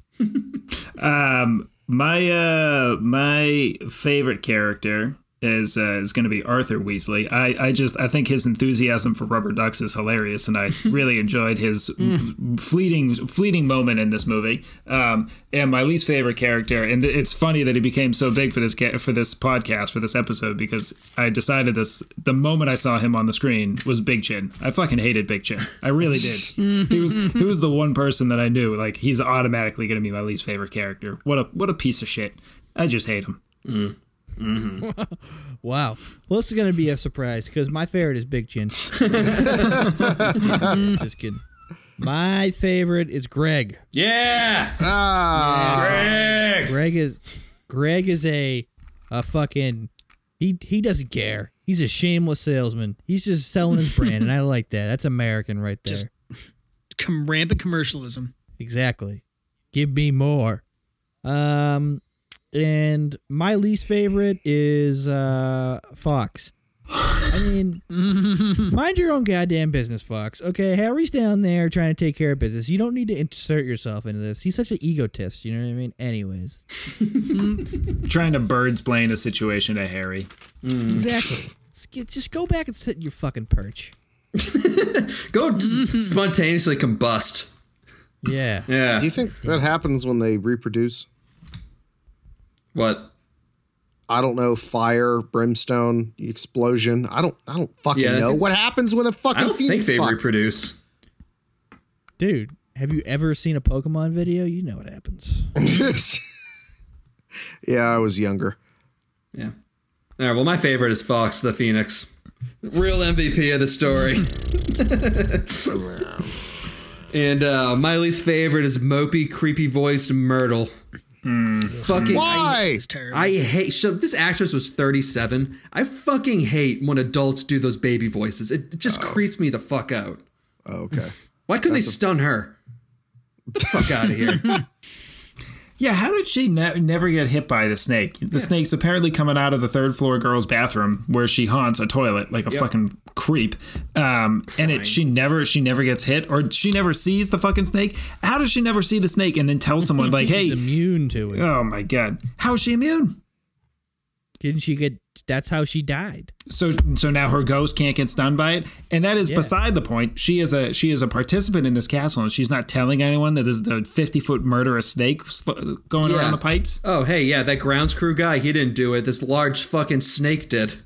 Speaker 6: Um, my uh, my favorite character is uh, is going to be Arthur Weasley. I, I just I think his enthusiasm for rubber ducks is hilarious, and I really enjoyed his f- fleeting fleeting moment in this movie. Um, and my least favorite character, and th- it's funny that he became so big for this ca- for this podcast for this episode because I decided this the moment I saw him on the screen was Big Chin. I fucking hated Big Chin. I really did. he was he was the one person that I knew like he's automatically going to be my least favorite character. What a what a piece of shit. I just hate him.
Speaker 3: wow. Well, this is gonna be a surprise because my favorite is Big Chin. just, kidding. just kidding. My favorite is Greg.
Speaker 1: Yeah.
Speaker 9: Ah,
Speaker 1: Greg.
Speaker 3: Greg is Greg is a a fucking he he doesn't care. He's a shameless salesman. He's just selling his brand, and I like that. That's American right there.
Speaker 5: Just- Com- rampant commercialism.
Speaker 3: Exactly. Give me more. Um, and my least favorite is uh Fox. I mean, mind your own goddamn business, Fox. Okay, Harry's down there trying to take care of business. You don't need to insert yourself into this. He's such an egotist. You know what I mean? Anyways,
Speaker 6: Trying to bird's blame a situation to Harry.
Speaker 3: exactly. Just get- Just go back and sit in your fucking perch.
Speaker 1: Go
Speaker 9: Mm-hmm.
Speaker 1: just spontaneously combust.
Speaker 3: Yeah.
Speaker 1: Yeah.
Speaker 9: Do you think that happens when they reproduce?
Speaker 1: What?
Speaker 9: I don't know, fire, brimstone, explosion. I don't I don't fucking
Speaker 1: Yeah, I
Speaker 9: know
Speaker 1: think-
Speaker 9: what happens when a fucking
Speaker 1: I don't think
Speaker 9: phoenix
Speaker 1: they
Speaker 9: fucks.
Speaker 1: reproduced.
Speaker 3: Dude, have you ever seen a Pokemon video? You know what happens.
Speaker 9: yeah, I was younger.
Speaker 1: Yeah. All right. Well, my favorite is Fox the Phoenix, real MVP of the story. and uh, my least favorite is mopey, creepy voiced Myrtle. Fucking.
Speaker 9: Why?
Speaker 5: It's terrible.
Speaker 1: I hate. So this actress was 37. I fucking hate when adults do those baby voices. It just creeps me the fuck out.
Speaker 9: Oh, okay.
Speaker 1: Why couldn't they stun her? Get the fuck out of here.
Speaker 6: Yeah, how did she ne- never get hit by the snake? The snake's apparently coming out of the third floor girl's bathroom where she haunts a toilet like a fucking creep. Um, and it she never she never gets hit or she never sees the fucking snake. How does she never see the snake and then tell someone like,
Speaker 3: He's
Speaker 6: "Hey,
Speaker 3: immune to it.
Speaker 6: oh my god, how is she immune?"
Speaker 3: Didn't she get? That's how she died.
Speaker 6: so so now her ghost can't get stunned by it and that is beside the point she is a she is a participant in this castle and she's not telling anyone that there's the 50 foot murderous snake sl- going
Speaker 1: Yeah.
Speaker 6: around the pipes
Speaker 1: Oh, hey, yeah, that grounds crew guy, he didn't do it. This large fucking snake did.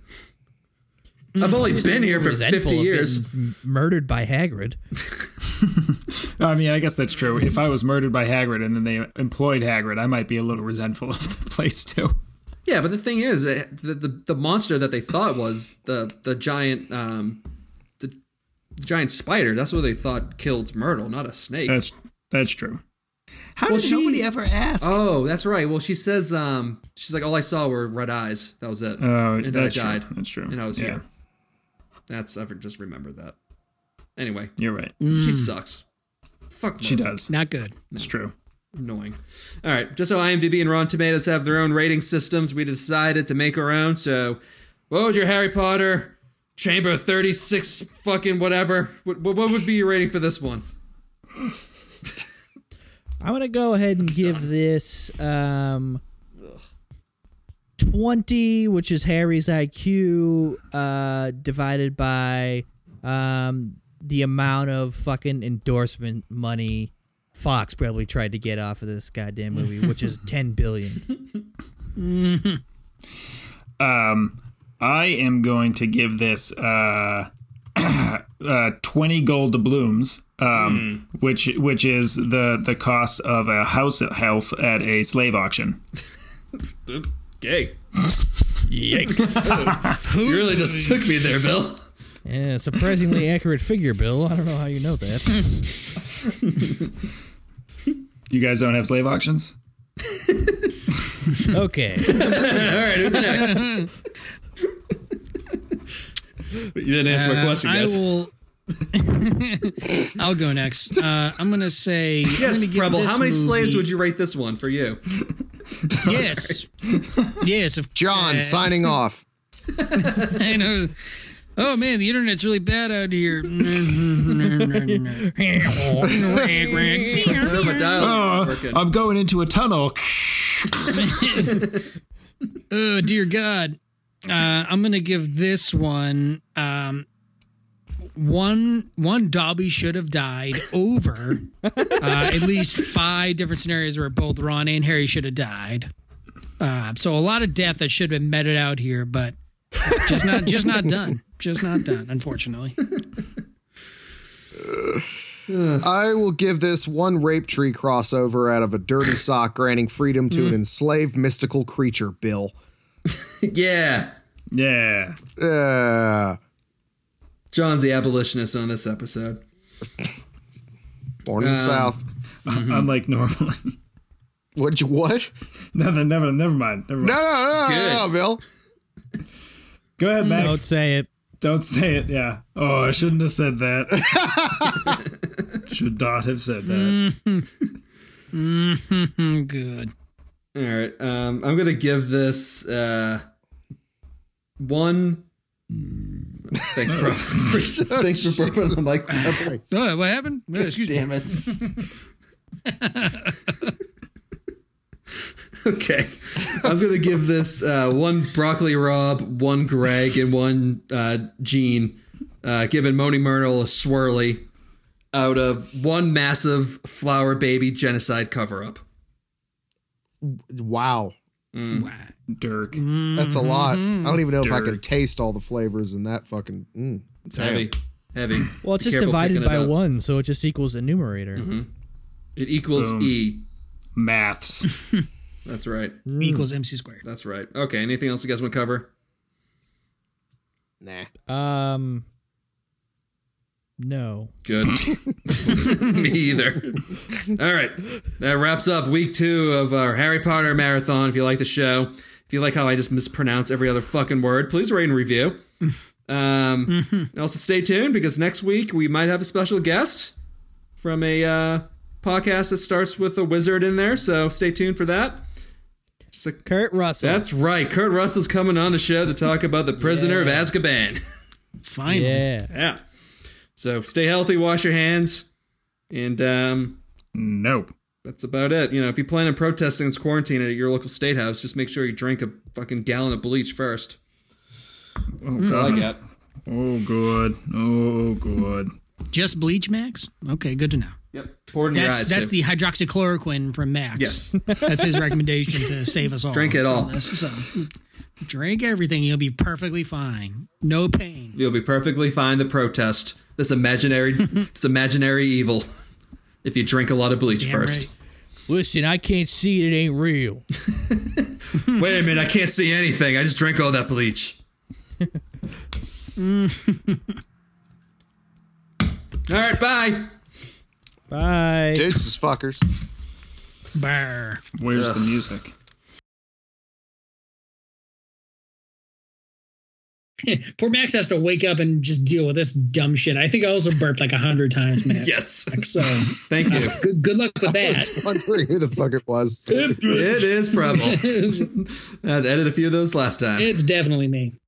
Speaker 1: I've only been here for
Speaker 3: Resentful
Speaker 1: 50
Speaker 3: of
Speaker 1: years.
Speaker 3: getting m- murdered by Hagrid.
Speaker 6: i mean i guess that's true if i was murdered by hagrid and then they employed hagrid i might be a little resentful of the place too
Speaker 1: Yeah, but the thing is, eh, the, the the monster that they thought was the the giant um the giant spider. That's what they thought killed Myrtle, not a snake.
Speaker 6: that's that's true how
Speaker 1: Well,
Speaker 6: did
Speaker 1: she-
Speaker 6: nobody ever ask
Speaker 1: oh, that's right. Well, she says um she's like all I saw were red eyes. That was it.
Speaker 6: Oh,
Speaker 1: and then I
Speaker 6: that's
Speaker 1: died.
Speaker 6: true. That's true.
Speaker 1: And I was
Speaker 6: Yeah.
Speaker 1: here. That's I've just remembered that. Anyway,
Speaker 6: you're right
Speaker 1: she sucks. Fuck.
Speaker 6: Hmm. she
Speaker 1: Myrtle.
Speaker 6: does
Speaker 5: Not good.
Speaker 6: it's true
Speaker 1: Annoying. All right, just so IMDb and Rotten Tomatoes have their own rating systems, we decided to make our own. So, what would your Harry Potter Chamber 36 fucking whatever? What, what what would be your rating for this one?
Speaker 3: I'm gonna go ahead and give this um, twenty, which is Harry's IQ, uh, divided by um, the amount of fucking endorsement money Fox probably tried to get off of this goddamn movie, which is ten billion.
Speaker 6: Um, I am going to give this uh, uh, twenty gold doubloons, um,
Speaker 1: Hmm.
Speaker 6: which which is the the cost of a house health at a slave auction.
Speaker 1: Gay. Yikes. you really just took me there, Bill.
Speaker 3: Yeah, surprisingly accurate figure, Bill. I don't know how you know that.
Speaker 6: You guys don't have slave auctions?
Speaker 3: Okay,
Speaker 1: All right, who's next? you didn't answer my
Speaker 5: Uh,
Speaker 1: question,
Speaker 5: I
Speaker 1: guys.
Speaker 5: will. I'll go next. Uh, I'm gonna say.
Speaker 1: Yes, Rebel. How many slaves would you rate this one for you?
Speaker 5: Yes, yes. If
Speaker 9: John
Speaker 5: uh,
Speaker 9: signing off.
Speaker 5: I know. Oh man, the internet's really bad out here.
Speaker 1: I don't
Speaker 6: Uh,
Speaker 1: know if my dialogue's working.
Speaker 6: I'm going into a tunnel.
Speaker 5: oh dear God. Uh, I'm gonna give this one um, one one Dobby should have died over uh, at least five different scenarios where both Ron and Harry should have died. Uh, so a lot of death that should have been meted out here, but just not just not done. Just not done, unfortunately.
Speaker 9: I will give this one rape tree crossover out of a dirty sock granting freedom to an
Speaker 1: Mm.
Speaker 9: enslaved mystical creature, Bill.
Speaker 1: yeah.
Speaker 6: Yeah.
Speaker 9: Uh,
Speaker 1: John's the abolitionist on this episode.
Speaker 9: born
Speaker 1: Um,
Speaker 9: in the South.
Speaker 1: Mm-hmm.
Speaker 6: Unlike normally.
Speaker 9: What? What?
Speaker 6: never, never, never mind. Never mind.
Speaker 9: No, no, no, no, no,
Speaker 1: Good.
Speaker 9: Bill.
Speaker 6: Go ahead, Max.
Speaker 3: don't say it.
Speaker 6: Don't say it. Yeah. Oh, I shouldn't have said that. Should not have said that.
Speaker 5: Hmm, Good.
Speaker 1: All right. Um, I'm gonna give this uh, one. Thanks, bro. Thanks for burping on the microphone.
Speaker 5: Oh, what happened? Oh, excuse me.
Speaker 1: Damn it. okay. I'm going to give this uh, one Broccoli Rob, one Greg, and one uh, Gene, uh, giving Moni Myrtle a swirly out of one massive flower baby genocide cover up.
Speaker 9: Wow.
Speaker 6: Dirk.
Speaker 9: That's a lot. I don't even know if I can taste all the flavors in that fucking. Mm.
Speaker 1: It's heavy. Heavy.
Speaker 3: Well, it's
Speaker 1: Be
Speaker 3: just
Speaker 1: careful
Speaker 3: divided
Speaker 1: picking it
Speaker 3: by
Speaker 1: up. Mm-hmm.
Speaker 3: one, so it just equals the numerator.
Speaker 1: It equals E.
Speaker 6: Maths.
Speaker 1: That's right.
Speaker 5: Equals MC squared.
Speaker 1: That's right. Okay. Anything else you guys want to cover?
Speaker 3: Um, no.
Speaker 1: Good. Me either. All right. That wraps up week two of our Harry Potter marathon. If you like the show, if you like how I just mispronounce every other fucking word, please rate and review. Um, and Also, stay tuned because next week we might have a special guest from a uh, podcast that starts with a wizard in there. So stay tuned for that. Just like,
Speaker 3: Kurt Russell.
Speaker 1: that's right. Kurt Russell's coming on the show to talk about the prisoner of Azkaban.
Speaker 5: Finally.
Speaker 3: yeah.
Speaker 1: yeah. So stay healthy, wash your hands, and um,
Speaker 6: nope.
Speaker 1: that's about it. You know, if you plan on protesting this quarantine at your local state house, just make sure you drink a fucking gallon of bleach first. That's all I got.
Speaker 6: Oh, good. Oh, good.
Speaker 5: Just bleach, Max? Okay, good to know.
Speaker 1: Yep. Pour it in your
Speaker 5: That's
Speaker 1: eyes.
Speaker 5: that's
Speaker 1: too.
Speaker 5: the hydroxychloroquine from Max.
Speaker 1: Yes.
Speaker 5: That's his recommendation to save us all.
Speaker 1: Drink it all.
Speaker 5: So, drink everything. You'll be perfectly fine. No pain.
Speaker 1: You'll be perfectly fine to protest this imaginary this imaginary evil if you drink a lot of bleach
Speaker 5: Damn
Speaker 1: first.
Speaker 3: Listen, I can't see it. It ain't real.
Speaker 1: Wait a minute, I can't see anything. I just drank all that bleach. all right, bye.
Speaker 3: Bye.
Speaker 9: Deuces, fuckers.
Speaker 5: right. Brr.
Speaker 6: Where's the music?
Speaker 5: Poor Max has to wake up and just deal with this dumb shit. I think I also burped like a hundred times, man.
Speaker 1: Yes.
Speaker 5: So
Speaker 1: Thank you.
Speaker 5: good, good luck with
Speaker 9: I
Speaker 5: that.
Speaker 9: was wondering who the fuck it was.
Speaker 1: It is Preble. I had to edit a few of those last time.
Speaker 5: It's definitely me.